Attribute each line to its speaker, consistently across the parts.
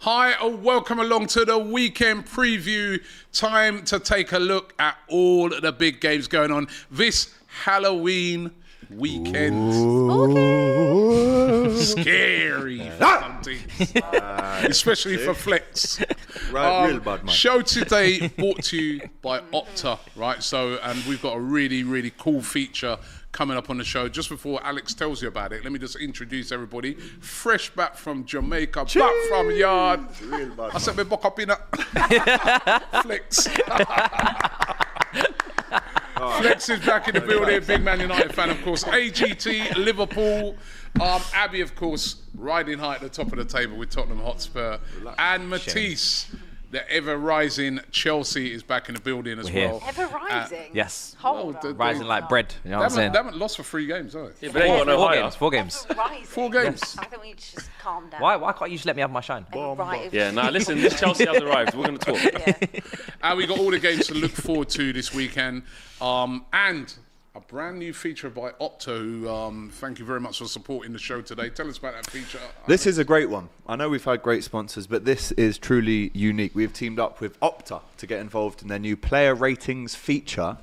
Speaker 1: Hi, and welcome along to the weekend preview. Time to take a look at all the big games going on this Halloween weekend. Scary, something. especially for flex.
Speaker 2: Uh, Right,
Speaker 1: Um,
Speaker 2: real bad man.
Speaker 1: Show today brought to you by Opta, right? So, and we've got a really, really cool feature coming up on the show. Just before Alex tells you about it, let me just introduce everybody. Fresh back from Jamaica, back from yard. I said, "Me buck up in a flex." Flex is back in the building. Big Man United fan, of course. AGT, Liverpool. Um, Abby, of course, riding high at the top of the table with Tottenham Hotspur. And Matisse, the ever rising Chelsea, is back in the building as
Speaker 3: here.
Speaker 1: well.
Speaker 4: Ever rising.
Speaker 3: Yes.
Speaker 4: Hold
Speaker 1: Well,
Speaker 4: on.
Speaker 1: the-
Speaker 3: Rising like bread. You know
Speaker 1: They
Speaker 3: what I'm saying?
Speaker 1: haven't, they haven't lost for three games, have they?
Speaker 5: But they ain't got no
Speaker 3: four
Speaker 5: higher.
Speaker 3: games. Four games.
Speaker 4: Ever rising.
Speaker 1: Four games.
Speaker 4: I think we need to just calm down.
Speaker 3: Why? Why can't you just let me have my shine?
Speaker 4: Ever rising.
Speaker 5: Yeah, now listen, this Chelsea has arrived. We're going to talk.
Speaker 1: And Uh, we got all the games to look forward to this weekend. Um, and a brand new feature by Opto. who, Um, thank you very much for supporting the show today. Tell us about that feature.
Speaker 2: This is a great one. I know we've had great sponsors, but this is truly unique. We've teamed up with Opta to get involved in their new player ratings feature,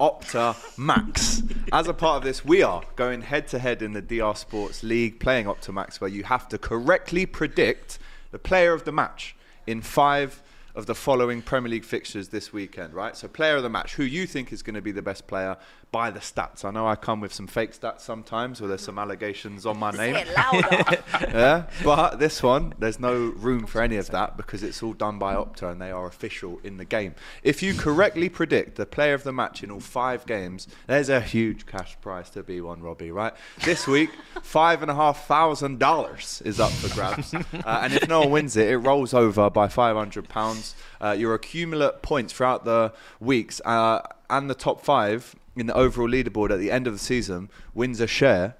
Speaker 2: Opta Max. As a part of this, we are going head to head in the DR Sports League playing Opta Max, where you have to correctly predict the player of the match in five of the following Premier League fixtures this weekend, right? So, player of the match, who you think is going to be the best player by the stats. I know I come with some fake stats sometimes, or there's some allegations on my
Speaker 4: Say
Speaker 2: name
Speaker 4: it louder.
Speaker 2: yeah, but this one, there's no room for any of that because it's all done by Opta and they are official in the game. If you correctly predict the player of the match in all five games, there's a huge cash prize to be won, Robbie, right? This week, five and a half thousand dollars is up for grabs. Uh, and if no one wins it, it rolls over by five hundred pounds. Uh, your accumulate points throughout the weeks uh, and the top five in the overall leaderboard at the end of the season wins a share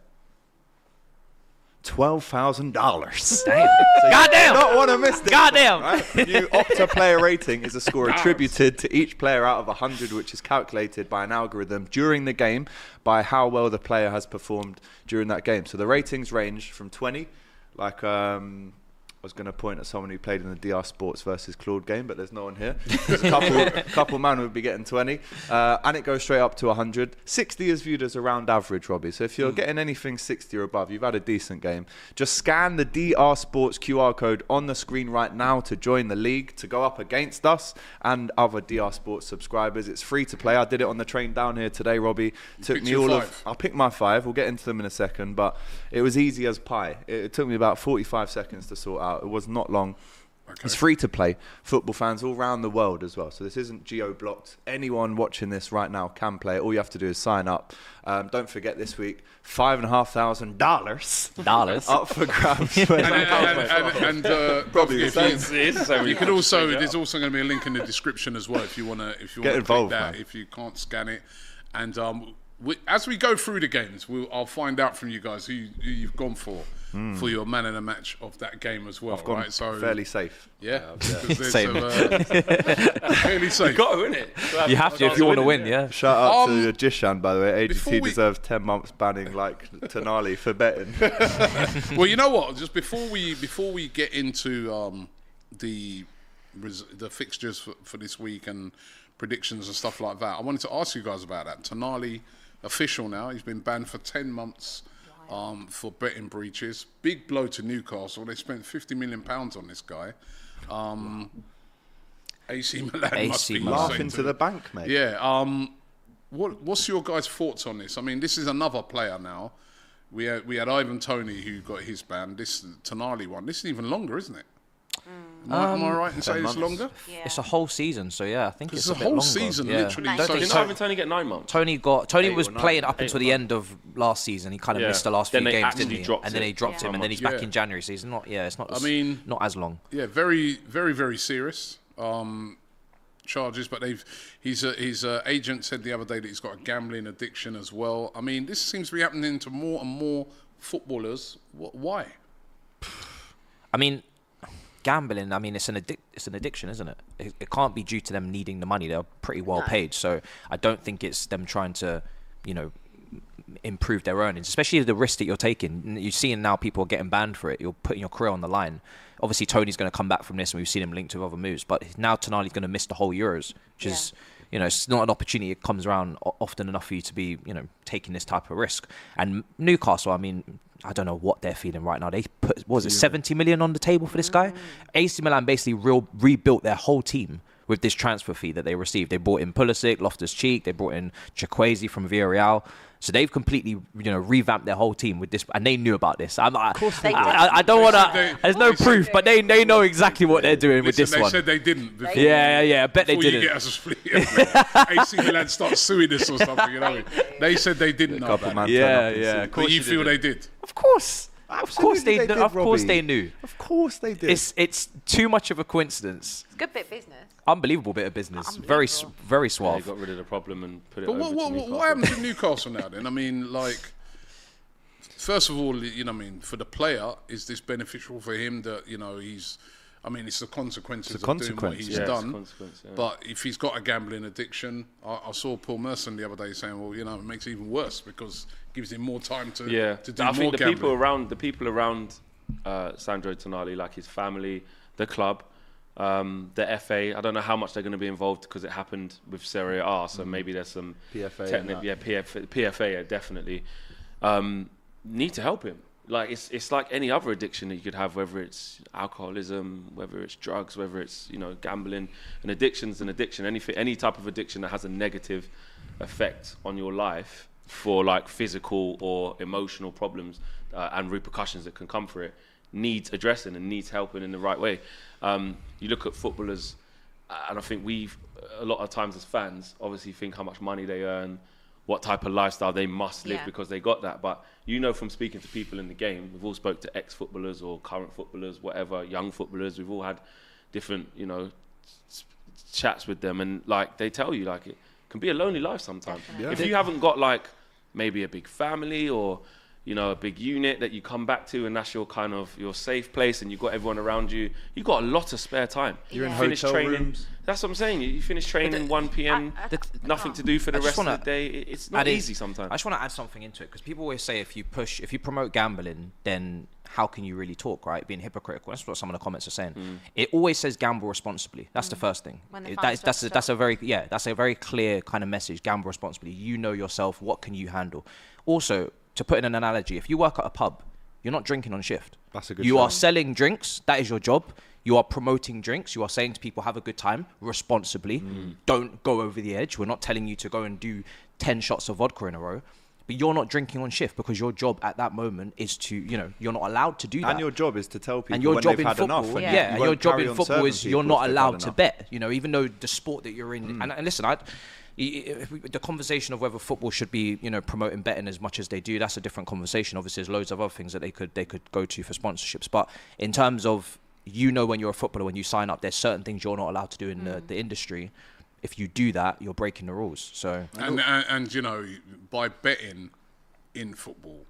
Speaker 2: twelve thousand dollars.
Speaker 3: Goddamn!
Speaker 2: Not want to miss this.
Speaker 3: Goddamn!
Speaker 2: Right? The New Opta player rating is a score attributed to each player out of hundred, which is calculated by an algorithm during the game by how well the player has performed during that game. So the ratings range from twenty, like. Um, I was going to point at someone who played in the DR Sports versus Claude game, but there's no one here. There's a couple, couple man would be getting 20. Uh, and it goes straight up to 100. 60 is viewed as around average, Robbie. So if you're
Speaker 1: Hmm.
Speaker 2: getting anything 60 or above, you've had a decent game. Just scan the DR Sports QR code on the screen right now to join the league, to go up against us and other DR Sports subscribers. It's free to play. I did it on the train down here today, Robbie. Took
Speaker 1: picked
Speaker 2: me
Speaker 1: your
Speaker 2: all
Speaker 1: five.
Speaker 2: of. I'll pick my five. We'll get into them in a second, but it was easy as pie. It, it took me about 45 seconds to sort out. It was not long. It's free to play. Football fans all around the world as well. So this isn't geo blocked. Anyone watching this right now can play. it. All you have to do is sign up. Um, don't forget this week, five and a half thousand dollars
Speaker 3: Dollars.
Speaker 1: Oh,
Speaker 2: up for grabs.
Speaker 1: And, and, and, and, and, uh,
Speaker 2: Probably
Speaker 1: if
Speaker 2: the
Speaker 1: you-
Speaker 2: same.
Speaker 5: It's so
Speaker 1: You can also there's also going to be a link in the description as well if you want to if you
Speaker 2: Get
Speaker 1: want to
Speaker 2: involved,
Speaker 1: click that
Speaker 2: man.
Speaker 1: if you can't scan it, and um, we, as we go through the games, we'll, I'll find out from you guys who, who you've gone for for your man in the match of that game as well.
Speaker 2: Hmm. I've gone
Speaker 1: right? So
Speaker 2: fairly safe.
Speaker 1: Yeah, 'cause there's
Speaker 3: Same.
Speaker 1: some, uh, fairly safe.
Speaker 5: Got to, innit?
Speaker 3: You have to if you want to win, yeah.
Speaker 2: Shout out
Speaker 1: Um,
Speaker 2: to Jishan, by the way. AGT
Speaker 1: before we-
Speaker 2: deserves 10 months banning like Tenali for betting.
Speaker 1: well, you know what? Just before we before we get into um, the res- the fixtures for, for this week and predictions and stuff like that, I wanted to ask you guys about that. Tonali official now. He's been banned for ten months um, for betting breaches. Big blow to Newcastle. They spent fifty million pounds on this guy. Um, AC Milan must
Speaker 3: AC
Speaker 1: be
Speaker 3: Milan.
Speaker 2: Laugh
Speaker 1: insane
Speaker 2: into the bank, mate.
Speaker 1: yeah. Um, what what's your guys' thoughts on this? I mean, this is another player now. We had, we had Ivan Tony who got his ban. This Tonali one. This is even longer, isn't it? Am, I, am I right in saying it's longer?
Speaker 4: Yeah.
Speaker 3: It's a whole season, so yeah, I think
Speaker 1: It's
Speaker 3: it's,
Speaker 1: a
Speaker 3: a bit
Speaker 1: whole
Speaker 3: longer.
Speaker 1: season,
Speaker 3: yeah.
Speaker 1: literally.
Speaker 3: Don't
Speaker 1: So
Speaker 3: think
Speaker 5: Didn't
Speaker 1: so-
Speaker 5: Ivan Tony get nine months?
Speaker 3: Tony got Tony was
Speaker 2: or nine.
Speaker 3: playing up
Speaker 5: Eight
Speaker 3: until
Speaker 5: or
Speaker 3: the
Speaker 5: nine.
Speaker 3: end of last season. He kind of
Speaker 5: Yeah.
Speaker 3: missed the last
Speaker 5: Then
Speaker 3: few
Speaker 5: they
Speaker 3: games,
Speaker 5: actually
Speaker 3: didn't he?
Speaker 5: dropped
Speaker 3: and then
Speaker 5: it.
Speaker 3: they dropped
Speaker 5: Yeah.
Speaker 3: him, and then he's
Speaker 1: Yeah.
Speaker 3: back in January. So he's not. Yeah, it's not. As,
Speaker 1: mean-
Speaker 3: not as long.
Speaker 1: Yeah, very very very serious um, charges. But they've he's a, his uh, agent said the other day that he's got a gambling addiction as well. I mean, this seems to be happening to more and more footballers. Wh- Why?
Speaker 3: I mean, gambling. I mean, it's an addic- it's an addiction, isn't it? it? It can't be due to them needing the money. They're pretty well paid, so I don't think it's them trying to, you know, m- improve their earnings. Especially the risk that you're taking. N- You're seeing now people are getting banned for it. You're putting your career on the line. Obviously, Tony's going to come back from this, and we've seen him linked with other moves. But now Tonali's going to miss the whole Euros, which is. You know, it's not an opportunity that comes around o- often enough for you to be, you know, taking this type of risk. And Newcastle, I mean, I don't know what they're feeling right now. They put what was it 70 million on the table for this guy. AC Milan basically real, rebuilt their whole team with this transfer fee that they received. They brought in Pulisic, Loftus Cheek, they brought in Chiquese from Villarreal. So they've completely, you know, revamped their whole team with this, and they knew about this. I'm, I,
Speaker 4: they
Speaker 3: I,
Speaker 4: did.
Speaker 3: I, I don't want
Speaker 1: They-
Speaker 3: to. There's no
Speaker 1: they-
Speaker 3: proof, but they, they know exactly what they're doing with
Speaker 1: Listen,
Speaker 3: this
Speaker 1: they
Speaker 3: one.
Speaker 1: said they didn't. Before
Speaker 3: yeah, yeah, yeah. I bet they
Speaker 1: Before you
Speaker 3: didn't.
Speaker 1: get us a split, AC Milan start suing us or something. You know, what I mean? they said they didn't know
Speaker 2: Couple man
Speaker 1: about
Speaker 2: turn
Speaker 1: it,
Speaker 3: Yeah,
Speaker 2: up in
Speaker 3: yeah,
Speaker 2: suit.
Speaker 3: of
Speaker 1: but you feel they did.
Speaker 3: Of course, of course
Speaker 2: Absolutely
Speaker 3: they, kn-
Speaker 2: did,
Speaker 3: of course
Speaker 2: Robbie.
Speaker 3: they knew.
Speaker 2: Of course they did.
Speaker 3: It's it's too much of a coincidence.
Speaker 4: It's a good bit of business.
Speaker 3: Unbelievable bit of business. Very s- very
Speaker 5: They
Speaker 3: suave.
Speaker 5: got rid of the problem and put it
Speaker 1: But
Speaker 5: over
Speaker 1: what,
Speaker 5: to
Speaker 1: what, what,
Speaker 5: Newcastle.
Speaker 1: what happened to Newcastle now then? I mean, like, first of all, you know, what I mean, for the player, is this beneficial for him that, you know, he's. I mean, it's the consequences
Speaker 2: It's a
Speaker 1: of doing what
Speaker 2: consequence, yeah.
Speaker 1: he's
Speaker 5: Yeah, it's a
Speaker 1: done.
Speaker 5: consequence, yeah.
Speaker 1: But if he's got a gambling addiction, I, I saw Paul Merson the other day saying, well, you know, it makes it even worse because it gives him more time to,
Speaker 5: Yeah,
Speaker 1: to do
Speaker 5: I
Speaker 1: more
Speaker 5: think the
Speaker 1: gambling.
Speaker 5: people around the people around uh, Sandro Tonali, like his family, the club, um, the FA. I don't know how much they're going to be involved because it happened with Serie A,
Speaker 1: Mm.
Speaker 5: so maybe there's some
Speaker 2: PFA and
Speaker 5: techni-
Speaker 2: that.
Speaker 5: yeah, PF, PFA, yeah, definitely. Um, need to help him. Like it's it's like any other addiction that you could have, whether it's alcoholism, whether it's drugs, whether it's you know gambling. An addiction's an addiction. Any any type of addiction that has a negative effect on your life for like physical or emotional problems uh, and repercussions that can come for it needs addressing and needs helping in the right way. Um, you look at footballers uh, and I think we've a lot of times as fans obviously think how much money they earn, what type of lifestyle they must live
Speaker 4: Yeah.
Speaker 5: because they got that. But you know from speaking to people in the game, we've all spoke to ex footballers or current footballers, whatever, young footballers. We've all had different, you know, s- chats with them, and like they tell you, like it can be a lonely life sometimes. If you haven't got like maybe a big family or you know a big unit that you come back to and that's your kind of your safe place and you've got everyone around you you've got a lot of spare time
Speaker 2: You're in
Speaker 5: You finish
Speaker 2: hotel
Speaker 5: training
Speaker 2: rooms.
Speaker 5: that's what I'm saying. You- You finish training 1 p.m.
Speaker 4: I- I- I
Speaker 5: nothing
Speaker 4: can't.
Speaker 5: to do for the
Speaker 3: I just
Speaker 5: rest of
Speaker 3: wanna-
Speaker 5: the day. It- It's
Speaker 3: Add
Speaker 5: not
Speaker 3: in-
Speaker 5: easy sometimes.
Speaker 3: I just want to add something into it because people always say if you push, if you promote gambling, then how can you really talk, right? Being hypocritical. That's what some of the comments are saying.
Speaker 5: Mm.
Speaker 3: It always says gamble responsibly. That's the first thing.
Speaker 4: Mm. When the
Speaker 3: It-
Speaker 4: funds
Speaker 3: that is, that's a,
Speaker 4: drop.
Speaker 3: that's a very yeah, that's a very clear kind of message. Gamble responsibly. You know yourself. What can you handle? Also, to put in an analogy, if you work at a pub, you're not drinking on shift.
Speaker 2: That's a good
Speaker 3: You are
Speaker 2: shout.
Speaker 3: selling drinks. That is your job. You are promoting drinks. You are saying to people, have a good time responsibly.
Speaker 2: Mm.
Speaker 3: Don't go over the edge. We're not telling you to go and do 10 shots of vodka in a row. But you're not drinking on shift because your job at that moment is to, you know, you're not allowed to do that
Speaker 2: and your job is to tell people
Speaker 3: and your
Speaker 2: when
Speaker 3: job
Speaker 2: they've
Speaker 3: in
Speaker 2: had
Speaker 3: football,
Speaker 2: enough. and
Speaker 3: yeah,
Speaker 2: you
Speaker 3: and
Speaker 2: won't
Speaker 3: your job
Speaker 2: carry
Speaker 3: in
Speaker 2: on
Speaker 3: football
Speaker 2: serving
Speaker 3: is you're
Speaker 2: people if
Speaker 3: not
Speaker 2: they've had
Speaker 3: allowed to
Speaker 2: enough.
Speaker 3: bet. You know, even though the sport that you're in, and, and listen, I, the conversation of whether football should be, you know, promoting betting as much as they do, that's a different conversation. Obviously, there's loads of other things that they could they could go to for sponsorships, but in terms of you know when you're a footballer when you sign up, there's certain things you're not allowed to do in the, the industry. if you do that, you're breaking the rules. So
Speaker 1: And, and, and you know, by betting in football,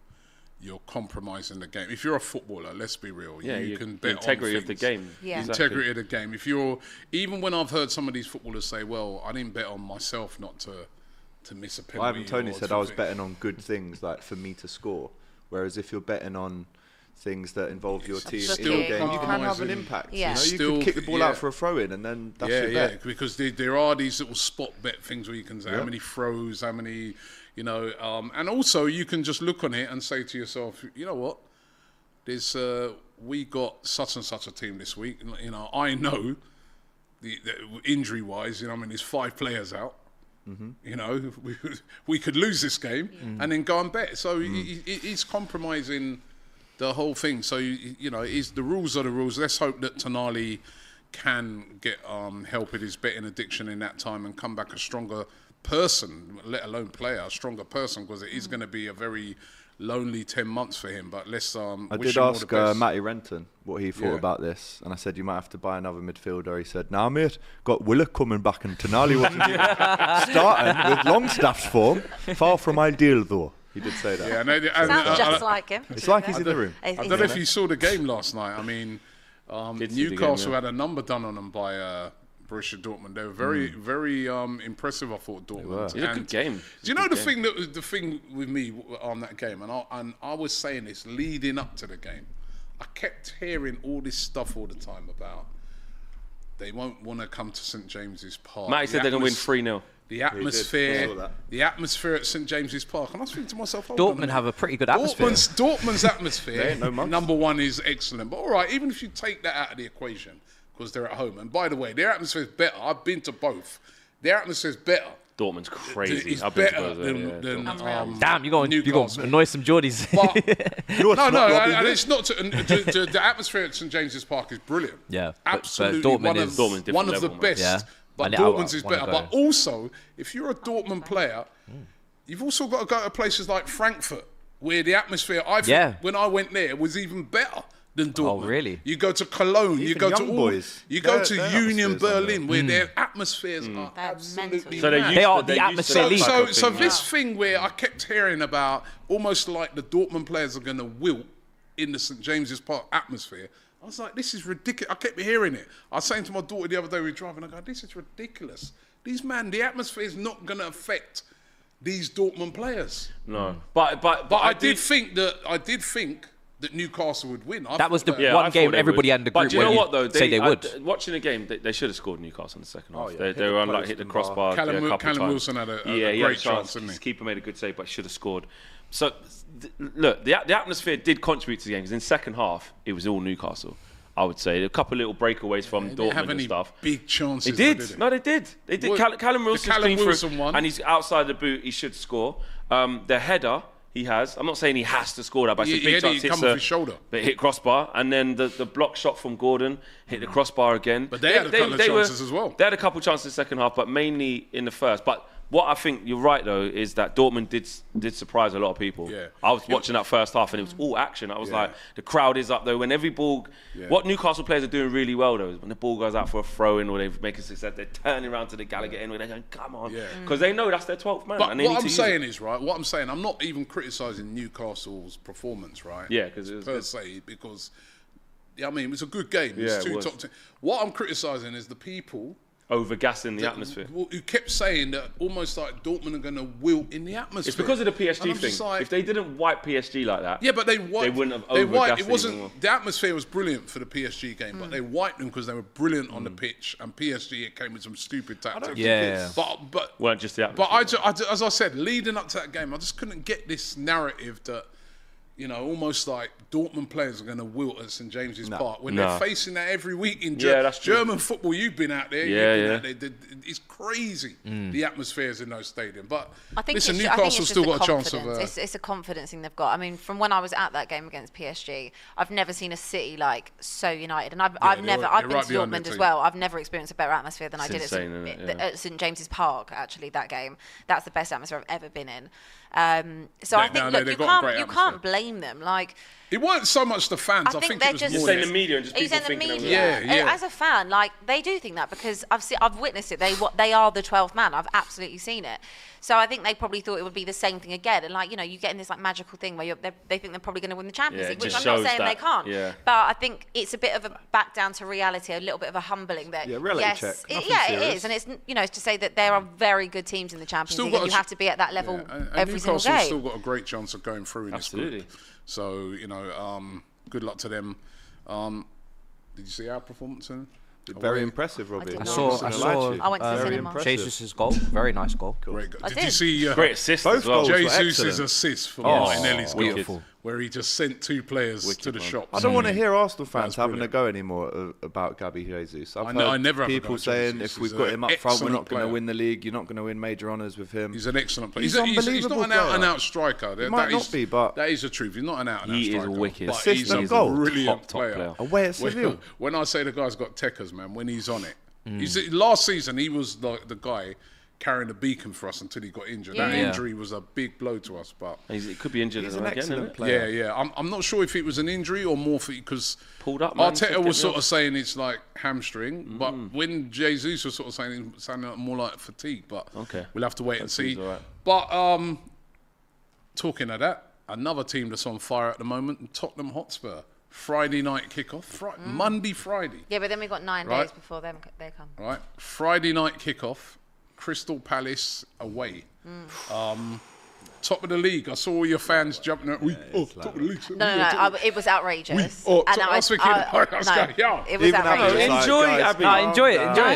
Speaker 1: you're compromising the game. If you're a footballer, let's be real,
Speaker 5: Yeah,
Speaker 1: you
Speaker 5: you-
Speaker 1: can
Speaker 5: the
Speaker 1: bet
Speaker 5: integrity
Speaker 1: on
Speaker 5: of the
Speaker 1: things.
Speaker 5: game.
Speaker 4: Yeah.
Speaker 1: The
Speaker 5: Exactly.
Speaker 1: integrity of the game. If you're, even when I've heard some of these footballers say, "Well, I didn't bet on myself not to to miss a penalty."
Speaker 2: Ivan Tony
Speaker 1: or
Speaker 2: said
Speaker 1: to
Speaker 2: I was
Speaker 1: fi-"
Speaker 2: betting on good things, like for me to score. Whereas if you're betting on things that involve your team in
Speaker 1: still
Speaker 2: your game, you can have an
Speaker 1: compromising.
Speaker 2: impact.
Speaker 4: Yeah.
Speaker 2: You, know, you
Speaker 1: Still-
Speaker 2: could kick the ball
Speaker 1: yeah.
Speaker 2: out for a throw in, and then that's
Speaker 1: yeah,
Speaker 2: your
Speaker 1: yeah,
Speaker 2: bet.
Speaker 1: because there, there are these little spot bet things where you can say how many throws, how many, you know, um, and also you can just look on it and say to yourself, you know what, there's uh, we got such and such a team this week. and, You know, I know the, the injury wise, you know, I mean, there's five players out.
Speaker 2: Mm-hmm.
Speaker 1: You know, we, we could lose this game and then go and bet. So
Speaker 2: Mm.
Speaker 1: it, it, it's compromising the whole thing. So you, you know, it is the rules are the rules. Let's hope that Tonali can get um, help with his betting addiction in that time and come back a stronger person, let alone player, a stronger person, because it
Speaker 4: Mm.
Speaker 1: is going to be a very lonely ten months for him. But let's um,
Speaker 2: I
Speaker 1: wish
Speaker 2: did
Speaker 1: him all the
Speaker 2: ask uh,
Speaker 1: best.
Speaker 2: Matty Renton what he thought
Speaker 1: Yeah.
Speaker 2: about this, and I said you might have to buy another midfielder. He said, "Now, mate, got Willock coming back and Tonali wasn't even starting with Longstaff's form. Far from ideal, though." He did say that.
Speaker 1: Yeah, and, I- and,
Speaker 4: Sounds
Speaker 1: I- I-
Speaker 4: just like him.
Speaker 2: It's like he's in the room.
Speaker 4: Is-
Speaker 1: I
Speaker 4: is
Speaker 1: don't know
Speaker 4: it?
Speaker 1: if you saw the game last night. I mean, um,
Speaker 5: Did see the game,
Speaker 1: Newcastle
Speaker 5: yeah.
Speaker 1: had a number done on them by uh, Borussia Dortmund. They were very,
Speaker 5: Hmm.
Speaker 1: very um, impressive. I thought Dortmund.
Speaker 5: It was a good
Speaker 1: And
Speaker 5: game. It was
Speaker 1: Do you
Speaker 5: a
Speaker 1: know
Speaker 5: good
Speaker 1: the
Speaker 5: game.
Speaker 1: thing that was the thing with me w- on that game, and I and I was saying this leading up to the game. I kept hearing all this stuff all the time about they won't want to come to St James's Park.
Speaker 5: Matty
Speaker 1: The
Speaker 5: said they're going to win
Speaker 1: atmos-
Speaker 5: 3 0.
Speaker 1: The atmosphere,
Speaker 2: saw that.
Speaker 1: the atmosphere at St James's Park, and I was thinking to myself, hold on a
Speaker 3: Dortmund
Speaker 1: minute.
Speaker 3: have a pretty good atmosphere.
Speaker 1: Dortmund's, Dortmund's atmosphere,
Speaker 2: ain't no monks.
Speaker 1: number one, is excellent. But all right, even if you take that out of the equation, because they're at home. And by the way, their atmosphere is better. I've been to both. Their atmosphere is better.
Speaker 5: Dortmund's crazy.
Speaker 1: It's
Speaker 5: I've been to
Speaker 1: better
Speaker 5: both of
Speaker 1: than,
Speaker 5: them, yeah,
Speaker 1: than
Speaker 5: Dortmund.
Speaker 1: um,
Speaker 3: Damn, you got you got
Speaker 1: Newcastle.
Speaker 3: annoy some Geordies.
Speaker 1: But
Speaker 2: You're
Speaker 1: no,
Speaker 2: not
Speaker 1: no,
Speaker 2: Robbie
Speaker 1: and, and
Speaker 2: Willock.
Speaker 1: it's not. To, and, to, to, the atmosphere at St James's Park is brilliant.
Speaker 3: Yeah, but- but
Speaker 1: absolutely.
Speaker 3: Dortmund
Speaker 1: one of,
Speaker 3: is-
Speaker 5: Dortmund's different
Speaker 1: one of the
Speaker 5: level, mate.
Speaker 1: best.
Speaker 3: Yeah.
Speaker 1: But
Speaker 3: And oh, I- I
Speaker 1: Dortmund's is
Speaker 3: wanna
Speaker 1: better.
Speaker 3: go.
Speaker 1: But also, if you're a Dortmund player, you've also got to go to places like Frankfurt, where the atmosphere I think,
Speaker 3: Yeah. Oh,
Speaker 1: when I went there was even better. Than Dortmund.
Speaker 3: really?
Speaker 1: You go to Cologne. you
Speaker 2: Even
Speaker 1: go to
Speaker 2: young
Speaker 1: all-
Speaker 2: boys,
Speaker 1: You go
Speaker 2: their-
Speaker 1: to
Speaker 2: their
Speaker 1: Union
Speaker 2: atmospheres are Hmm.
Speaker 1: Berlin, where their
Speaker 3: Hmm.
Speaker 1: atmospheres are
Speaker 4: They're
Speaker 1: absolutely
Speaker 4: mental.
Speaker 5: So they're
Speaker 1: mad.
Speaker 5: used
Speaker 3: They are
Speaker 5: to-
Speaker 3: the
Speaker 5: they're used to that
Speaker 3: atmosphere
Speaker 1: So,
Speaker 3: league.
Speaker 5: type
Speaker 1: so,
Speaker 5: of
Speaker 1: so
Speaker 5: thing.
Speaker 1: this thing where I kept hearing about almost like the Dortmund players are going to wilt in the St James's Park atmosphere. I was like, this is ridiculous. I kept hearing it. I was saying to my daughter the other day we were driving. I go, this is ridiculous. These man, the atmosphere is not going to affect these Dortmund players.
Speaker 5: No. But, but,
Speaker 1: But I, did think that I did think that Newcastle would win. I
Speaker 3: That was
Speaker 1: thought
Speaker 3: the- Yeah. one
Speaker 5: I
Speaker 3: game
Speaker 5: thought they
Speaker 3: everybody
Speaker 5: would.
Speaker 3: had in the
Speaker 5: But
Speaker 3: group
Speaker 5: do you know
Speaker 3: where
Speaker 5: what though?
Speaker 3: you'd say they
Speaker 5: I-
Speaker 3: would.
Speaker 5: th- watching the game, they, they should have scored Newcastle in the second
Speaker 1: Oh,
Speaker 5: half.
Speaker 2: yeah.
Speaker 5: They,
Speaker 2: Hit
Speaker 5: they
Speaker 2: the
Speaker 5: were unlike
Speaker 2: post
Speaker 5: hit the
Speaker 2: and bar.
Speaker 5: crossbar.
Speaker 1: Callum-
Speaker 5: yeah, a couple
Speaker 1: Callum
Speaker 5: times.
Speaker 1: Wilson had a- a- a
Speaker 5: yeah, he
Speaker 1: great
Speaker 5: had a
Speaker 1: chance,
Speaker 5: chance.
Speaker 1: didn't he?
Speaker 5: His keeper made a good save, but should have scored. So th- look, the, the atmosphere did contribute to the game. 'cause in second half, it was all Newcastle. I would say a couple little breakaways from
Speaker 1: They didn't
Speaker 5: Dortmund
Speaker 1: have
Speaker 5: and
Speaker 1: any
Speaker 5: stuff.
Speaker 1: big chances.
Speaker 5: They
Speaker 1: though,
Speaker 5: did.
Speaker 1: they?
Speaker 5: No, they did. They did.
Speaker 1: What-
Speaker 5: Callum, Callum
Speaker 1: the
Speaker 5: Wilson's
Speaker 1: Callum
Speaker 5: clean through,
Speaker 1: Wilson one.
Speaker 5: and he's outside the boot. He should score. Um, the header he has. I'm not saying he has to score that, but
Speaker 1: Yeah,
Speaker 5: it's a
Speaker 1: yeah,
Speaker 5: big
Speaker 1: he
Speaker 5: chance.
Speaker 1: come
Speaker 5: hits
Speaker 1: off
Speaker 5: a-
Speaker 1: his shoulder.
Speaker 5: But it hit crossbar, and then the, the block shot from Gordon hit the crossbar again.
Speaker 1: But they had a couple of chances as well.
Speaker 5: They had a couple of chances in the second half, but mainly in the first. But what I think you're right though is that Dortmund did did surprise a lot of people.
Speaker 1: Yeah.
Speaker 5: I was watching that first half and it was all action. I was
Speaker 1: Yeah.
Speaker 5: like, the crowd is up though. When every ball, what Newcastle players are doing really well though is when the ball goes out for a throw in or they make a success, they're turning around to the Gallagher end where they're going, come on,
Speaker 1: Yeah.
Speaker 5: because they know that's their 12th man.
Speaker 1: Mm. But
Speaker 5: and they need
Speaker 1: what
Speaker 5: to
Speaker 1: I'm
Speaker 5: use
Speaker 1: saying
Speaker 5: it.
Speaker 1: is right. What I'm saying, I'm not even criticising Newcastle's performance, right?
Speaker 5: Yeah, 'cause it was
Speaker 1: per
Speaker 5: good.
Speaker 1: se, because yeah, I mean, it was a good game. It
Speaker 5: Yeah,
Speaker 1: was
Speaker 5: it
Speaker 1: two
Speaker 5: was.
Speaker 1: top. Ten. What I'm criticising is the people
Speaker 5: overgassing the atmosphere.
Speaker 1: who who kept saying that almost like Dortmund are going to wilt in the atmosphere.
Speaker 5: It's because of the
Speaker 1: And
Speaker 5: PSG
Speaker 1: I'm just
Speaker 5: thing.
Speaker 1: like-
Speaker 5: if they didn't wipe PSG like that,
Speaker 1: yeah, but they wiped.
Speaker 5: they wouldn't have
Speaker 1: They wiped.
Speaker 5: overgassed
Speaker 1: It
Speaker 5: it
Speaker 1: wasn't.
Speaker 5: even more.
Speaker 1: The atmosphere was brilliant for the PSG game,
Speaker 6: Hmm.
Speaker 1: but they wiped them because they were brilliant on the
Speaker 5: Hmm.
Speaker 1: pitch, and PSG it came with some stupid tactics.
Speaker 3: think Yeah. it's-
Speaker 1: but but
Speaker 5: weren't just the atmosphere.
Speaker 1: But I, ju- I ju- as I said, leading up to that game, I just couldn't get this narrative that, you know, almost like Dortmund players are going to wilt at St James's Park when
Speaker 5: No.
Speaker 1: they're facing that every week in Ger-
Speaker 5: Yeah, that's true.
Speaker 1: German football. You've been out
Speaker 5: Yeah,
Speaker 1: there, you've been
Speaker 5: yeah. Hmm.
Speaker 1: Out there. The- the- It's crazy the atmospheres in those stadiums. But
Speaker 6: I think
Speaker 1: listen,
Speaker 6: it's, ju- I think
Speaker 1: Newcastle's
Speaker 6: it's
Speaker 1: still
Speaker 6: just
Speaker 1: got
Speaker 6: the
Speaker 1: a chance of.
Speaker 6: confidence.
Speaker 1: Uh,
Speaker 6: it's, it's a confidence thing they've got. I mean, from when I was at that game against PSG, I've never seen a city like so united, and I've, I've
Speaker 1: they're
Speaker 6: never.
Speaker 1: right-
Speaker 6: I've
Speaker 1: they're
Speaker 6: been
Speaker 1: right
Speaker 6: to
Speaker 1: behind their
Speaker 6: Dortmund as
Speaker 1: team.
Speaker 6: well. I've never experienced a better atmosphere than I did at
Speaker 5: insane,
Speaker 6: St,
Speaker 5: isn't it? Yeah.
Speaker 6: at St James's Park. Actually, that game, that's the best atmosphere I've ever been in. Um, so
Speaker 1: No,
Speaker 6: I think
Speaker 1: no, no,
Speaker 6: look,
Speaker 1: they've
Speaker 6: you
Speaker 1: got a
Speaker 6: can't
Speaker 1: great
Speaker 6: you
Speaker 1: atmosphere.
Speaker 6: can't blame blame them. Like,
Speaker 1: It weren't so much the fans. I,
Speaker 6: I think
Speaker 1: think,
Speaker 6: they're
Speaker 1: it was
Speaker 6: just-
Speaker 1: more
Speaker 5: You're saying the media and just
Speaker 6: Are you
Speaker 5: people
Speaker 6: saying the
Speaker 5: thinking it was-
Speaker 6: media?
Speaker 1: Yeah, yeah.
Speaker 6: As a fan, like they do think that because I've seen, I've witnessed it. They what they are the 12th man. I've absolutely seen it. So I think they probably thought it would be the same thing again. And like you know, you get in this like magical thing where you're, they they think they're probably going to win the Champions
Speaker 5: Yeah, it
Speaker 6: League, which
Speaker 5: just
Speaker 6: I'm not
Speaker 5: shows
Speaker 6: saying they
Speaker 5: that-
Speaker 6: can't.
Speaker 5: yeah.
Speaker 6: But I think it's a bit of a back down to reality, a little bit of a humbling that
Speaker 2: Yeah, reality
Speaker 6: yes,
Speaker 2: check.
Speaker 6: it-
Speaker 2: Nothing
Speaker 6: yeah, it
Speaker 2: serious.
Speaker 6: is, and it's n- you know it's to say that there are very good teams in the Champions
Speaker 1: Still
Speaker 6: League,
Speaker 1: got
Speaker 6: and
Speaker 1: a
Speaker 6: you
Speaker 1: sh-
Speaker 6: have to be at that level
Speaker 1: Yeah, and- and
Speaker 6: every single
Speaker 1: Newcastle's
Speaker 6: game.
Speaker 1: still got a great chance of going through in this
Speaker 5: Absolutely.
Speaker 1: group. So you know, um, good luck to them. Um, did you see our performance? In?
Speaker 2: Very impressive, Robbie.
Speaker 6: did
Speaker 3: I
Speaker 6: not.
Speaker 3: saw,
Speaker 6: Nice.
Speaker 3: I
Speaker 2: Not
Speaker 3: saw.
Speaker 2: gonna lie to you.
Speaker 6: I went to the
Speaker 2: Very
Speaker 6: cinema.
Speaker 2: impressive.
Speaker 3: Jesus' goal, very nice goal.
Speaker 1: Great. go-
Speaker 6: I
Speaker 1: Did you
Speaker 6: did.
Speaker 1: see uh,
Speaker 5: Great assist
Speaker 2: Both
Speaker 5: as well.
Speaker 2: goals were
Speaker 1: Jesus'
Speaker 2: excellent.
Speaker 1: assist for
Speaker 3: Yes.
Speaker 1: Martinelli's
Speaker 3: Oh,
Speaker 1: goal,
Speaker 3: wicked.
Speaker 1: where he just sent two players to the shop.
Speaker 2: I don't want to hear Arsenal fans
Speaker 1: That's
Speaker 2: having a
Speaker 1: brilliant.
Speaker 2: go anymore uh, about Gabby Jesus. I've
Speaker 1: I know- I
Speaker 2: heard
Speaker 1: never have a go
Speaker 2: people
Speaker 1: at
Speaker 2: saying
Speaker 1: Jesus.
Speaker 2: if we've
Speaker 1: He's
Speaker 2: got
Speaker 1: a
Speaker 2: him up front, we're not
Speaker 1: excellent
Speaker 2: going to
Speaker 1: player.
Speaker 2: win the league. You're not going to win major honours with him.
Speaker 1: He's an excellent player.
Speaker 2: He's
Speaker 1: He's, a- he's, he's
Speaker 2: unbelievable
Speaker 1: not an out and
Speaker 2: player.
Speaker 1: out striker. That-
Speaker 2: He might
Speaker 1: that
Speaker 2: not
Speaker 1: is-
Speaker 2: be, but-
Speaker 1: that is the truth. He's not an out and out
Speaker 5: He is
Speaker 1: striker.
Speaker 5: wicked.
Speaker 1: But
Speaker 2: Assist
Speaker 1: he's
Speaker 2: and
Speaker 1: a
Speaker 2: goal.
Speaker 1: brilliant
Speaker 5: Top, top
Speaker 1: player.
Speaker 5: player.
Speaker 2: Away at
Speaker 1: when,
Speaker 2: Seville.
Speaker 1: when I say the guy's got techers, man, when he's on it,
Speaker 5: Mm.
Speaker 1: he's last season he was the, the guy carrying the beacon for us until he got injured. That
Speaker 3: Yeah.
Speaker 1: injury was a big blow to us, but
Speaker 5: He's, it could be injured
Speaker 2: He's
Speaker 5: as
Speaker 2: an
Speaker 5: well again, isn't
Speaker 2: excellent
Speaker 5: it?
Speaker 2: player.
Speaker 1: yeah, yeah. I'm, I'm not sure if it was an injury or more because
Speaker 5: Pulled up, man,
Speaker 1: Arteta
Speaker 5: took
Speaker 1: was
Speaker 5: it Mm.
Speaker 1: sort
Speaker 5: off.
Speaker 1: of saying it's like hamstring, but when Jesus was sort of saying it sounded like more like fatigue. But
Speaker 5: Okay.
Speaker 1: we'll have to wait and see.
Speaker 5: seems all right.
Speaker 1: But um, talking of that, another team that's on fire at the moment, Tottenham Hotspur. Friday night kickoff, Fri-
Speaker 5: Mm.
Speaker 1: Monday, Friday.
Speaker 6: yeah, but then we got nine
Speaker 1: Right.
Speaker 6: days before them c- they come.
Speaker 1: Right, Friday night kickoff, Crystal Palace away. Um,
Speaker 5: Mm.
Speaker 1: top of the league. I saw all your fans jumping. At, we, oh, top of the league.
Speaker 6: No, no,
Speaker 1: we
Speaker 6: no.
Speaker 1: are top of
Speaker 6: I, it was outrageous.
Speaker 1: We- oh, so I
Speaker 6: was-
Speaker 1: was thinking- I was going, yeah.
Speaker 6: It was
Speaker 2: Even
Speaker 6: outrageous.
Speaker 2: Abby was like,
Speaker 5: Enjoy,
Speaker 2: "Guys,
Speaker 5: Abby.
Speaker 2: calm
Speaker 3: Ah, enjoy it,
Speaker 2: down."
Speaker 3: enjoy it.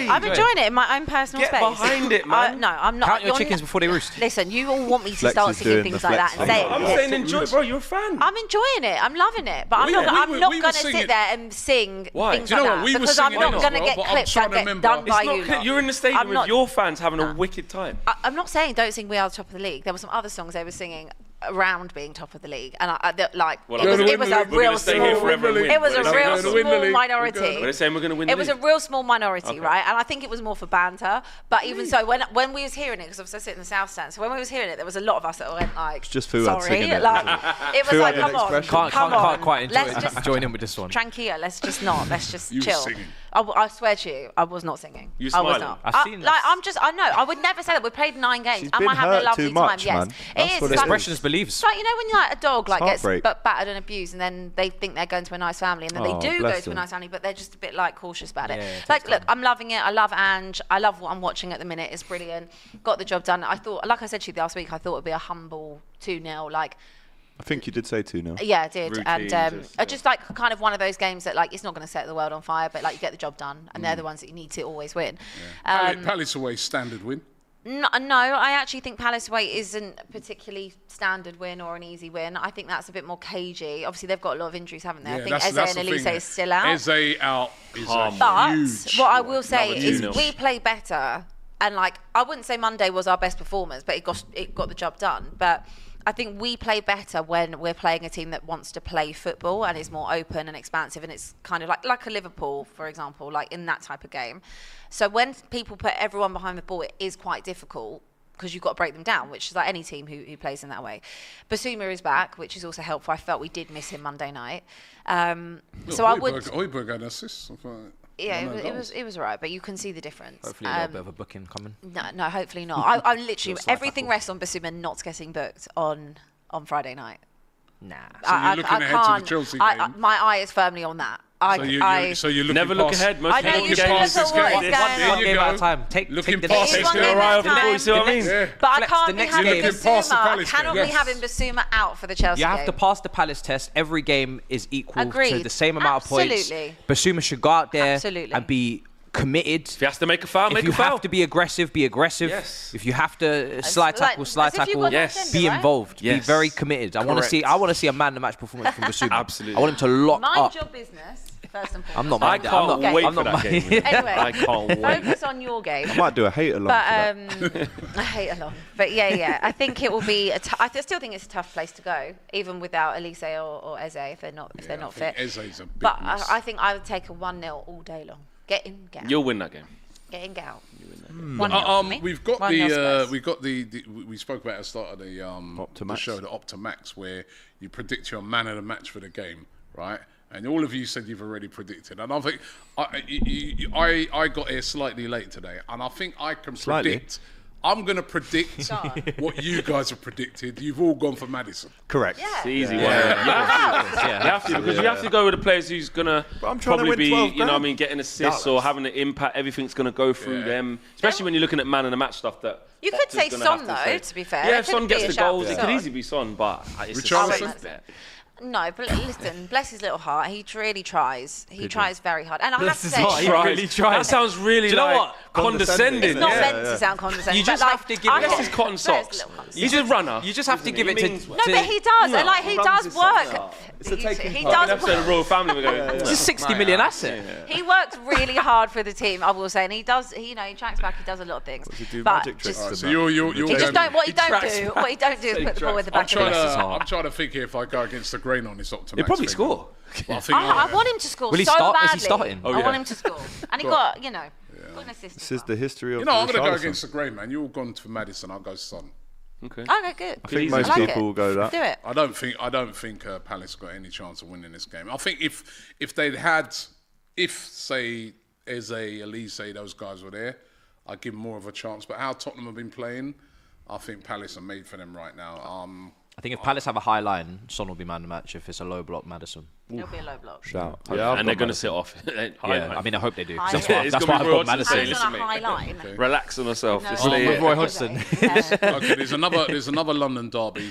Speaker 5: Enjoy.
Speaker 6: I'm enjoying it in my own personal
Speaker 5: Get
Speaker 6: space.
Speaker 5: behind it,
Speaker 6: I-
Speaker 5: man.
Speaker 6: no, I'm not.
Speaker 3: Count your
Speaker 6: you're
Speaker 3: chickens
Speaker 6: not-
Speaker 3: before they roost.
Speaker 6: Listen, you all want me to
Speaker 2: Flex
Speaker 6: start
Speaker 2: is
Speaker 6: singing
Speaker 2: doing
Speaker 6: things
Speaker 2: the
Speaker 6: like
Speaker 2: flex
Speaker 6: that and
Speaker 2: thing.
Speaker 6: say it.
Speaker 5: I'm
Speaker 6: Yeah.
Speaker 5: saying enjoy, bro. You're a fan.
Speaker 6: I'm enjoying it. I'm loving it. But I'm
Speaker 1: We
Speaker 6: not.
Speaker 1: were- we
Speaker 6: I'm
Speaker 1: were-
Speaker 6: not
Speaker 1: we were
Speaker 6: going to
Speaker 1: singing-
Speaker 6: sit there and sing
Speaker 5: Why?
Speaker 6: things
Speaker 5: Do you
Speaker 6: like that
Speaker 1: know what? We were
Speaker 6: because I'm
Speaker 1: singing
Speaker 6: not
Speaker 1: it as
Speaker 6: going to
Speaker 1: well,
Speaker 6: get
Speaker 1: but I'm
Speaker 6: clipped
Speaker 1: trying
Speaker 6: and
Speaker 1: to
Speaker 6: get
Speaker 1: remember.
Speaker 6: done
Speaker 1: It's
Speaker 6: by
Speaker 5: not
Speaker 6: you.
Speaker 5: clear-
Speaker 6: lot.
Speaker 5: You're in the stadium
Speaker 6: I'm
Speaker 5: with
Speaker 6: not- Uh,
Speaker 5: your fans having a wicked time.
Speaker 6: I, I'm not saying don't sing "We Are the Top of the League." There were some other songs they were singing around being top of the league, and I, I that, like
Speaker 5: Well,
Speaker 6: it, was,
Speaker 5: I'm
Speaker 6: it was
Speaker 1: gonna
Speaker 6: a
Speaker 1: win the league. We're
Speaker 6: real
Speaker 5: gonna stay here
Speaker 6: small,
Speaker 5: forever and win.
Speaker 6: it was
Speaker 5: We're
Speaker 6: a real
Speaker 5: gonna win the league.
Speaker 6: small
Speaker 1: We're
Speaker 6: minority.
Speaker 5: They're saying we're going to win the
Speaker 6: It was a
Speaker 5: league.
Speaker 6: real small minority,
Speaker 5: Okay.
Speaker 6: right? And I think it was more for banter. But even so, when when we was hearing it, because obviously I sit in the south stand, so when we was hearing it, there was a lot of us that went like,
Speaker 2: just Fuad
Speaker 6: sorry,
Speaker 2: singing it.
Speaker 6: like, it was
Speaker 2: Fuad
Speaker 6: like,
Speaker 2: in
Speaker 6: come on,
Speaker 2: expression.
Speaker 3: Can't,
Speaker 6: come
Speaker 3: can't,
Speaker 6: on,
Speaker 3: can't quite enjoy
Speaker 6: let's
Speaker 3: it.
Speaker 6: just
Speaker 3: Just join in with this one.
Speaker 6: Tranquilla, let's just not. Let's just
Speaker 1: You were
Speaker 6: chill.
Speaker 1: singing.
Speaker 6: I, w- I swear to you, I was not singing.
Speaker 5: You
Speaker 6: I was
Speaker 5: smiling.
Speaker 6: not.
Speaker 3: I've
Speaker 6: I-
Speaker 3: seen
Speaker 6: like
Speaker 3: this.
Speaker 6: I'm just, I know. I would never say that. We played nine games.
Speaker 2: She's
Speaker 6: Am
Speaker 2: been
Speaker 6: I having
Speaker 2: hurt
Speaker 6: a lovely
Speaker 2: too much,
Speaker 6: time?
Speaker 2: man.
Speaker 6: Yes.
Speaker 2: That's
Speaker 6: it is. like-
Speaker 2: what it is.
Speaker 3: Expression is beliefs.
Speaker 6: It's like you know when like a dog like gets
Speaker 2: heartbreak.
Speaker 6: b- battered and abused, and then they think they're going to a nice family, and then
Speaker 2: Oh,
Speaker 6: they do go
Speaker 2: bless
Speaker 6: to a
Speaker 2: them.
Speaker 6: nice family, but they're just a bit like cautious about it.
Speaker 3: Yeah, it
Speaker 6: like,
Speaker 3: takes
Speaker 6: look, I'm loving it. I love Ange. I love what I'm watching at the minute. It's brilliant. Got the job done. I thought, like I said to you the last week, I thought it'd be a humble two 0 Like
Speaker 2: I think you did say two now.
Speaker 6: yeah, I did. and
Speaker 5: Routine,
Speaker 6: um,
Speaker 5: just,
Speaker 6: I just like kind of one of those games that like it's not going to set the world on fire, but like you get the job done, and they're
Speaker 2: Mm.
Speaker 6: the ones that you need to always win. Um,
Speaker 1: Palace, Palace away, standard win.
Speaker 6: No, no, I actually think Palace away isn't particularly standard win or an easy win. I think that's a bit more cagey. Obviously, they've got a lot of injuries, haven't they? I think Eze and Elise is still out.
Speaker 1: Eze out is a
Speaker 5: Calm.
Speaker 6: But
Speaker 1: Oh, huge.
Speaker 6: what I will say
Speaker 5: Another
Speaker 6: is
Speaker 5: two-nil.
Speaker 6: we play better, and like I wouldn't say Monday was our best performance, but it got it got the job done. But I think we play better when we're playing a team that wants to play football and is more open and expansive, and it's kind of like like a Liverpool, for example, like in that type of game. So when people put everyone behind the ball, it is quite difficult because you've got to break them down, which is like any team who, who plays in that way. Basuma is back, which is also helpful. I felt we did miss him Monday night, um, so I would.
Speaker 1: Hoiberg Hoiberg had assists. I thought-
Speaker 6: Yeah,
Speaker 1: one
Speaker 6: it was,
Speaker 1: of the
Speaker 6: it was
Speaker 1: goals.
Speaker 6: it was alright, but you can see the difference.
Speaker 3: Hopefully, a little
Speaker 6: Um,
Speaker 3: bit of a booking coming.
Speaker 6: no, no, hopefully not. I, I literally
Speaker 3: slight
Speaker 6: everything
Speaker 3: tackle.
Speaker 6: rests on Basuma not getting booked on on Friday night.
Speaker 3: Nah.
Speaker 6: I, I,
Speaker 1: you're
Speaker 6: I
Speaker 1: looking ahead to the
Speaker 6: can't.
Speaker 1: Chelsea
Speaker 6: I, I,
Speaker 1: game?
Speaker 6: my eye is firmly on that. I,
Speaker 1: So you,
Speaker 6: I,
Speaker 1: you, so you're looking
Speaker 5: Never look
Speaker 1: past-
Speaker 5: ahead. Most
Speaker 6: I know
Speaker 5: people
Speaker 6: you
Speaker 5: get
Speaker 6: should have
Speaker 5: past
Speaker 6: thought
Speaker 5: this
Speaker 6: what is going
Speaker 5: game. One
Speaker 6: on.
Speaker 3: One
Speaker 1: There you
Speaker 3: game
Speaker 1: go.
Speaker 3: at a time. Take,
Speaker 1: Looking
Speaker 3: take the next
Speaker 1: past
Speaker 6: It is
Speaker 5: It's
Speaker 6: one
Speaker 5: gonna
Speaker 6: game
Speaker 5: arrive
Speaker 6: at a
Speaker 5: before
Speaker 6: time.
Speaker 5: you see what I mean.
Speaker 1: Yeah.
Speaker 6: but I
Speaker 3: Flex the
Speaker 6: can't be
Speaker 3: next
Speaker 6: having
Speaker 3: game. Looking
Speaker 1: past
Speaker 6: Basuma.
Speaker 1: the
Speaker 6: I
Speaker 1: Palace
Speaker 6: cannot
Speaker 1: game.
Speaker 6: be
Speaker 3: Yes.
Speaker 6: having Basuma out for the Chelsea
Speaker 3: You have
Speaker 6: game.
Speaker 3: to pass the Palace test. Every game is equal to
Speaker 6: Agreed.
Speaker 3: the same amount
Speaker 6: Absolutely.
Speaker 3: of points. Basuma should go out there
Speaker 6: Absolutely.
Speaker 3: and be committed.
Speaker 5: If he has to make a foul,
Speaker 3: if
Speaker 5: make
Speaker 3: you
Speaker 5: a foul.
Speaker 3: have to be aggressive, be aggressive.
Speaker 5: Yes.
Speaker 3: If you have to slide
Speaker 6: like-
Speaker 3: tackle, slide
Speaker 6: as if you've
Speaker 3: tackle,
Speaker 6: got
Speaker 5: Yes. that
Speaker 3: be
Speaker 6: agenda, right?
Speaker 3: involved. Be
Speaker 5: Yes.
Speaker 3: very committed. I want to see.
Speaker 5: Correct.
Speaker 3: I want to see a man the match performance from Basuma.
Speaker 5: Absolutely.
Speaker 3: I want him to lock
Speaker 6: Mind
Speaker 3: up.
Speaker 6: your business first and foremost.
Speaker 3: I'm not.
Speaker 5: I
Speaker 3: minding- I'm
Speaker 5: can't
Speaker 3: not-
Speaker 5: wait
Speaker 3: I'm
Speaker 5: for
Speaker 3: not
Speaker 5: that
Speaker 3: minding-
Speaker 5: game.
Speaker 6: Anyway.
Speaker 5: I can't wait.
Speaker 6: Focus on your game.
Speaker 2: Might do a hate along. for that.
Speaker 6: But um, I hate a lot. But yeah, yeah. I think it will be. A t- I th- still think it's a tough place to go, even without Elise or, or Eze if they're not if they're
Speaker 1: Yeah,
Speaker 6: not
Speaker 1: I
Speaker 6: fit.
Speaker 1: think Eze's a big
Speaker 6: but I,
Speaker 1: miss.
Speaker 6: I think I would take a one 0 all day long. Get in, get out.
Speaker 5: You'll win that game.
Speaker 6: Get in, get out. One nil
Speaker 1: Uh,
Speaker 6: for me.
Speaker 1: um, we've got
Speaker 6: One nil
Speaker 1: the uh,
Speaker 6: Spurs.
Speaker 1: we've got the, the we- we spoke about at the start of the um
Speaker 2: Optimax.
Speaker 1: the show the Optimax where you predict your man of the match for the game, right? And all of you said you've already predicted. And I think I, I- you- I, I got here slightly late today, and I think I can
Speaker 2: Slightly?
Speaker 1: predict. I'm going to predict what you guys have predicted. You've all gone for Madison.
Speaker 2: Correct.
Speaker 5: It's the easy
Speaker 2: Yeah.
Speaker 5: one. You have to,
Speaker 3: Yeah.
Speaker 5: you have to because you have to go with the players who's gonna
Speaker 2: But I'm trying to
Speaker 5: probably
Speaker 2: win
Speaker 5: be,
Speaker 2: 12
Speaker 5: you know, what I
Speaker 2: grand.
Speaker 5: mean, getting assists or having an impact. Everything's gonna go through them, especially when you're looking at man and the match stuff. That
Speaker 6: You could
Speaker 5: Potter's
Speaker 6: say
Speaker 5: gonna
Speaker 6: Son,
Speaker 5: have to
Speaker 6: though,
Speaker 5: say.
Speaker 6: to be fair.
Speaker 5: Yeah,
Speaker 6: It
Speaker 5: if Son
Speaker 6: could
Speaker 5: gets
Speaker 6: be a
Speaker 5: the
Speaker 6: shout
Speaker 5: goals,
Speaker 6: for
Speaker 5: it could
Speaker 6: Son.
Speaker 5: easily be Son, but it's
Speaker 1: Richarlison?
Speaker 5: a safe bet.
Speaker 6: No, but listen, bless his little heart. He really tries. He tries very hard. And I
Speaker 3: Bless
Speaker 6: have
Speaker 3: his
Speaker 6: to say,
Speaker 3: heart, he
Speaker 5: Right.
Speaker 3: really tried.
Speaker 5: That sounds really
Speaker 3: Do you know
Speaker 5: like
Speaker 3: what?
Speaker 5: condescending.
Speaker 2: Condescending.
Speaker 6: it's not
Speaker 2: Yeah,
Speaker 6: meant
Speaker 2: yeah.
Speaker 6: to sound condescending.
Speaker 3: You
Speaker 6: but,
Speaker 3: just
Speaker 6: like,
Speaker 3: have to give
Speaker 6: I
Speaker 3: it-
Speaker 6: have-
Speaker 3: Bless
Speaker 5: Unless his cotton
Speaker 6: Bless
Speaker 5: socks.
Speaker 6: little cotton
Speaker 5: He's a runner.
Speaker 3: You just have to
Speaker 5: Isn't
Speaker 3: give
Speaker 5: he?
Speaker 3: it
Speaker 5: He
Speaker 3: to.
Speaker 5: means
Speaker 3: to
Speaker 5: well.
Speaker 6: No, but he does, and like he
Speaker 2: runs
Speaker 6: does
Speaker 2: his socks
Speaker 6: work.
Speaker 2: up. It's a
Speaker 6: He-
Speaker 2: taking
Speaker 6: he
Speaker 2: part.
Speaker 5: An
Speaker 6: does
Speaker 5: episode of
Speaker 6: work.
Speaker 5: Royal Family we're going.
Speaker 3: It's a 60 million asset.
Speaker 6: He works really hard for the team. I will say, and he does. He, you know, he tracks back. He does a lot of things.
Speaker 2: To do
Speaker 6: but
Speaker 2: magic
Speaker 6: just,
Speaker 2: tricks to
Speaker 1: Alright, so
Speaker 2: Matt.
Speaker 1: you're- you're- you're
Speaker 6: he just
Speaker 1: going-
Speaker 6: don't. What
Speaker 1: He
Speaker 6: he don't
Speaker 5: tracks
Speaker 6: do. What he don't do is put the ball with the
Speaker 5: back.
Speaker 6: back
Speaker 1: I'm
Speaker 6: of the net.
Speaker 1: trying,
Speaker 3: Bless his
Speaker 1: to,
Speaker 3: heart.
Speaker 1: I'm trying to think here if I go against the grain on this optimal.
Speaker 5: He'll probably score.
Speaker 1: I, think
Speaker 6: I, I want him to score
Speaker 3: Will he
Speaker 6: so
Speaker 3: start- is
Speaker 6: badly.
Speaker 3: he starting?
Speaker 5: Oh,
Speaker 6: I
Speaker 5: yeah.
Speaker 6: want him to score, and he got you know got an assist.
Speaker 2: This is the history of
Speaker 1: You know, I'm going to go
Speaker 2: Richarlison.
Speaker 1: against the grain, man. You all gone for Madison. I'll go Son.
Speaker 5: Okay.
Speaker 6: Okay, good.
Speaker 2: I think
Speaker 5: I
Speaker 2: most
Speaker 6: like
Speaker 2: people
Speaker 6: it.
Speaker 2: will go that.
Speaker 6: Do it.
Speaker 1: I don't think I don't think uh, Palace got any chance of winning this game. I think if if they'd had if say Eze, Elise, those guys were there, I'd give them more of a chance. But how Tottenham have been playing, I think Palace are made for them right now. Um,
Speaker 3: I think if Palace have a high line, Son will be man of the match. If it's a low block, Madison.
Speaker 6: It'll be a low block.
Speaker 2: Shout. Yeah, I've
Speaker 5: and they're
Speaker 2: got
Speaker 5: going
Speaker 2: Madison.
Speaker 5: to sit off.
Speaker 3: Yeah, I mean, I hope they do. 'cause
Speaker 6: Yeah,
Speaker 3: That's why,
Speaker 5: it's
Speaker 3: that's
Speaker 5: gonna
Speaker 3: why
Speaker 5: be
Speaker 3: I've
Speaker 5: Roy
Speaker 3: got
Speaker 5: Hodgson
Speaker 6: Palace
Speaker 5: saying
Speaker 3: Madison.
Speaker 5: this.
Speaker 6: on a
Speaker 5: mate.
Speaker 6: high line.
Speaker 5: Relax on yourself. This
Speaker 3: Oh,
Speaker 5: is
Speaker 3: with
Speaker 5: late.
Speaker 3: Roy Hodgson.
Speaker 6: Yeah.
Speaker 1: okay, there's another there's another London derby, 12:30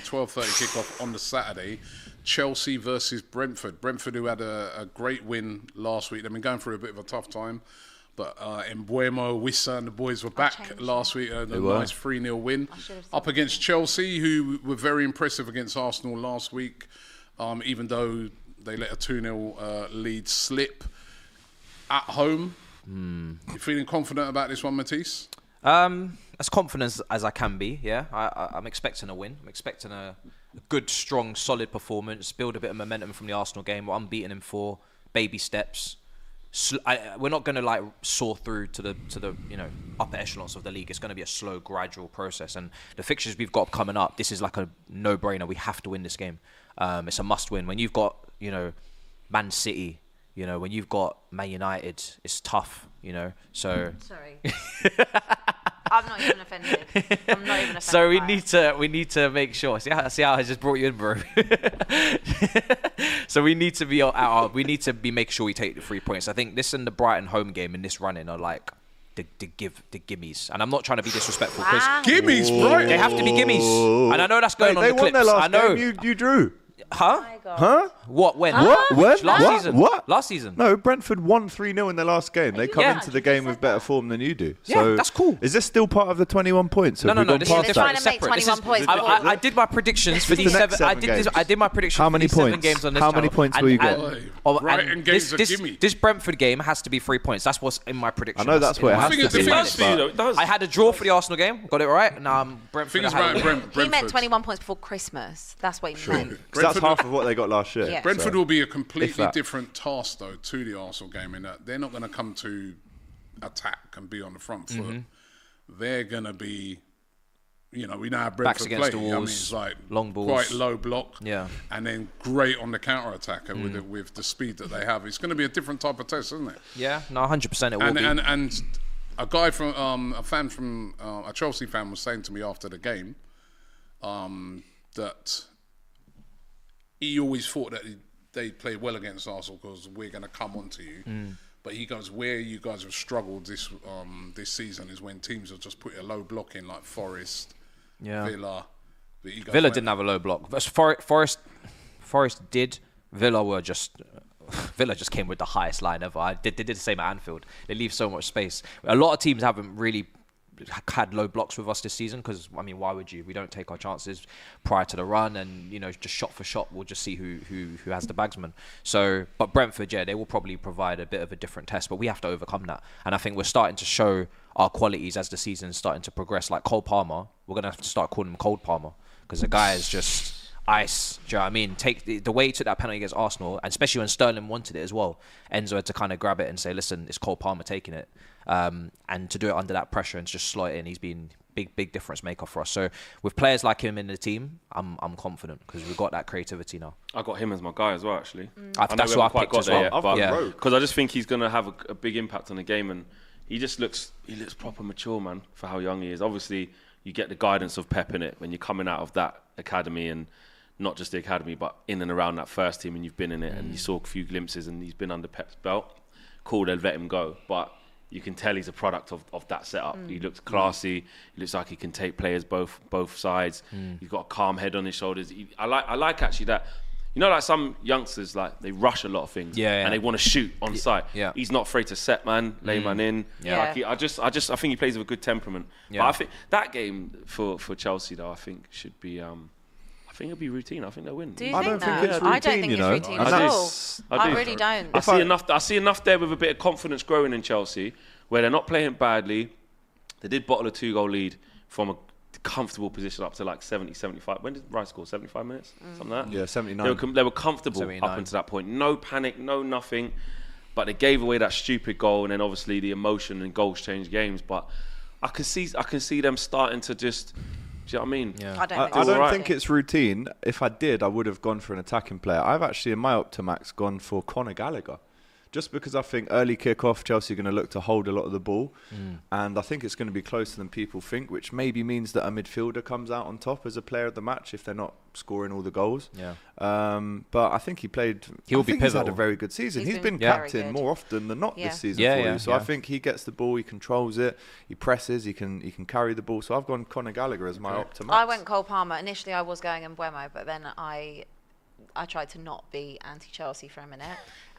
Speaker 1: kickoff on the Saturday. Chelsea versus Brentford. Brentford, who had a, a great win last week, they've been going through a bit of a tough time. But uh, Embuemo, Wissa, and the boys were back last week and a nice 3 0 win. Up against Chelsea, who were very impressive against Arsenal last week, um, even though they let a 2 0 uh, lead slip at home. You feeling confident about this one, Matisse?
Speaker 3: Um, as confident as, as I can be, yeah. I, I, I'm expecting a win. I'm expecting a, a good, strong, solid performance. Build a bit of momentum from the Arsenal game. What I'm beating him for, baby steps. Sl- I- I- we're not going to like soar through to the to the you know upper echelons of the league. It's going to be a slow, gradual process. And the fixtures we've got coming up, this is like a no-brainer. We have to win this game. Um, it's a must-win. When you've got you know Man City, you know when you've got Man United, it's tough. You know, so.
Speaker 6: Sorry. I'm not even offended. I'm not even offended.
Speaker 3: So we
Speaker 6: by it.
Speaker 3: need to we need to make sure. See how see how I just brought you in, bro. so we need to be out. out- We need to be make sure we take the three points. I think this and the Brighton home game and this running are like the, the give the gimmies. And I'm not trying to be disrespectful because
Speaker 6: Wow.
Speaker 1: Gimme's Brighton.
Speaker 3: they have to be gimmies. And I know that's
Speaker 2: Hey,
Speaker 3: going on
Speaker 2: they
Speaker 3: the
Speaker 2: won
Speaker 3: clips.
Speaker 2: their last
Speaker 3: I know.
Speaker 2: game. You, you drew.
Speaker 3: huh?
Speaker 6: Oh My God.
Speaker 2: Huh?
Speaker 3: What? When?
Speaker 2: What? What?
Speaker 3: Ah. Last
Speaker 2: what?
Speaker 3: season.
Speaker 2: What?
Speaker 3: Last season.
Speaker 2: No, Brentford won 3 0 in their last game. They come
Speaker 3: Yeah.
Speaker 2: into the game with better form than you do.
Speaker 3: Yeah,
Speaker 2: So
Speaker 3: that's cool.
Speaker 2: Is this still part of the 21 points?
Speaker 3: No,
Speaker 2: Have
Speaker 3: no,
Speaker 2: we
Speaker 3: no.
Speaker 2: gone
Speaker 3: This
Speaker 6: Yeah,
Speaker 2: past
Speaker 3: is
Speaker 6: they're
Speaker 3: different.
Speaker 6: trying
Speaker 2: that?
Speaker 6: to make
Speaker 3: separate. This is-
Speaker 6: 21 points.
Speaker 3: I,
Speaker 6: What?
Speaker 3: I, I did my predictions for
Speaker 2: the
Speaker 3: these
Speaker 2: next
Speaker 3: seven. I
Speaker 2: seven
Speaker 3: did. This,
Speaker 2: games.
Speaker 3: I did my predictions.
Speaker 2: How
Speaker 3: for
Speaker 2: many
Speaker 3: these seven
Speaker 2: points?
Speaker 3: games on this
Speaker 2: How many
Speaker 3: channel.
Speaker 2: points will you get?
Speaker 3: oh,
Speaker 1: Brighton
Speaker 3: and
Speaker 1: game's
Speaker 3: this,
Speaker 1: a
Speaker 3: this,
Speaker 1: gimme.
Speaker 3: This Brentford game has to be three points. That's what's in my prediction.
Speaker 2: I know that's what it
Speaker 3: in my
Speaker 2: has
Speaker 1: thing
Speaker 2: to
Speaker 1: is the
Speaker 2: be.
Speaker 1: thing is-
Speaker 2: but-
Speaker 5: Though, it does.
Speaker 3: I had a draw for the Arsenal game. Got it right. Now I'm Brentford.
Speaker 1: Thing is
Speaker 3: I had
Speaker 1: about
Speaker 3: a win.
Speaker 1: Brent,
Speaker 6: He meant
Speaker 1: Brentford.
Speaker 6: 21 points before Christmas. That's what he meant.
Speaker 2: 'Cause That's
Speaker 1: Brentford-
Speaker 2: half of what they got last year.
Speaker 6: Yeah.
Speaker 1: Brentford will be a completely
Speaker 2: that.
Speaker 1: different task, though, to the Arsenal game in that they're not going to come to attack and be on the front foot.
Speaker 3: Mm-hmm.
Speaker 1: They're going to be, you know, we know how Brentford
Speaker 3: against
Speaker 1: play.
Speaker 3: the
Speaker 1: I mean,
Speaker 3: walls,
Speaker 1: it's like
Speaker 3: long balls.
Speaker 1: quite low block,
Speaker 3: Yeah. Mm.
Speaker 1: and then great on the counter attack and with the, with the speed that they have. It's going to be a different type of test, isn't it?
Speaker 3: Yeah, no, 100. percent It will
Speaker 1: and,
Speaker 3: be.
Speaker 1: and and a guy from um, a fan from uh, a Chelsea fan was saying to me after the game um, that he always thought that they play well against Arsenal because we're going to come onto you.
Speaker 3: Mm.
Speaker 1: But he goes, where you guys have struggled this um, this season is when teams have just put a low block in, like Forest,
Speaker 3: Yeah.
Speaker 1: Villa. But you guys
Speaker 3: Villa
Speaker 1: went-
Speaker 3: didn't have a low block. But For- Forest, Forest did. Villa were just. Villa just came with the highest line ever. I did, they did the same at Anfield. They leave so much space. A lot of teams haven't really had low blocks with us this season because I mean, why would you? We don't take our chances prior to the run, and you know, just shot for shot, we'll just see who who who has the bagsman. So, but Brentford, yeah, they will probably provide a bit of a different test, but we have to overcome that. And I think we're starting to show our qualities as the season's starting to progress. Like Cole Palmer, we're gonna have to start calling him Cold Palmer because the guy is just ice. Do you know what I mean? Take the, the way he took that penalty against Arsenal, and especially when Sterling wanted it as well. Enzo had to kind of grab it and say, "Listen, it's Cole Palmer taking it," um, and to do it under that pressure and just slot it in. He's been big, big difference maker for us. So with players like him in the team, I'm, I'm confident because we've got that creativity now.
Speaker 5: I got him as my guy as well, actually.
Speaker 3: Mm. I-
Speaker 5: know
Speaker 3: that's
Speaker 5: we
Speaker 3: what I
Speaker 5: haven't
Speaker 3: picked as well. I've got
Speaker 5: but-
Speaker 3: Rogue.
Speaker 5: because I just think he's going to have a, a big impact on the game, and he just looks he looks proper mature, man, for how young he is. Obviously, you get the guidance of Pep in it when you're coming out of that academy and not just the academy, but in and around that first team, and you've been in it, and you saw a few glimpses, and he's been under Pep's belt. Cool, they'll let him go, but. You can tell he's a product of, of that setup. He looks classy. He looks like he can take players both both sides.
Speaker 3: Mm.
Speaker 5: He's got a calm head on his shoulders. He- I like I like actually that. You know, like some youngsters, like they rush a lot of things
Speaker 3: Yeah, yeah.
Speaker 5: and they want to shoot on site.
Speaker 3: yeah. Mm.
Speaker 5: He's not afraid to set man, lay man in.
Speaker 6: Yeah.
Speaker 5: Like he, I just I just I think he plays with a good temperament.
Speaker 3: Yeah.
Speaker 5: But I think that game for, for Chelsea though, I think should be um I think it'll be routine. I think they'll win.
Speaker 6: Do you
Speaker 5: I,
Speaker 6: think
Speaker 2: don't think
Speaker 6: that?
Speaker 2: it's
Speaker 6: I don't
Speaker 2: routine,
Speaker 6: think
Speaker 2: you
Speaker 6: it's
Speaker 2: know.
Speaker 6: routine
Speaker 5: I
Speaker 6: at
Speaker 5: do.
Speaker 6: all.
Speaker 5: I
Speaker 6: I
Speaker 5: do.
Speaker 6: really don't.
Speaker 5: I see enough I see enough there with a bit of confidence growing in Chelsea where they're not playing badly. They did bottle a two goal lead from a comfortable position up to like 70 75 when did rice score 75 minutes something like that
Speaker 2: Yeah, 79.
Speaker 5: they were, com- they were comfortable
Speaker 3: 79.
Speaker 5: up until that point no panic no nothing but they gave away that stupid goal and then obviously the emotion and goals change games but i can see i can see them starting to just do you know what i mean yeah
Speaker 6: I don't.
Speaker 2: I,
Speaker 6: think
Speaker 2: I
Speaker 6: it's
Speaker 2: don't
Speaker 6: routine.
Speaker 2: think it's routine. If I did, I would have gone for an attacking player. I've actually, in my Optimax, gone for Conor Gallagher. Just because I think early kick-off, Chelsea are going to look to hold a lot of the ball.
Speaker 3: Mm.
Speaker 2: And I think it's going to be closer than people think, which maybe means that a midfielder comes out on top as a player of the match if they're not scoring all the goals.
Speaker 3: Yeah.
Speaker 2: Um, but I think he played.
Speaker 3: He will
Speaker 2: I
Speaker 3: be
Speaker 2: think he's had a
Speaker 3: pivotal.
Speaker 2: very good season.
Speaker 6: He's
Speaker 2: he's
Speaker 6: been
Speaker 2: been,
Speaker 6: Yeah. very
Speaker 2: captain
Speaker 6: good.
Speaker 2: more often than not
Speaker 6: Yeah.
Speaker 2: this season
Speaker 3: Yeah,
Speaker 2: for
Speaker 3: yeah,
Speaker 2: you. So I
Speaker 3: yeah.
Speaker 2: think he gets the ball, he controls it, he presses, he can he can carry the ball. So I've gone Conor Gallagher as my Optimax.
Speaker 6: I went Cole Palmer. Initially, I was going Embuemo, but then I I tried to not be anti-Chelsea for a minute,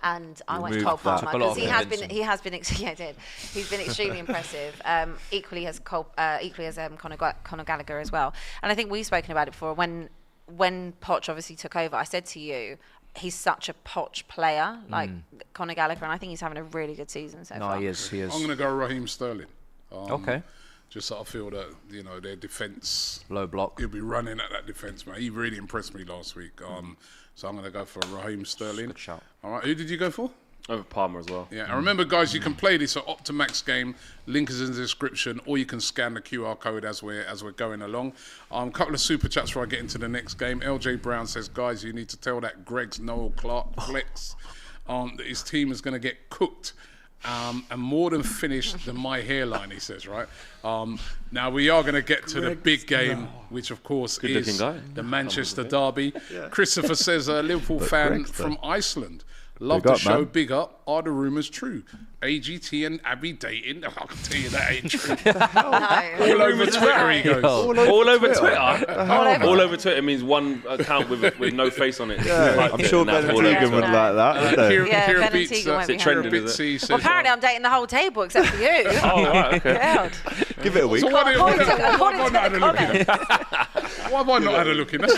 Speaker 6: and I went Cole
Speaker 2: Removed that.
Speaker 6: Palmer
Speaker 3: Took a
Speaker 6: because
Speaker 3: lot of
Speaker 6: he has been
Speaker 3: convincing.
Speaker 6: he has been ex- yeah, I did. he's been extremely impressive. Um, equally as Cole, uh, equally as um, Conor, Ga- Conor Gallagher as well. And I think we've spoken about it before when when Poch obviously took over. I said to you. He's such a Poch player, like Conor Gallagher, and I think he's having a really good season so
Speaker 3: No,
Speaker 6: far.
Speaker 3: he is. He is.
Speaker 1: I'm going to go Raheem Sterling. Um,
Speaker 3: Okay.
Speaker 1: Just so I feel that you know their defense.
Speaker 3: Low block.
Speaker 1: He'll be running at that defense, man. He really impressed me last week. Um, so I'm going to go for Raheem Sterling.
Speaker 3: Good shout.
Speaker 1: All right. Who did you go for?
Speaker 5: over palmer as well
Speaker 1: Yeah, and remember, guys, you can play this at Optimax game. Link is in the description, or you can scan the QR code as we're as we're going along. Um, couple of super chats before I get into the next game. LJ Brown says, guys, you need to tell that Greg's Noel Clark flex um, that his team is going to get cooked. Um, and more than finished than my hairline, he says. Right um, now, we are going to get to the big game, which of course is
Speaker 5: guy.
Speaker 1: the Manchester derby. Christopher says, a Liverpool fan from Iceland. Love
Speaker 2: Big
Speaker 1: the
Speaker 2: up,
Speaker 1: show.
Speaker 2: man.
Speaker 1: Big up. Are the rumours true? AGT and Abby dating? I can tell you that ain't true. Uh, All over Twitter he goes.
Speaker 5: all over Twitter.
Speaker 6: over
Speaker 5: all over Twitter means one account with, with no face on it. Like
Speaker 2: I'm
Speaker 5: it,
Speaker 2: sure
Speaker 5: and that's
Speaker 2: Ben
Speaker 5: all over
Speaker 6: Teagan
Speaker 2: Teagan
Speaker 5: Twitter.
Speaker 2: would
Speaker 6: would
Speaker 2: like
Speaker 6: like
Speaker 2: that.
Speaker 1: Kira,
Speaker 6: Yeah,
Speaker 1: Kira
Speaker 6: Ben and
Speaker 1: Beats,
Speaker 6: Teagan
Speaker 1: uh,
Speaker 6: won't be
Speaker 1: Kira
Speaker 6: happy.
Speaker 1: Beats, he says, "Oh."
Speaker 6: Well, apparently, I'm dating the whole table except for you.
Speaker 5: Oh, right, okay.
Speaker 6: God.
Speaker 2: Give it a week.
Speaker 1: So why do- why
Speaker 6: According to-
Speaker 1: do- why have
Speaker 6: according to
Speaker 1: I not had
Speaker 6: the
Speaker 1: a look in that? Why have I not had a look in that?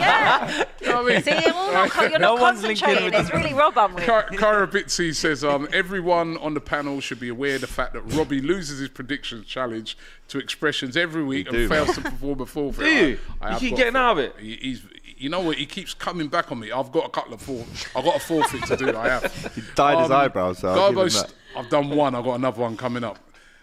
Speaker 6: yeah.
Speaker 1: You know what I mean?
Speaker 6: See, you're, all not, co- you're
Speaker 3: No
Speaker 6: not
Speaker 3: one's linking
Speaker 6: concentrating.
Speaker 3: with
Speaker 6: It's really Rob I'm with.
Speaker 1: Ky- Kyra Bitsy says um, everyone on the panel should be aware of the fact that Robbie loses his predictions challenge to expressions every week and fails to perform a forfeit.
Speaker 5: Do you?
Speaker 1: I, I
Speaker 5: You
Speaker 1: have
Speaker 5: keep
Speaker 1: got
Speaker 5: getting
Speaker 1: for-
Speaker 5: out of it.
Speaker 1: He, he's, you know what? He keeps coming back on me. I've got a couple of four. I've got a forfeit to do. I have. He
Speaker 2: dyed his eyebrows, so I'll give him that.
Speaker 1: I've done one. I've got another one coming up.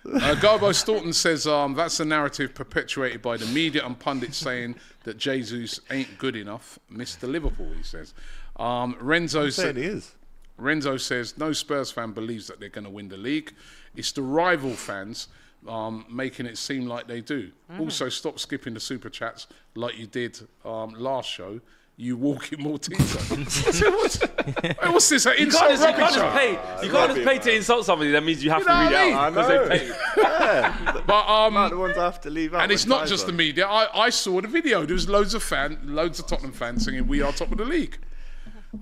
Speaker 1: Uh, Garbo Staunton says um, that's the narrative perpetuated by the media and pundits saying that Jesus ain't good enough, Mr. Liverpool. He says. Um, Renzo says
Speaker 2: It is.
Speaker 1: Renzo says no Spurs fan believes that they're going to win the league. It's the rival fans um, making it seem like they do. Also, stop skipping the super chats like you did um, last show. You walking Malteser. I said, "What's- hey, what's this? An
Speaker 5: You can't
Speaker 1: insult
Speaker 5: just, you can't
Speaker 1: rubbish?
Speaker 5: just pay.
Speaker 1: hour?
Speaker 5: You can't just pay to insult somebody. That means you have
Speaker 1: You know
Speaker 5: to read
Speaker 1: what
Speaker 5: it
Speaker 1: I mean?
Speaker 5: out because they pay.
Speaker 1: But um,
Speaker 2: The ones I have to leave out.
Speaker 1: and it's
Speaker 2: when
Speaker 1: not
Speaker 2: ties
Speaker 1: just the
Speaker 2: on.
Speaker 1: media. I, I saw the video. There was loads of fan, loads of Tottenham fans singing "We are top of the league."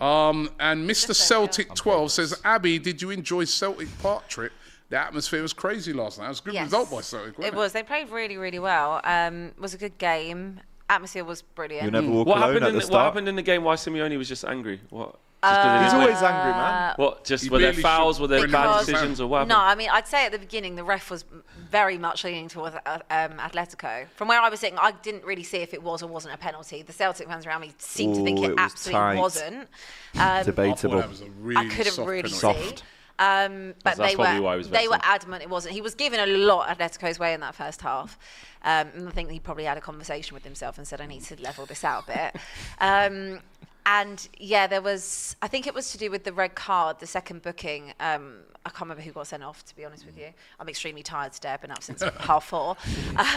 Speaker 1: Um, and Mr. Celtic Twelve says, "Abby, did you enjoy Celtic Park trip? The atmosphere was crazy last night. It was a good
Speaker 6: Yes.
Speaker 1: result by Celtic.
Speaker 6: It
Speaker 1: Wasn't it,
Speaker 6: was. They played really, really well. Um, was a good game. Atmosphere was brilliant.
Speaker 2: You never walk
Speaker 5: What
Speaker 2: alone
Speaker 5: happened
Speaker 2: at
Speaker 5: in
Speaker 2: the
Speaker 5: the, what
Speaker 2: start.
Speaker 5: happened in the game? Why Simeone was just angry? What? Just
Speaker 6: Uh,
Speaker 5: 'cause he
Speaker 2: He's
Speaker 5: didn't
Speaker 2: always angry, man.
Speaker 5: like- what? Just
Speaker 1: He
Speaker 5: were there
Speaker 1: really
Speaker 5: fouls?
Speaker 1: should
Speaker 5: Were there
Speaker 1: bring
Speaker 5: bad
Speaker 6: Because-
Speaker 5: decisions or what?
Speaker 6: No,
Speaker 5: happened?
Speaker 6: I mean, I'd say at the beginning the ref was very much leaning towards uh, um, Atletico. From where I was sitting, I didn't really see if it was or wasn't a penalty. The Celtic fans around me seemed to think
Speaker 2: Ooh,
Speaker 6: it,
Speaker 2: it was
Speaker 6: absolutely
Speaker 2: tight.
Speaker 6: wasn't. Um,
Speaker 1: I thought
Speaker 2: Debatable.
Speaker 1: that was a really
Speaker 6: I couldn't
Speaker 1: soft
Speaker 6: really
Speaker 1: penalty.
Speaker 6: see.
Speaker 2: Soft.
Speaker 6: Um, but
Speaker 5: That's- that's
Speaker 6: they
Speaker 5: probably
Speaker 6: were
Speaker 5: why he was
Speaker 6: they were
Speaker 5: vexed.
Speaker 6: adamant it wasn't. He was given a lot Atletico's way in that first half, um, and I think he probably had a conversation with himself and said, "I need to level this out a bit." Um, and yeah, there was. I think it was to do with the red card, the second booking. Um, I can't remember who got sent off. To be honest with you, I'm extremely tired today. I've been up since half four.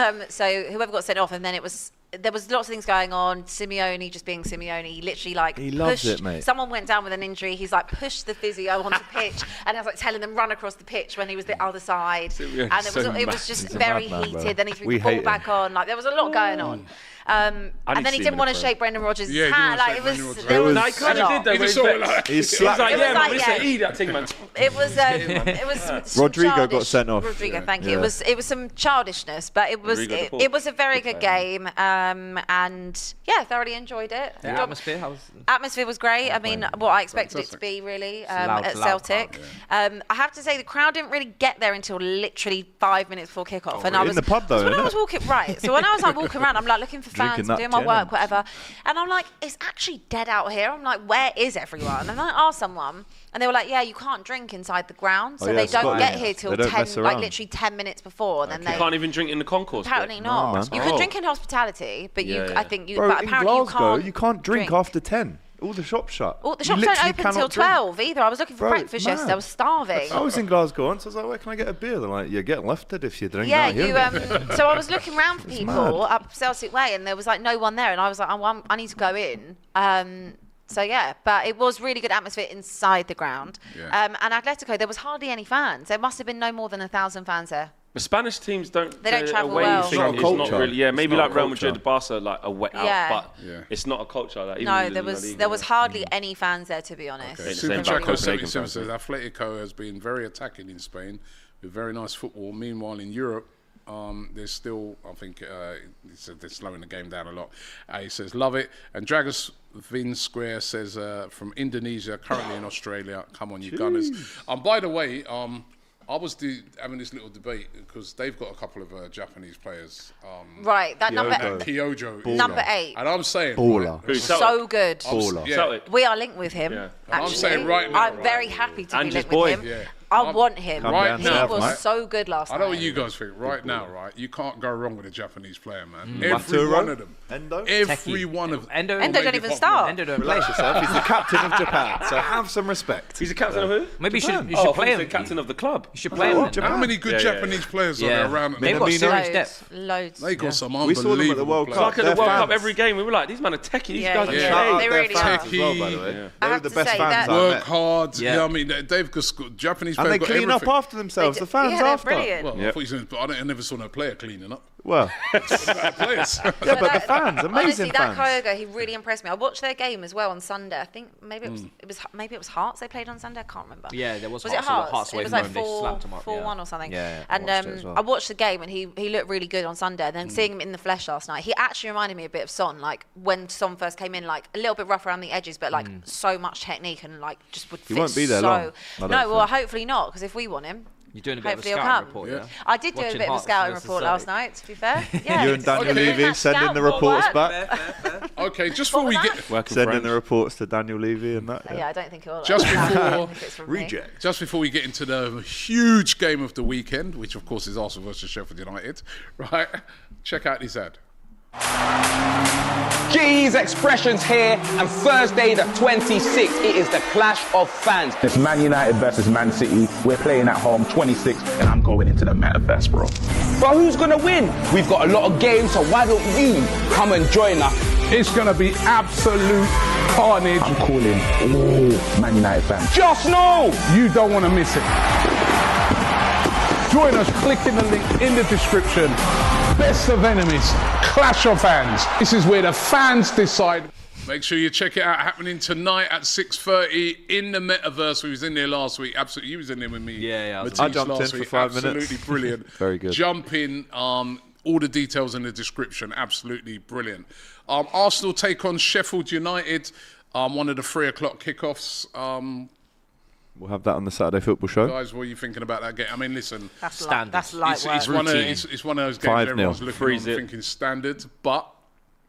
Speaker 6: Um, so whoever got sent off, and then it was. There was lots of things going on. Simeone just being Simeone, he literally like
Speaker 2: He loves
Speaker 6: pushed-
Speaker 2: it, mate.
Speaker 6: Someone went down with an injury. He's like pushed the physio onto the pitch, and I was like telling them run across the pitch when he was the other side.
Speaker 5: Simeone's
Speaker 6: and it was
Speaker 5: so
Speaker 6: it
Speaker 5: mad.
Speaker 6: was just
Speaker 5: He's
Speaker 2: a
Speaker 6: very
Speaker 2: madman, bro.
Speaker 6: heated. Then he threw
Speaker 2: We
Speaker 6: the ball
Speaker 2: hate
Speaker 6: back
Speaker 2: him.
Speaker 6: on. Like there was a lot going on. Um,
Speaker 5: I need
Speaker 6: and then he
Speaker 5: to see him
Speaker 6: didn't
Speaker 5: in
Speaker 6: want
Speaker 5: a
Speaker 6: to
Speaker 5: pro.
Speaker 6: shake Brendan Rodgers'
Speaker 1: Yeah, he didn't
Speaker 6: hand. Like
Speaker 1: wanna shake
Speaker 6: it was,
Speaker 1: Brendan Rodgers'
Speaker 6: there
Speaker 2: hand.
Speaker 6: was
Speaker 2: No,
Speaker 5: I
Speaker 2: he
Speaker 5: kind
Speaker 6: a
Speaker 5: of
Speaker 6: lot.
Speaker 5: did that.
Speaker 1: He
Speaker 5: but
Speaker 1: was
Speaker 5: he's
Speaker 1: all
Speaker 5: back.
Speaker 1: like-
Speaker 2: He's
Speaker 5: He was
Speaker 2: slapped.
Speaker 5: like,
Speaker 6: It was
Speaker 5: yeah, man,
Speaker 6: like,
Speaker 5: it's an
Speaker 6: yeah.
Speaker 5: E that thing, man.
Speaker 6: It was um, it was some
Speaker 2: Rodrigo got
Speaker 6: childish-
Speaker 2: sent off.
Speaker 6: Rodrigo,
Speaker 2: Yeah.
Speaker 6: thank you.
Speaker 2: Yeah.
Speaker 6: It was it was some childishness, but it was
Speaker 5: Rodrigo de
Speaker 6: it,
Speaker 5: Paul.
Speaker 6: it was a very good,
Speaker 5: Good player.
Speaker 6: game, um, and yeah, thoroughly enjoyed it.
Speaker 7: The
Speaker 6: Job-
Speaker 7: atmosphere, how's
Speaker 6: Atmosphere was great. I mean, what I expected it to be really um,
Speaker 7: loud-
Speaker 6: at
Speaker 7: loud
Speaker 6: Celtic. um, I have to say the crowd didn't really get there until literally five minutes before kickoff, and I
Speaker 2: Oh, in
Speaker 6: was
Speaker 2: the pub though,
Speaker 6: so When I
Speaker 2: innit?
Speaker 6: was walking right, so when I was like walking around, I'm like looking for
Speaker 2: Drinking
Speaker 6: fans,
Speaker 2: that
Speaker 6: doing my
Speaker 2: gin
Speaker 6: work,
Speaker 2: and-
Speaker 6: whatever, and I'm like, it's actually dead out here. I'm like, where is everyone? And I asked someone. And they were like, "Yeah, you can't drink inside the ground, so
Speaker 2: Oh, yeah,
Speaker 6: they don't
Speaker 2: Scotland,
Speaker 6: get
Speaker 2: yeah.
Speaker 6: here till
Speaker 2: They don't
Speaker 6: ten,
Speaker 2: mess
Speaker 6: like
Speaker 2: around.
Speaker 6: literally ten minutes before." And then
Speaker 5: You
Speaker 6: they
Speaker 5: can't even drink in the concourse. bit.
Speaker 6: apparently not.
Speaker 2: man.
Speaker 6: you can
Speaker 2: Oh.
Speaker 6: drink in hospitality, but you,
Speaker 5: Yeah, yeah.
Speaker 6: I think you,
Speaker 2: Bro,
Speaker 6: but
Speaker 2: in
Speaker 6: apparently
Speaker 2: Glasgow,
Speaker 6: you can't.
Speaker 2: drink, after 10. All the shops shut.
Speaker 6: Well, the
Speaker 2: You
Speaker 6: shops don't
Speaker 2: literally
Speaker 6: open
Speaker 2: cannot
Speaker 6: till
Speaker 2: drink.
Speaker 6: 12 either. I was looking for
Speaker 2: Bro,
Speaker 6: breakfast
Speaker 2: mad.
Speaker 6: yesterday. I was starving.
Speaker 2: I was in Glasgow once. I was like, where can I get a beer? They're like, you're getting lifted if you drink
Speaker 6: yeah,
Speaker 2: out here.
Speaker 6: you.
Speaker 2: mate."
Speaker 6: Um, so I was looking around for people
Speaker 2: mad.
Speaker 6: up Celtic Way, and there was like no one there, and I was like, oh, well, I'm, I need to go in. Um, so yeah, but it was really good atmosphere inside the ground.
Speaker 1: Yeah.
Speaker 6: Um, and Atletico, there was hardly any fans. There must have been no more than a thousand fans there.
Speaker 5: The Spanish teams don't.
Speaker 6: They don't
Speaker 5: their
Speaker 6: travel
Speaker 5: away
Speaker 6: well.
Speaker 5: thing
Speaker 6: It's not a
Speaker 5: is
Speaker 2: culture.
Speaker 5: really. Yeah,
Speaker 2: It's
Speaker 5: maybe
Speaker 2: not a
Speaker 5: like Real
Speaker 2: culture.
Speaker 5: Madrid, Barca, like away out,
Speaker 6: Yeah.
Speaker 5: but
Speaker 1: Yeah.
Speaker 5: it's not a culture like. Even
Speaker 6: No,
Speaker 5: in
Speaker 6: there
Speaker 5: La
Speaker 6: was
Speaker 5: Liga.
Speaker 6: there was hardly
Speaker 2: Mm.
Speaker 6: any fans there, to be honest.
Speaker 5: Okay.
Speaker 1: Super
Speaker 5: Same
Speaker 1: Jacko
Speaker 5: background.
Speaker 1: 77 says
Speaker 5: Copenhagen
Speaker 1: Atletico has been very attacking in Spain with very nice football. Meanwhile, in Europe, um, there's still, I think, uh, he said they're slowing the game down a lot. Uh, he says, love it. And Dragos Vin Square says, uh, from Indonesia, currently in Australia, come on, you Gunners. And by the way, um, I was do, having this little debate because they've got a couple of uh, Japanese players. Um,
Speaker 6: Right, that
Speaker 1: and
Speaker 6: number
Speaker 1: Kyojo. is-
Speaker 6: number eight,
Speaker 1: And I'm saying,
Speaker 2: Baller.
Speaker 5: Who, Celtic?
Speaker 6: so good.
Speaker 2: Baller.
Speaker 1: yeah,
Speaker 5: Celtic.
Speaker 6: We are linked with him.
Speaker 5: Yeah.
Speaker 1: I'm
Speaker 6: Actually.
Speaker 1: saying right now,
Speaker 6: I'm
Speaker 1: right
Speaker 6: very
Speaker 1: now.
Speaker 6: happy to
Speaker 5: And
Speaker 6: be
Speaker 5: his
Speaker 6: linked
Speaker 5: boy.
Speaker 6: with him.
Speaker 1: Yeah.
Speaker 6: I
Speaker 1: I'm-
Speaker 6: want him.
Speaker 1: Right
Speaker 2: down
Speaker 6: he
Speaker 1: now,
Speaker 6: was
Speaker 2: mate.
Speaker 6: so good last
Speaker 1: I
Speaker 6: night.
Speaker 1: know what you guys think. Right now, right, you can't go wrong with a Japanese player, man. Every
Speaker 2: Maturo?
Speaker 1: one of them.
Speaker 2: Endo?
Speaker 1: Every one of them.
Speaker 7: Endo-
Speaker 6: Endo don't
Speaker 1: Maybe
Speaker 6: even
Speaker 1: Hoffman.
Speaker 6: start.
Speaker 7: Endo don't play.
Speaker 2: Relax yourself. He's the captain of Japan, so have some respect.
Speaker 5: He's the captain of who?
Speaker 7: Maybe you should, you
Speaker 5: Oh, I
Speaker 7: should
Speaker 5: thought
Speaker 7: play
Speaker 5: he
Speaker 7: him.
Speaker 5: said captain of the club.
Speaker 7: You should play him. then.
Speaker 2: Japan.
Speaker 1: How many good
Speaker 5: Yeah, yeah,
Speaker 1: Japanese players are
Speaker 7: Yeah.
Speaker 1: there around? at the
Speaker 7: They've got
Speaker 1: moment?
Speaker 7: serious
Speaker 6: Loads,
Speaker 7: depth.
Speaker 6: loads.
Speaker 1: They got some
Speaker 2: We saw them at the
Speaker 1: unbelievable
Speaker 2: World
Speaker 1: players.
Speaker 2: Cup.
Speaker 5: Like at the
Speaker 2: They're
Speaker 5: World Cup
Speaker 2: fans.
Speaker 5: every game, we were like, these men are techie. These
Speaker 6: Yeah.
Speaker 5: guys
Speaker 6: Yeah.
Speaker 5: are
Speaker 6: They
Speaker 5: techie.
Speaker 6: really
Speaker 2: fans
Speaker 6: are.
Speaker 2: as well, by the way. They
Speaker 6: I
Speaker 2: were
Speaker 6: have
Speaker 2: the
Speaker 6: to
Speaker 2: best
Speaker 6: say
Speaker 2: fans
Speaker 6: that-
Speaker 2: I
Speaker 1: Work
Speaker 2: met.
Speaker 1: hard. Yeah.
Speaker 7: Yeah.
Speaker 1: I mean, they- they've got sco- Japanese
Speaker 2: And
Speaker 1: players.
Speaker 2: they
Speaker 1: got
Speaker 2: clean up
Speaker 1: everything.
Speaker 2: after themselves,
Speaker 6: They
Speaker 2: the
Speaker 6: do-
Speaker 2: fans
Speaker 6: yeah, they're
Speaker 2: after.
Speaker 6: brilliant.
Speaker 1: Well, I, thought you said, but I, don't- I never saw no player cleaning up.
Speaker 2: Well,
Speaker 1: Players.
Speaker 2: yeah, but the fans, amazing
Speaker 6: Honestly, that
Speaker 2: fans.
Speaker 6: Kyogo, he really impressed me. I watched their game as well on Sunday. I think maybe it was, it was maybe it was Hearts they played on Sunday. I can't remember.
Speaker 7: Hmm. Yeah, there was
Speaker 6: was it
Speaker 7: Hearts, so the
Speaker 6: Hearts?
Speaker 7: Hearts
Speaker 6: it
Speaker 7: away
Speaker 6: was
Speaker 7: from
Speaker 6: like
Speaker 7: home, they
Speaker 6: four,
Speaker 7: slapped 'em up,
Speaker 6: four
Speaker 7: yeah.
Speaker 6: one or something.
Speaker 7: Yeah, I
Speaker 6: and
Speaker 7: watched it
Speaker 6: um,
Speaker 7: as well.
Speaker 6: I watched the game and he he looked really good on Sunday. And
Speaker 7: Hmm.
Speaker 6: then seeing him in the flesh last night, he actually reminded me a bit of Son. Like when Son first came in, like a little bit rough around the edges, but
Speaker 7: Hmm.
Speaker 6: like so much technique and like just would. He fit
Speaker 2: won't be there
Speaker 6: so.
Speaker 2: long, I don't
Speaker 6: No, well,
Speaker 2: think.
Speaker 6: hopefully not, because if we want him.
Speaker 7: You're doing a bit of a
Speaker 6: Hopefully he'll
Speaker 7: scouting
Speaker 6: come.
Speaker 7: report, yeah?
Speaker 6: I did do a
Speaker 7: Watching
Speaker 6: bit of a
Speaker 7: Hearts
Speaker 6: scouting
Speaker 7: versus
Speaker 6: report
Speaker 7: Celtic.
Speaker 6: last night. To be fair, yeah.
Speaker 2: You and Daniel
Speaker 6: Doing
Speaker 2: Levy
Speaker 6: that
Speaker 2: sending the
Speaker 6: scout
Speaker 2: reports
Speaker 6: work.
Speaker 2: back,
Speaker 1: okay, just before we get
Speaker 5: Working
Speaker 2: sending
Speaker 5: friends.
Speaker 2: the reports to Daniel Levy and that.
Speaker 6: But Yeah, I don't think it will.
Speaker 1: Just before-
Speaker 6: reject.
Speaker 1: Just before we get into the huge game of the weekend, which of course is Arsenal versus Sheffield United, right? Check out this ad.
Speaker 8: G's expressions here, and Thursday the 26th, it is the clash of fans.
Speaker 9: It's Man United versus Man City. We're playing at home 26, and I'm going into the manifest, bro.
Speaker 8: But who's gonna win? We've got a lot of games, so why don't you come and join us?
Speaker 9: It's gonna be absolute carnage. I'm calling all Man United fans.
Speaker 8: Just know
Speaker 9: You don't want to miss it. Join us clicking the link in the description. Best of enemies, clash of fans. This is where the fans decide.
Speaker 1: Make sure you check it out. Happening tonight at 6.30 in the Metaverse. We was in there last week. Absolutely. You was in there with me.
Speaker 7: Yeah, yeah, I was
Speaker 1: Matisse
Speaker 7: in
Speaker 2: I jumped
Speaker 1: last
Speaker 2: in for
Speaker 1: week.
Speaker 2: five minutes.
Speaker 1: Absolutely brilliant.
Speaker 2: Very good.
Speaker 1: Jump in. Um, all the details in the description. Absolutely brilliant. Um, Arsenal take on Sheffield United. Um, one of the three o'clock kickoffs. Um,
Speaker 2: We'll have that on the Saturday football show.
Speaker 1: guys, what are you thinking about that game? I mean, listen.
Speaker 6: That's, li-
Speaker 7: Standard.
Speaker 6: that's light
Speaker 1: It's,
Speaker 6: work.
Speaker 1: it's, one of, it's, it's one of those games
Speaker 2: 5-0.
Speaker 1: everyone's looking on
Speaker 5: Freeze it.
Speaker 1: thinking standard, but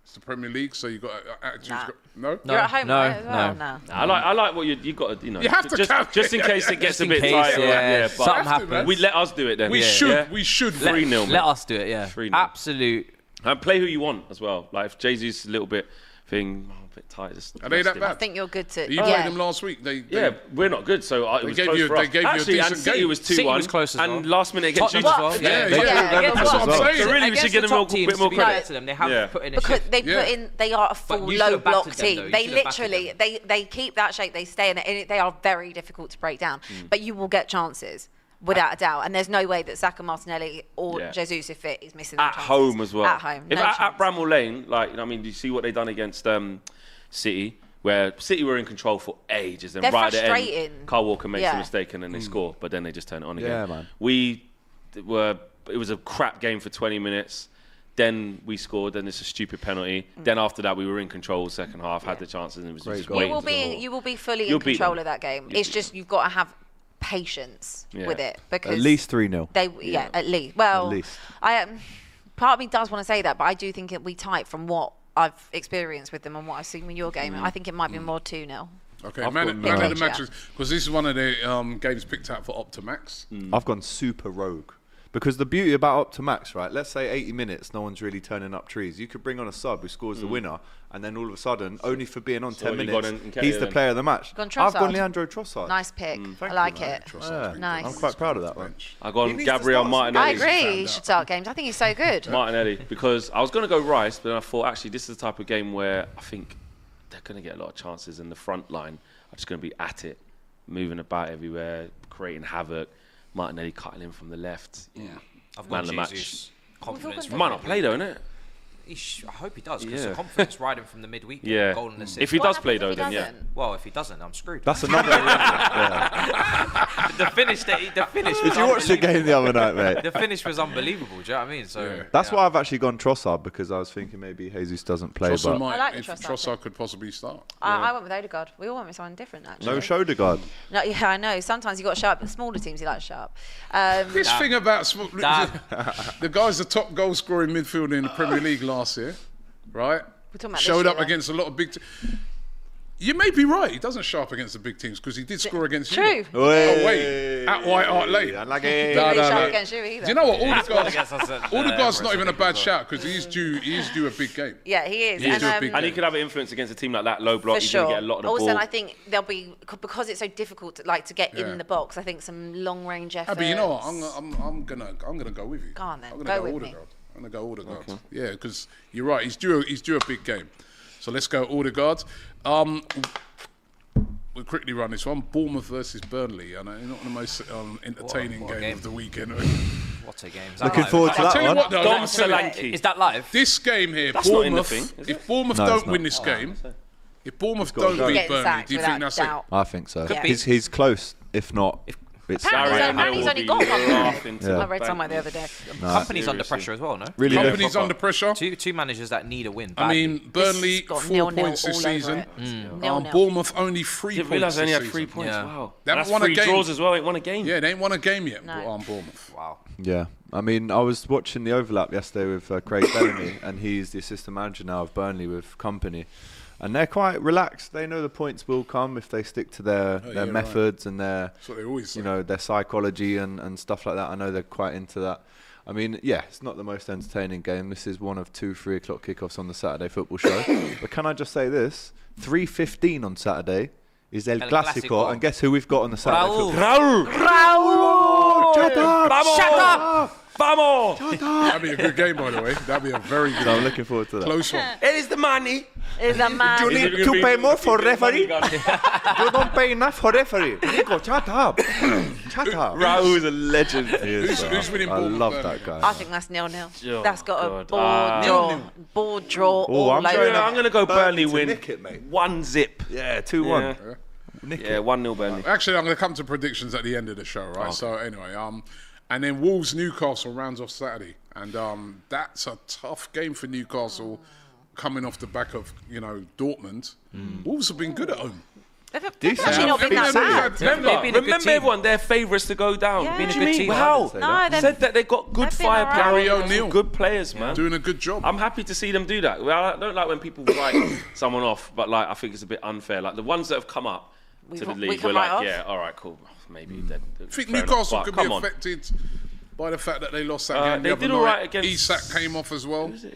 Speaker 1: It's the Premier League, so you got uh, to, attitude.
Speaker 6: Nah.
Speaker 1: No,
Speaker 6: You're at home right, as well now.
Speaker 5: I like I like what you you got to you know.
Speaker 1: You have to
Speaker 5: just,
Speaker 1: calculate.
Speaker 5: just in case it gets
Speaker 3: Just
Speaker 5: a
Speaker 3: in
Speaker 5: bit
Speaker 3: case,
Speaker 5: tight.
Speaker 3: yeah.
Speaker 5: Yeah, but
Speaker 3: Something Have to, happens. man.
Speaker 5: We let us do it then.
Speaker 1: We
Speaker 5: yeah,
Speaker 1: should.
Speaker 5: yeah.
Speaker 1: We should.
Speaker 5: Let-
Speaker 1: three nil.
Speaker 5: let
Speaker 3: us do it. Yeah,
Speaker 5: three nil.
Speaker 3: absolute.
Speaker 5: And play who you want as well. Like if Jay Z's little bit thing, oh, a bit tight. Just
Speaker 1: Are they that
Speaker 5: rest him.
Speaker 1: bad?
Speaker 6: I think you're good to.
Speaker 1: You
Speaker 6: yeah.
Speaker 1: played them last week. They, they
Speaker 5: Yeah, we're not good. So I, it
Speaker 1: They
Speaker 5: was
Speaker 1: gave
Speaker 5: close
Speaker 1: you-
Speaker 5: for
Speaker 1: they
Speaker 5: us.
Speaker 1: gave you a
Speaker 5: Actually,
Speaker 1: decent
Speaker 5: and City
Speaker 1: game.
Speaker 5: was two
Speaker 3: City
Speaker 5: one,
Speaker 3: was close as
Speaker 5: and
Speaker 3: well.
Speaker 5: last minute against
Speaker 3: Tottenham
Speaker 5: Newcastle.
Speaker 3: as well.
Speaker 1: Yeah,
Speaker 3: They-
Speaker 1: yeah.
Speaker 3: they-
Speaker 1: Yeah,
Speaker 3: they-
Speaker 6: yeah,
Speaker 3: they-
Speaker 6: that's what I'm
Speaker 3: they-
Speaker 5: saying.
Speaker 3: they-
Speaker 5: Really, we
Speaker 3: against
Speaker 5: should give
Speaker 3: the
Speaker 5: them a
Speaker 3: top
Speaker 5: bit
Speaker 3: teams
Speaker 5: more
Speaker 3: to be fair
Speaker 5: credit.
Speaker 3: to them. They have
Speaker 5: Yeah.
Speaker 3: put in a
Speaker 6: because
Speaker 3: shift.
Speaker 6: they
Speaker 1: Yeah.
Speaker 6: put in they are a full
Speaker 3: you should
Speaker 6: low
Speaker 3: have battered
Speaker 6: block
Speaker 3: them, though.
Speaker 6: team
Speaker 3: You
Speaker 6: they
Speaker 3: should have battered
Speaker 6: literally
Speaker 3: them.
Speaker 6: they they keep that shape they stay in it and it- they are very difficult to break down but you will get chances without a doubt and there's no way that Saka Martinelli or
Speaker 5: Yeah.
Speaker 6: Jesus if fit is missing them
Speaker 5: at
Speaker 6: chances.
Speaker 5: home as well.
Speaker 6: at home
Speaker 5: If
Speaker 6: no
Speaker 5: at,
Speaker 6: chance.
Speaker 5: at Bramall Lane, like you know, what I mean, do you see what they done against um, City, where City were in control for ages, and
Speaker 6: They're
Speaker 5: right at the
Speaker 6: frustrating.
Speaker 5: end, Carl Walker makes a
Speaker 6: Yeah.
Speaker 5: mistake and then
Speaker 1: Hmm.
Speaker 5: they score, but then they just turn it on again.
Speaker 2: Yeah, man.
Speaker 5: We d- were. It was a crap game for 20 minutes. Then we scored. Then it's a stupid penalty.
Speaker 6: Hmm.
Speaker 5: Then after that, we were in control second half, had the chances, and it was just
Speaker 2: goal.
Speaker 5: waiting
Speaker 6: you will
Speaker 5: for the
Speaker 6: be
Speaker 5: ball.
Speaker 6: you will be fully
Speaker 5: You'll
Speaker 6: in
Speaker 5: beat them.
Speaker 6: control of that game
Speaker 5: You'll
Speaker 6: it's
Speaker 5: beat
Speaker 6: just you've got to have patience
Speaker 5: Yeah.
Speaker 6: with it because
Speaker 2: At least 3 0.
Speaker 6: They, yeah, at least. Well,
Speaker 2: least.
Speaker 6: I um, part of me does want to say that, but I do think it'll be tight from what I've experienced with them and what I've seen with your
Speaker 5: Mm-hmm.
Speaker 6: game. I think it might
Speaker 5: Mm.
Speaker 6: be more two 0
Speaker 1: Okay, man, man
Speaker 6: no
Speaker 1: of the
Speaker 6: idea.
Speaker 1: matches because this is one of the um, games picked out for Optimax.
Speaker 2: I've gone super rogue. Because the beauty about Optimax, right? Let's say 80 minutes, no one's really turning up trees. You could bring on a sub who scores the winner, and then all of a sudden, only for being on 10
Speaker 5: what have you got
Speaker 2: minutes,
Speaker 5: in- in Ketia
Speaker 2: he's the
Speaker 5: then?
Speaker 2: player of the match.
Speaker 6: Gone
Speaker 2: I've gone
Speaker 6: Trossard.
Speaker 2: Leandro Trossard.
Speaker 6: Nice pick.
Speaker 5: Mm.
Speaker 2: Thank
Speaker 6: I
Speaker 2: you,
Speaker 6: like
Speaker 2: man.
Speaker 6: it.
Speaker 2: Yeah,
Speaker 6: Nice.
Speaker 2: I'm quite proud of that one.
Speaker 5: I got
Speaker 2: He
Speaker 5: on
Speaker 2: needs to
Speaker 5: Gabriel
Speaker 2: start some-
Speaker 5: Martinelli.
Speaker 6: I
Speaker 1: Martinelli's
Speaker 6: agree.
Speaker 1: found
Speaker 6: You
Speaker 1: out.
Speaker 6: should start games. I think he's so good.
Speaker 5: Martinelli because I was going to go Rice, but then I thought actually this is the type of game where I think they're going to get a lot of chances, and the front line are just going to be at it, moving about everywhere, creating havoc. Martinelli cutting in from the left. Yeah,
Speaker 3: I've
Speaker 5: man
Speaker 3: got
Speaker 5: of the match.
Speaker 3: Jesus. Confidence.
Speaker 5: Might not play though, innit?
Speaker 3: He sh- I hope he does because
Speaker 5: Yeah.
Speaker 3: the confidence riding from the midweek.
Speaker 5: Yeah.
Speaker 3: Goal and assist.
Speaker 5: If he
Speaker 6: What
Speaker 5: does
Speaker 6: happens
Speaker 5: play
Speaker 6: if
Speaker 5: though,
Speaker 6: he
Speaker 5: then yeah.
Speaker 6: doesn't?
Speaker 3: well, if he doesn't, I'm screwed.
Speaker 2: That's another.
Speaker 3: the finish. That he, the finish.
Speaker 2: Did
Speaker 3: was
Speaker 2: you watch the
Speaker 3: unbelievable.
Speaker 2: game the other night, mate?
Speaker 3: The finish was unbelievable. Do you know what I mean? So
Speaker 2: That's
Speaker 3: yeah.
Speaker 2: why I've actually gone Trossard because I was thinking maybe Jesus doesn't play,
Speaker 1: Trossard
Speaker 2: but
Speaker 1: might,
Speaker 6: I like the
Speaker 1: if
Speaker 6: Trossard
Speaker 1: Trossard could possibly start.
Speaker 6: I, I went with Odegaard. We all went with someone different, actually.
Speaker 2: no Shodegaard.
Speaker 6: No, yeah, I know. Sometimes you got sharp, but smaller teams you like sharp. Um,
Speaker 1: This thing about sm-
Speaker 3: Damn.
Speaker 1: the guy's the top goal scorer in midfield in the Premier League last year, right?
Speaker 6: talking about this
Speaker 1: Showed
Speaker 6: year,
Speaker 1: up
Speaker 6: though.
Speaker 1: against a lot of big. Te- you may be right. He doesn't show up against the big teams because he did score against you.
Speaker 6: True.
Speaker 1: Oh wait, at White Hart Lane.
Speaker 2: Unlucky.
Speaker 1: No,
Speaker 6: really
Speaker 1: no,
Speaker 6: sharp
Speaker 1: no.
Speaker 6: against you either.
Speaker 1: Do you know what? All the guys,
Speaker 3: guess that's it.
Speaker 1: all the
Speaker 3: Uh,
Speaker 1: guys,
Speaker 3: Everest, I
Speaker 1: not even a
Speaker 3: think,
Speaker 1: bad
Speaker 3: as
Speaker 1: shout because he's due. He's due a big game.
Speaker 6: Yeah, he is.
Speaker 1: He is
Speaker 6: and,
Speaker 1: a big
Speaker 6: um,
Speaker 5: And he could have an influence against a team like that, low block.
Speaker 6: for
Speaker 5: he's
Speaker 6: sure.
Speaker 5: going to get a lot of the
Speaker 6: also,
Speaker 5: ball.
Speaker 6: and I think there'll be c- because it's so difficult, to, like to get
Speaker 1: Yeah.
Speaker 6: in the box. I think some long range
Speaker 1: Ah,
Speaker 6: effort.
Speaker 1: but you know what? I'm, I'm, I'm gonna I'm gonna go with you.
Speaker 6: Go on then.
Speaker 1: I'm gonna
Speaker 6: Go
Speaker 1: go,
Speaker 6: with
Speaker 1: all the
Speaker 6: me.
Speaker 1: guard. I'm gonna go all the guard. Yeah, because you're right. He's due he's due a big game. So let's go all the guards. Um, we'll quickly run this one. Bournemouth versus Burnley. And uh, not the most um, entertaining
Speaker 3: what a
Speaker 1: game,
Speaker 3: game.
Speaker 1: of the weekend.
Speaker 3: What a game. Is that
Speaker 2: Looking
Speaker 3: live?
Speaker 2: forward to
Speaker 1: I tell you
Speaker 2: that one.
Speaker 1: what though.
Speaker 5: Dom
Speaker 1: I'll tell you-
Speaker 5: Solanke.
Speaker 3: Is that live?
Speaker 1: This game here,
Speaker 5: That's not in the
Speaker 1: Bournemouth.
Speaker 5: thing, is
Speaker 1: if Bournemouth
Speaker 2: No, it's
Speaker 1: don't
Speaker 2: not.
Speaker 1: win
Speaker 6: Oh,
Speaker 1: this game, if Bournemouth
Speaker 2: got to
Speaker 1: don't
Speaker 2: go.
Speaker 1: beat
Speaker 6: Getting
Speaker 1: Burnley,
Speaker 6: sacked
Speaker 1: do you
Speaker 6: without
Speaker 1: think that's Ah,
Speaker 6: doubt.
Speaker 2: I think so.
Speaker 6: Could
Speaker 3: be.
Speaker 2: He's, he's close, if not. It's
Speaker 6: Apparently he's
Speaker 5: Darren
Speaker 6: only-
Speaker 5: Hill
Speaker 6: he's
Speaker 5: will
Speaker 6: only
Speaker 5: be
Speaker 6: got one.
Speaker 5: laughing to
Speaker 2: Yeah.
Speaker 5: the
Speaker 6: I read
Speaker 5: bank.
Speaker 6: somewhere the other day.
Speaker 3: Company's under
Speaker 5: Seriously.
Speaker 3: pressure as well, no?
Speaker 1: it?
Speaker 2: really look-
Speaker 1: Company's under pressure.
Speaker 3: Two two managers that need a win.
Speaker 1: I
Speaker 3: badly.
Speaker 1: mean, Burnley
Speaker 6: got
Speaker 1: four
Speaker 6: nil-nil
Speaker 1: points this
Speaker 6: all over
Speaker 1: season.
Speaker 6: it. Mm.
Speaker 1: Um,
Speaker 6: Nil-nil.
Speaker 1: Bournemouth only 3
Speaker 5: Didn't
Speaker 1: points.
Speaker 5: realise they only
Speaker 1: this
Speaker 5: had three
Speaker 1: season.
Speaker 5: points.
Speaker 3: Yeah.
Speaker 5: Wow.
Speaker 1: They haven't
Speaker 5: That's
Speaker 1: won a
Speaker 5: three
Speaker 1: game.
Speaker 5: draws as well. Ain't won a game.
Speaker 1: Yeah, they ain't won a game yet. Um, Bournemouth.
Speaker 3: wow.
Speaker 2: Yeah, I mean, I was watching the overlap yesterday with uh, Craig Bellamy, and he's the assistant manager now of Burnley with Company, and they're quite relaxed. They know the points will come if they stick to their,
Speaker 1: Oh, yeah,
Speaker 2: their
Speaker 1: right.
Speaker 2: methods and their
Speaker 1: That's what they always say.
Speaker 2: you know their psychology and, and stuff like that. I know they're quite into that. I mean, yeah, it's not the most entertaining game. This is one of two three o'clock kickoffs on the Saturday football show. but can I just say this? Three fifteen on Saturday is El,
Speaker 3: El
Speaker 2: Clasico,
Speaker 3: Clasico.
Speaker 2: and guess who we've got on the Saturday? football-
Speaker 3: Raul.
Speaker 2: Oh, shut up!
Speaker 3: Shut up!
Speaker 5: Vamos!
Speaker 1: That'd be a good game, by the way. That'd be a very good
Speaker 2: So I'm
Speaker 1: game.
Speaker 2: looking forward to that.
Speaker 1: Close one.
Speaker 5: Here's the money.
Speaker 6: Is a man.
Speaker 2: need to pay more for referee. you don't pay enough for referee. Nico, shut up. shut up. Raul's a legend.
Speaker 1: Who's- bro. who's winning
Speaker 2: I
Speaker 1: Bournemouth
Speaker 2: love
Speaker 1: Burnley?
Speaker 2: that guy.
Speaker 6: I think that's nil nil.
Speaker 5: Oh,
Speaker 6: that's got a
Speaker 5: God.
Speaker 6: board
Speaker 5: Ah.
Speaker 6: draw. Board draw. all
Speaker 2: I'm
Speaker 6: over.
Speaker 2: going-
Speaker 5: I'm going to go Burnley
Speaker 2: to
Speaker 5: win.
Speaker 2: nick it, mate.
Speaker 5: One zip.
Speaker 2: yeah, 2 1.
Speaker 5: Yeah. Yeah, one 0 Burnley.
Speaker 1: Actually, I'm going to come to predictions at the end of the show, right? So anyway, um, and then Wolves Newcastle rounds off Saturday, and um, that's a tough game for
Speaker 6: Oh.
Speaker 1: Newcastle, coming off the back of you know Dortmund. Wolves have been good at home.
Speaker 6: They've actually not been that bad.
Speaker 5: Remember, remember everyone, their favourites to go down.
Speaker 6: Yeah.
Speaker 5: What
Speaker 6: Been a
Speaker 5: do you
Speaker 6: good
Speaker 5: mean?
Speaker 6: team.
Speaker 5: How?
Speaker 6: No, I didn't say that.
Speaker 5: said that they got good
Speaker 6: They've been all right.
Speaker 5: firepower.
Speaker 6: Gary
Speaker 5: and
Speaker 6: O'Neill.
Speaker 5: Good players, man.
Speaker 1: Doing a good job.
Speaker 5: I'm happy to see them do that. Well, I don't like when people write someone off, but like I think it's a bit unfair. Like the ones that have come up
Speaker 1: We
Speaker 5: to the
Speaker 1: can- we
Speaker 5: league,
Speaker 1: can
Speaker 5: we're
Speaker 1: write
Speaker 5: like,
Speaker 1: off.
Speaker 5: yeah, all right, cool. Maybe they're.
Speaker 1: I think Newcastle could be affected by the fact that they lost that
Speaker 5: Uh,
Speaker 1: game. the
Speaker 5: they
Speaker 1: other
Speaker 5: did
Speaker 1: night.
Speaker 5: all right against-
Speaker 1: Isak came off as well.
Speaker 6: They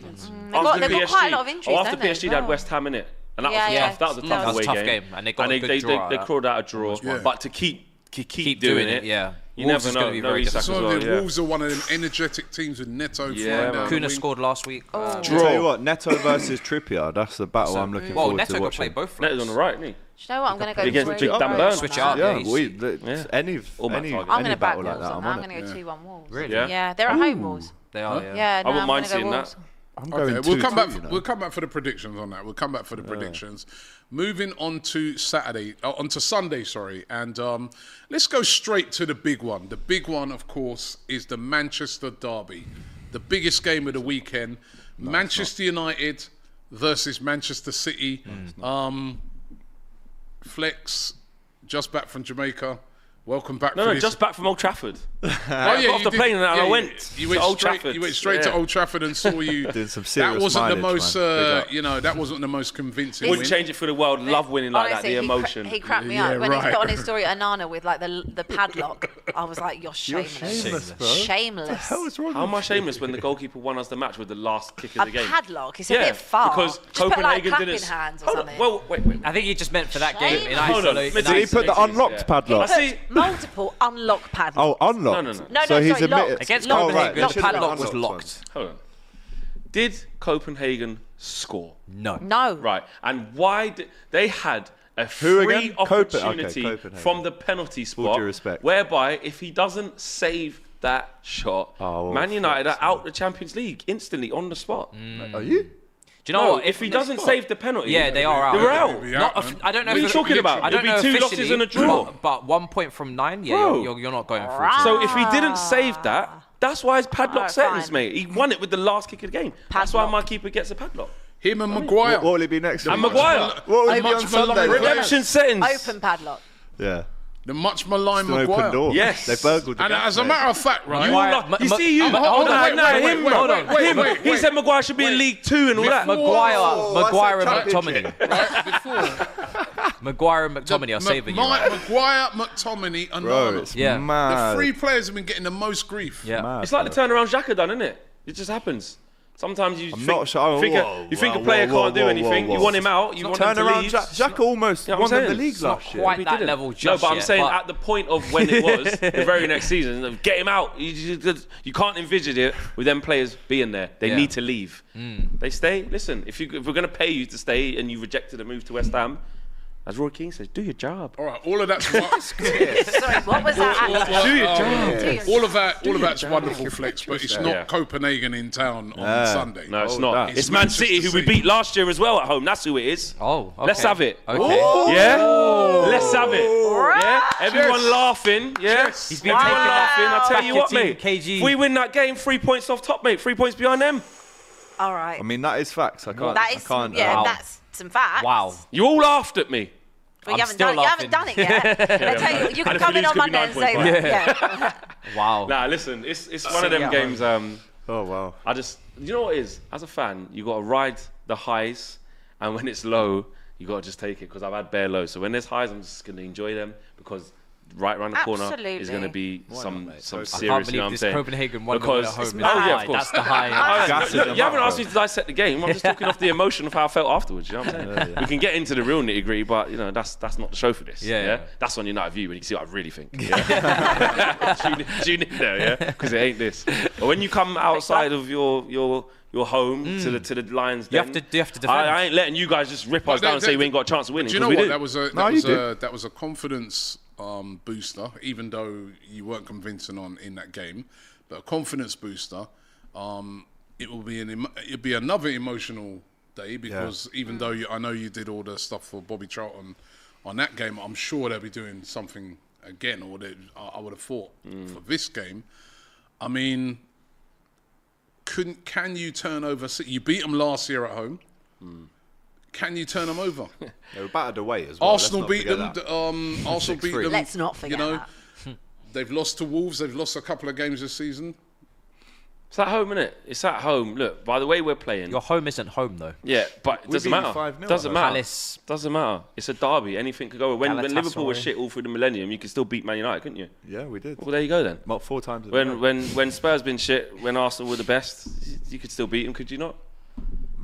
Speaker 6: got- they got quite a lot of injuries,
Speaker 5: Oh, after
Speaker 6: don't they,
Speaker 5: PSG,
Speaker 6: as
Speaker 5: they had
Speaker 6: well?
Speaker 5: West Ham in it, and that
Speaker 6: Yeah,
Speaker 5: was a
Speaker 6: yeah.
Speaker 5: tough. That was a
Speaker 6: That
Speaker 5: tough
Speaker 6: was a
Speaker 5: away
Speaker 6: tough
Speaker 3: game, and they got a good
Speaker 5: they,
Speaker 3: draw out
Speaker 5: They,
Speaker 3: of that.
Speaker 5: crawled out a draw,
Speaker 1: Yeah.
Speaker 5: but to keep keep, keep
Speaker 3: doing
Speaker 5: doing, it,
Speaker 3: it, yeah.
Speaker 5: You
Speaker 3: Wolves is
Speaker 5: never
Speaker 3: gonna
Speaker 5: know.
Speaker 3: be
Speaker 5: No
Speaker 3: very
Speaker 5: Isak as
Speaker 1: Some of
Speaker 5: well.
Speaker 1: the
Speaker 5: yeah.
Speaker 1: Wolves are one of them energetic teams with Neto. flying down the
Speaker 3: Kuna
Speaker 1: wing.
Speaker 3: scored last week.
Speaker 1: Oh.
Speaker 3: Uh,
Speaker 2: Tell you what, Neto versus Trippier. That's the battle I'm looking
Speaker 3: well,
Speaker 2: forward
Speaker 3: Neto
Speaker 2: to
Speaker 3: could
Speaker 2: watching.
Speaker 3: play both.
Speaker 5: Neto's on the right, isn't he?
Speaker 6: Do you know what? I'm going to go
Speaker 5: Against
Speaker 6: three.
Speaker 5: Big Dan Burn. Switch up,
Speaker 2: Yeah,
Speaker 3: yeah,
Speaker 2: we, the,
Speaker 5: Yeah.
Speaker 2: any f-
Speaker 5: All my
Speaker 2: any,
Speaker 5: targets.
Speaker 6: I'm
Speaker 2: any
Speaker 6: going to back
Speaker 2: battle like
Speaker 6: Wolves
Speaker 2: that,
Speaker 6: on
Speaker 2: I'm
Speaker 6: that. I'm going
Speaker 2: on
Speaker 6: to
Speaker 2: it.
Speaker 6: go 2 1 Wolves.
Speaker 3: Really?
Speaker 5: Yeah.
Speaker 6: Yeah, they're at home Wolves.
Speaker 3: They are.
Speaker 6: Yeah,
Speaker 3: Yeah.
Speaker 6: no,
Speaker 5: wouldn't
Speaker 6: I'm
Speaker 5: mind
Speaker 6: gonna go
Speaker 5: seeing that.
Speaker 6: Wolves.
Speaker 2: I'm
Speaker 1: Okay,
Speaker 2: going
Speaker 1: we'll
Speaker 2: two,
Speaker 1: come back.
Speaker 2: two,
Speaker 1: For,
Speaker 2: you know.
Speaker 1: We'll come back for the predictions on that. We'll come back for the predictions. Moving on to Saturday, uh, on to Sunday, sorry, and um, let's go straight to the big one. The big one, of course, is the Manchester derby, the biggest game of the weekend. Manchester United versus Manchester
Speaker 2: Mm.
Speaker 1: City. um, Flex, just back from Jamaica. Welcome back.
Speaker 5: No,
Speaker 1: for
Speaker 5: no,
Speaker 1: this-
Speaker 5: just back from Old Trafford. oh,
Speaker 1: yeah,
Speaker 5: off
Speaker 1: you
Speaker 5: the
Speaker 1: did-
Speaker 5: plane and
Speaker 1: yeah,
Speaker 5: I
Speaker 1: you-
Speaker 5: went
Speaker 1: You went
Speaker 5: to Old
Speaker 1: straight,
Speaker 5: Trafford.
Speaker 1: You went straight to
Speaker 5: Yeah.
Speaker 1: Old Trafford and saw you.
Speaker 2: Doing some serious
Speaker 1: That wasn't the
Speaker 2: mileage,
Speaker 1: most,
Speaker 2: man.
Speaker 1: uh,
Speaker 2: Big up.
Speaker 1: you know, that wasn't the most convincing.
Speaker 5: Wouldn't
Speaker 1: win.
Speaker 5: change it for the world. Love winning like
Speaker 6: Honestly,
Speaker 5: that. The
Speaker 6: he cra-
Speaker 5: emotion.
Speaker 6: He, cracked me
Speaker 1: Yeah,
Speaker 6: up when he
Speaker 1: right.
Speaker 6: put on his story at Anana with like the the padlock. I was like, "You're shameless,
Speaker 2: shameless, bro.
Speaker 6: Shameless.
Speaker 5: How am I shameless when the goalkeeper won us the match with the last kick
Speaker 6: a
Speaker 5: of the game?
Speaker 6: padlock. It's a bit far.
Speaker 5: Because
Speaker 6: Just put, like,
Speaker 5: Copenhagen
Speaker 6: clapping
Speaker 5: didn't. s-
Speaker 6: hands or
Speaker 5: Hold on,
Speaker 6: something.
Speaker 5: Well, wait, wait.
Speaker 3: I think he just meant for that
Speaker 6: Shame.
Speaker 3: game. In
Speaker 5: Hold on,
Speaker 3: isolation.
Speaker 5: Mitzi,
Speaker 2: Did he put the
Speaker 5: Mitzi,
Speaker 2: unlocked
Speaker 5: yeah.
Speaker 2: padlock?
Speaker 5: I see.
Speaker 6: multiple unlock
Speaker 2: Oh,
Speaker 6: padlocks.
Speaker 2: unlocked.
Speaker 5: No, no, no.
Speaker 6: No, no,
Speaker 2: so he's
Speaker 6: sorry,
Speaker 2: admitted
Speaker 6: locked.
Speaker 3: Against
Speaker 6: Oh,
Speaker 3: Copenhagen,
Speaker 6: right,
Speaker 2: they
Speaker 3: the
Speaker 6: locked
Speaker 2: should have
Speaker 3: padlock was
Speaker 2: unlocked
Speaker 3: locked.
Speaker 5: Hold on. Did Copenhagen score?
Speaker 3: No.
Speaker 2: Oh.
Speaker 6: no,
Speaker 5: Right. And why did they had a
Speaker 2: Who
Speaker 5: free
Speaker 2: again? Copen- okay,
Speaker 5: opportunity
Speaker 2: Copenhagen.
Speaker 5: from the penalty spot?
Speaker 2: due respect.
Speaker 5: Whereby, if he doesn't save that shot,
Speaker 2: Oh, well,
Speaker 5: Man United are
Speaker 2: fuck's
Speaker 5: out the Champions League instantly on the spot.
Speaker 2: one. Are you?
Speaker 3: Mm. Do you know
Speaker 5: No,
Speaker 3: what?
Speaker 5: if he doesn't save the penalty,
Speaker 3: yeah, they are out.
Speaker 5: They're out.
Speaker 1: They'll be
Speaker 3: Not
Speaker 1: out,
Speaker 3: of-
Speaker 1: man.
Speaker 3: I don't know.
Speaker 5: What are
Speaker 3: if
Speaker 5: you
Speaker 3: it-
Speaker 5: talking about?
Speaker 3: I don't
Speaker 5: It'll
Speaker 3: know
Speaker 5: be two
Speaker 3: officially,
Speaker 5: losses and a draw.
Speaker 3: But, but one point from nine. Yeah,
Speaker 5: Bro.
Speaker 3: you're, you're not going for
Speaker 6: Right.
Speaker 3: it.
Speaker 5: So if he didn't save
Speaker 3: Ah.
Speaker 5: that, that's why his padlock
Speaker 6: Alright,
Speaker 5: sentence,
Speaker 6: fine.
Speaker 5: mate. He won it with the last kick of the game. That's why
Speaker 6: Padlock.
Speaker 5: my keeper gets a padlock.
Speaker 1: Him and Maguire.
Speaker 2: What will it be next
Speaker 5: And
Speaker 2: week?
Speaker 5: Maguire.
Speaker 2: What will it be
Speaker 1: Much
Speaker 2: on
Speaker 1: maligned
Speaker 2: Sunday?
Speaker 1: Redemption.
Speaker 5: Redemption sentence.
Speaker 6: open padlock.
Speaker 2: Yeah.
Speaker 1: the much maligned
Speaker 2: It's an open
Speaker 1: Maguire.
Speaker 2: door.
Speaker 5: Yes.
Speaker 2: They burgled the
Speaker 1: And
Speaker 2: gas,
Speaker 1: as a
Speaker 2: mate.
Speaker 1: matter of fact,
Speaker 5: You,
Speaker 1: right?
Speaker 3: Maguire-
Speaker 5: lot-
Speaker 3: Ma-
Speaker 5: you
Speaker 3: Ma-
Speaker 5: see you.
Speaker 3: Ma-
Speaker 5: hold
Speaker 3: hold
Speaker 5: on,
Speaker 3: on, wait,
Speaker 5: no,
Speaker 3: wait,
Speaker 5: him,
Speaker 3: wait,
Speaker 5: hold
Speaker 3: wait,
Speaker 5: on.
Speaker 3: wait,
Speaker 5: him.
Speaker 1: wait,
Speaker 5: he
Speaker 1: wait.
Speaker 5: said Maguire should be in League Two and all that.
Speaker 3: Maguire,
Speaker 2: Whoa, that's
Speaker 3: Maguire and
Speaker 2: a championship.
Speaker 3: McTominay.
Speaker 1: Right before
Speaker 3: Maguire and McTominay are
Speaker 1: Ma-
Speaker 3: saving you.
Speaker 1: Ma-
Speaker 3: Right?
Speaker 1: Maguire, McTominey, and
Speaker 2: Bro,
Speaker 1: Nana.
Speaker 2: it's
Speaker 3: Yeah.
Speaker 2: mad.
Speaker 1: The three players have been getting the most grief.
Speaker 3: Yeah.
Speaker 2: mad,
Speaker 5: It's like the
Speaker 2: bro.
Speaker 5: turnaround Xhaka done, isn't it? It just happens. Sometimes you think,
Speaker 2: not sure-
Speaker 5: think a-
Speaker 2: whoa,
Speaker 5: you think
Speaker 2: whoa,
Speaker 5: a player
Speaker 2: whoa,
Speaker 5: can't do
Speaker 2: whoa,
Speaker 5: anything.
Speaker 2: whoa,
Speaker 5: You
Speaker 2: whoa.
Speaker 5: want him out. You
Speaker 2: It's
Speaker 5: want
Speaker 2: not
Speaker 5: him to
Speaker 2: turnaround.
Speaker 5: leave.
Speaker 2: Jack- Jack almost
Speaker 5: You know
Speaker 2: won
Speaker 5: what I'm
Speaker 2: them the
Speaker 5: saying?
Speaker 2: league
Speaker 5: It's not
Speaker 2: last year.
Speaker 3: quite
Speaker 5: He
Speaker 3: that
Speaker 5: didn't.
Speaker 3: level
Speaker 5: No,
Speaker 3: just
Speaker 5: but I'm
Speaker 3: yet,
Speaker 5: saying
Speaker 3: but-
Speaker 5: at the point of when it was, the very next season, get him out. You, just- you can't envisage it with them players being there. They
Speaker 3: Yeah. Hmm.
Speaker 5: need to leave. They stay. Listen, if, you, if we're going to pay you to stay and you rejected a move to West Ham, as Roy Keane says, do your job.
Speaker 2: Oh,
Speaker 1: All right, all of that's wonderful.
Speaker 6: Sorry, what was that? Alex?
Speaker 1: Do
Speaker 6: Do
Speaker 1: your
Speaker 6: your job.
Speaker 1: um, All of that, all of that's wonderful flex, but it's not
Speaker 5: Yeah.
Speaker 1: Copenhagen in town on Sunday.
Speaker 5: No, it's
Speaker 2: Oh,
Speaker 5: not.
Speaker 2: that-
Speaker 5: It's,
Speaker 1: It's
Speaker 5: Man
Speaker 1: Manchester
Speaker 5: City who we
Speaker 1: City.
Speaker 5: beat last year as well at home. That's who it is.
Speaker 3: Oh, okay.
Speaker 5: Let's have it.
Speaker 3: Okay.
Speaker 5: Yeah? Let's have it. Yeah? Everyone
Speaker 1: Yes.
Speaker 5: laughing. Yeah?
Speaker 1: Yes.
Speaker 3: He's been
Speaker 5: Everyone
Speaker 3: taken back-
Speaker 5: laughing. I tell
Speaker 3: back
Speaker 5: you
Speaker 3: your
Speaker 5: what,
Speaker 3: team,
Speaker 5: mate.
Speaker 3: KG.
Speaker 5: If we win that game, three points off top, mate. Three points behind them.
Speaker 6: All right.
Speaker 2: I mean, that is facts. I can't.
Speaker 6: that is,
Speaker 2: I can't.
Speaker 6: yeah,
Speaker 2: uh,
Speaker 6: that's some facts.
Speaker 3: Wow.
Speaker 5: You all laughed at me.
Speaker 6: But
Speaker 3: I'm
Speaker 6: you haven't,
Speaker 3: still
Speaker 6: done, you haven't done
Speaker 3: laughing.
Speaker 6: it yet. I tell you, you can
Speaker 5: And if
Speaker 6: come
Speaker 5: we
Speaker 6: in on
Speaker 5: lose,
Speaker 6: Monday and
Speaker 5: it could be
Speaker 6: say
Speaker 5: nine
Speaker 6: that. Yeah.
Speaker 3: Wow.
Speaker 5: Nah, listen, it's, it's one of them
Speaker 3: yeah,
Speaker 5: games. Um,
Speaker 2: Oh wow.
Speaker 5: I just, you know what it is? As a fan, you got to ride the highs, and when it's low, you got to just take it because I've had bare lows. So when there's highs, I'm just going to enjoy them because right around the corner is
Speaker 6: Absolutely.
Speaker 5: going to be some some serious.
Speaker 3: I can't
Speaker 5: you know what
Speaker 3: believe
Speaker 5: I'm
Speaker 3: this
Speaker 5: saying?
Speaker 3: Copenhagen one
Speaker 5: because
Speaker 3: at home is
Speaker 5: oh
Speaker 3: the
Speaker 5: yeah,
Speaker 3: high.
Speaker 5: of course.
Speaker 3: That's the high.
Speaker 5: Oh, yeah,
Speaker 2: Gassing
Speaker 5: look,
Speaker 2: them
Speaker 5: you haven't
Speaker 2: up,
Speaker 5: asked me to dissect the game. I'm just talking off the emotion of how I felt afterwards. You know what I'm saying? We can get into the real nitty gritty, but you know that's that's not the show for this.
Speaker 3: Yeah,
Speaker 5: Yeah,
Speaker 3: yeah.
Speaker 5: that's on United View when you can see what I really think. Yeah? tune, in- tune in there, yeah, because it ain't this. But when you come outside of your your your home to the to the Lions,
Speaker 3: Mm. You have to- you have to defend.
Speaker 5: I, I ain't letting you guys just rip us
Speaker 1: But
Speaker 5: down
Speaker 1: they-
Speaker 5: and say
Speaker 1: they-
Speaker 5: we ain't got a chance of winning.
Speaker 1: Do you
Speaker 5: 'cause
Speaker 1: know
Speaker 5: we
Speaker 1: what?
Speaker 5: did.
Speaker 1: That was a that
Speaker 2: No, you
Speaker 1: was a
Speaker 2: did.
Speaker 1: that was a confidence um, booster, even though you weren't convincing on in that game, but a confidence booster. Um, it will be an emo- it'll be another emotional day because even though you, I know you did all the stuff for Bobby Charlton on that game, I'm sure they'll be doing something again, or they, I, I would have thought
Speaker 5: Mm.
Speaker 1: for this game. I mean,
Speaker 5: Mm.
Speaker 1: couldn't can you turn over? City? You beat them last year at home Can you turn them over?
Speaker 2: They were battered away as well.
Speaker 1: Arsenal beat them.
Speaker 2: That.
Speaker 1: Um, Arsenal beat
Speaker 2: 6-3.
Speaker 1: them.
Speaker 2: Let's
Speaker 4: not
Speaker 1: You
Speaker 4: forget
Speaker 1: know,
Speaker 4: that.
Speaker 1: they've lost to Wolves. They've lost a couple of games this season.
Speaker 5: It's at home, innit? It's at home. Look, by the way we're playing.
Speaker 3: Your home isn't home though.
Speaker 5: Yeah, but it
Speaker 3: We
Speaker 5: doesn't
Speaker 3: beat you
Speaker 5: matter.
Speaker 3: 5-0
Speaker 5: Doesn't
Speaker 3: at
Speaker 5: matter.
Speaker 3: home. Palace.
Speaker 5: Doesn't matter. It's a derby. Anything could go. When, when Liverpool was
Speaker 3: Galatasaray.
Speaker 5: shit all through the millennium, you could still beat Man United, couldn't you?
Speaker 2: Yeah, we did.
Speaker 5: Well, there you go then.
Speaker 2: About four times. in a row.
Speaker 5: When when when Spurs been shit, when Arsenal were the best, you could still beat them, could you not?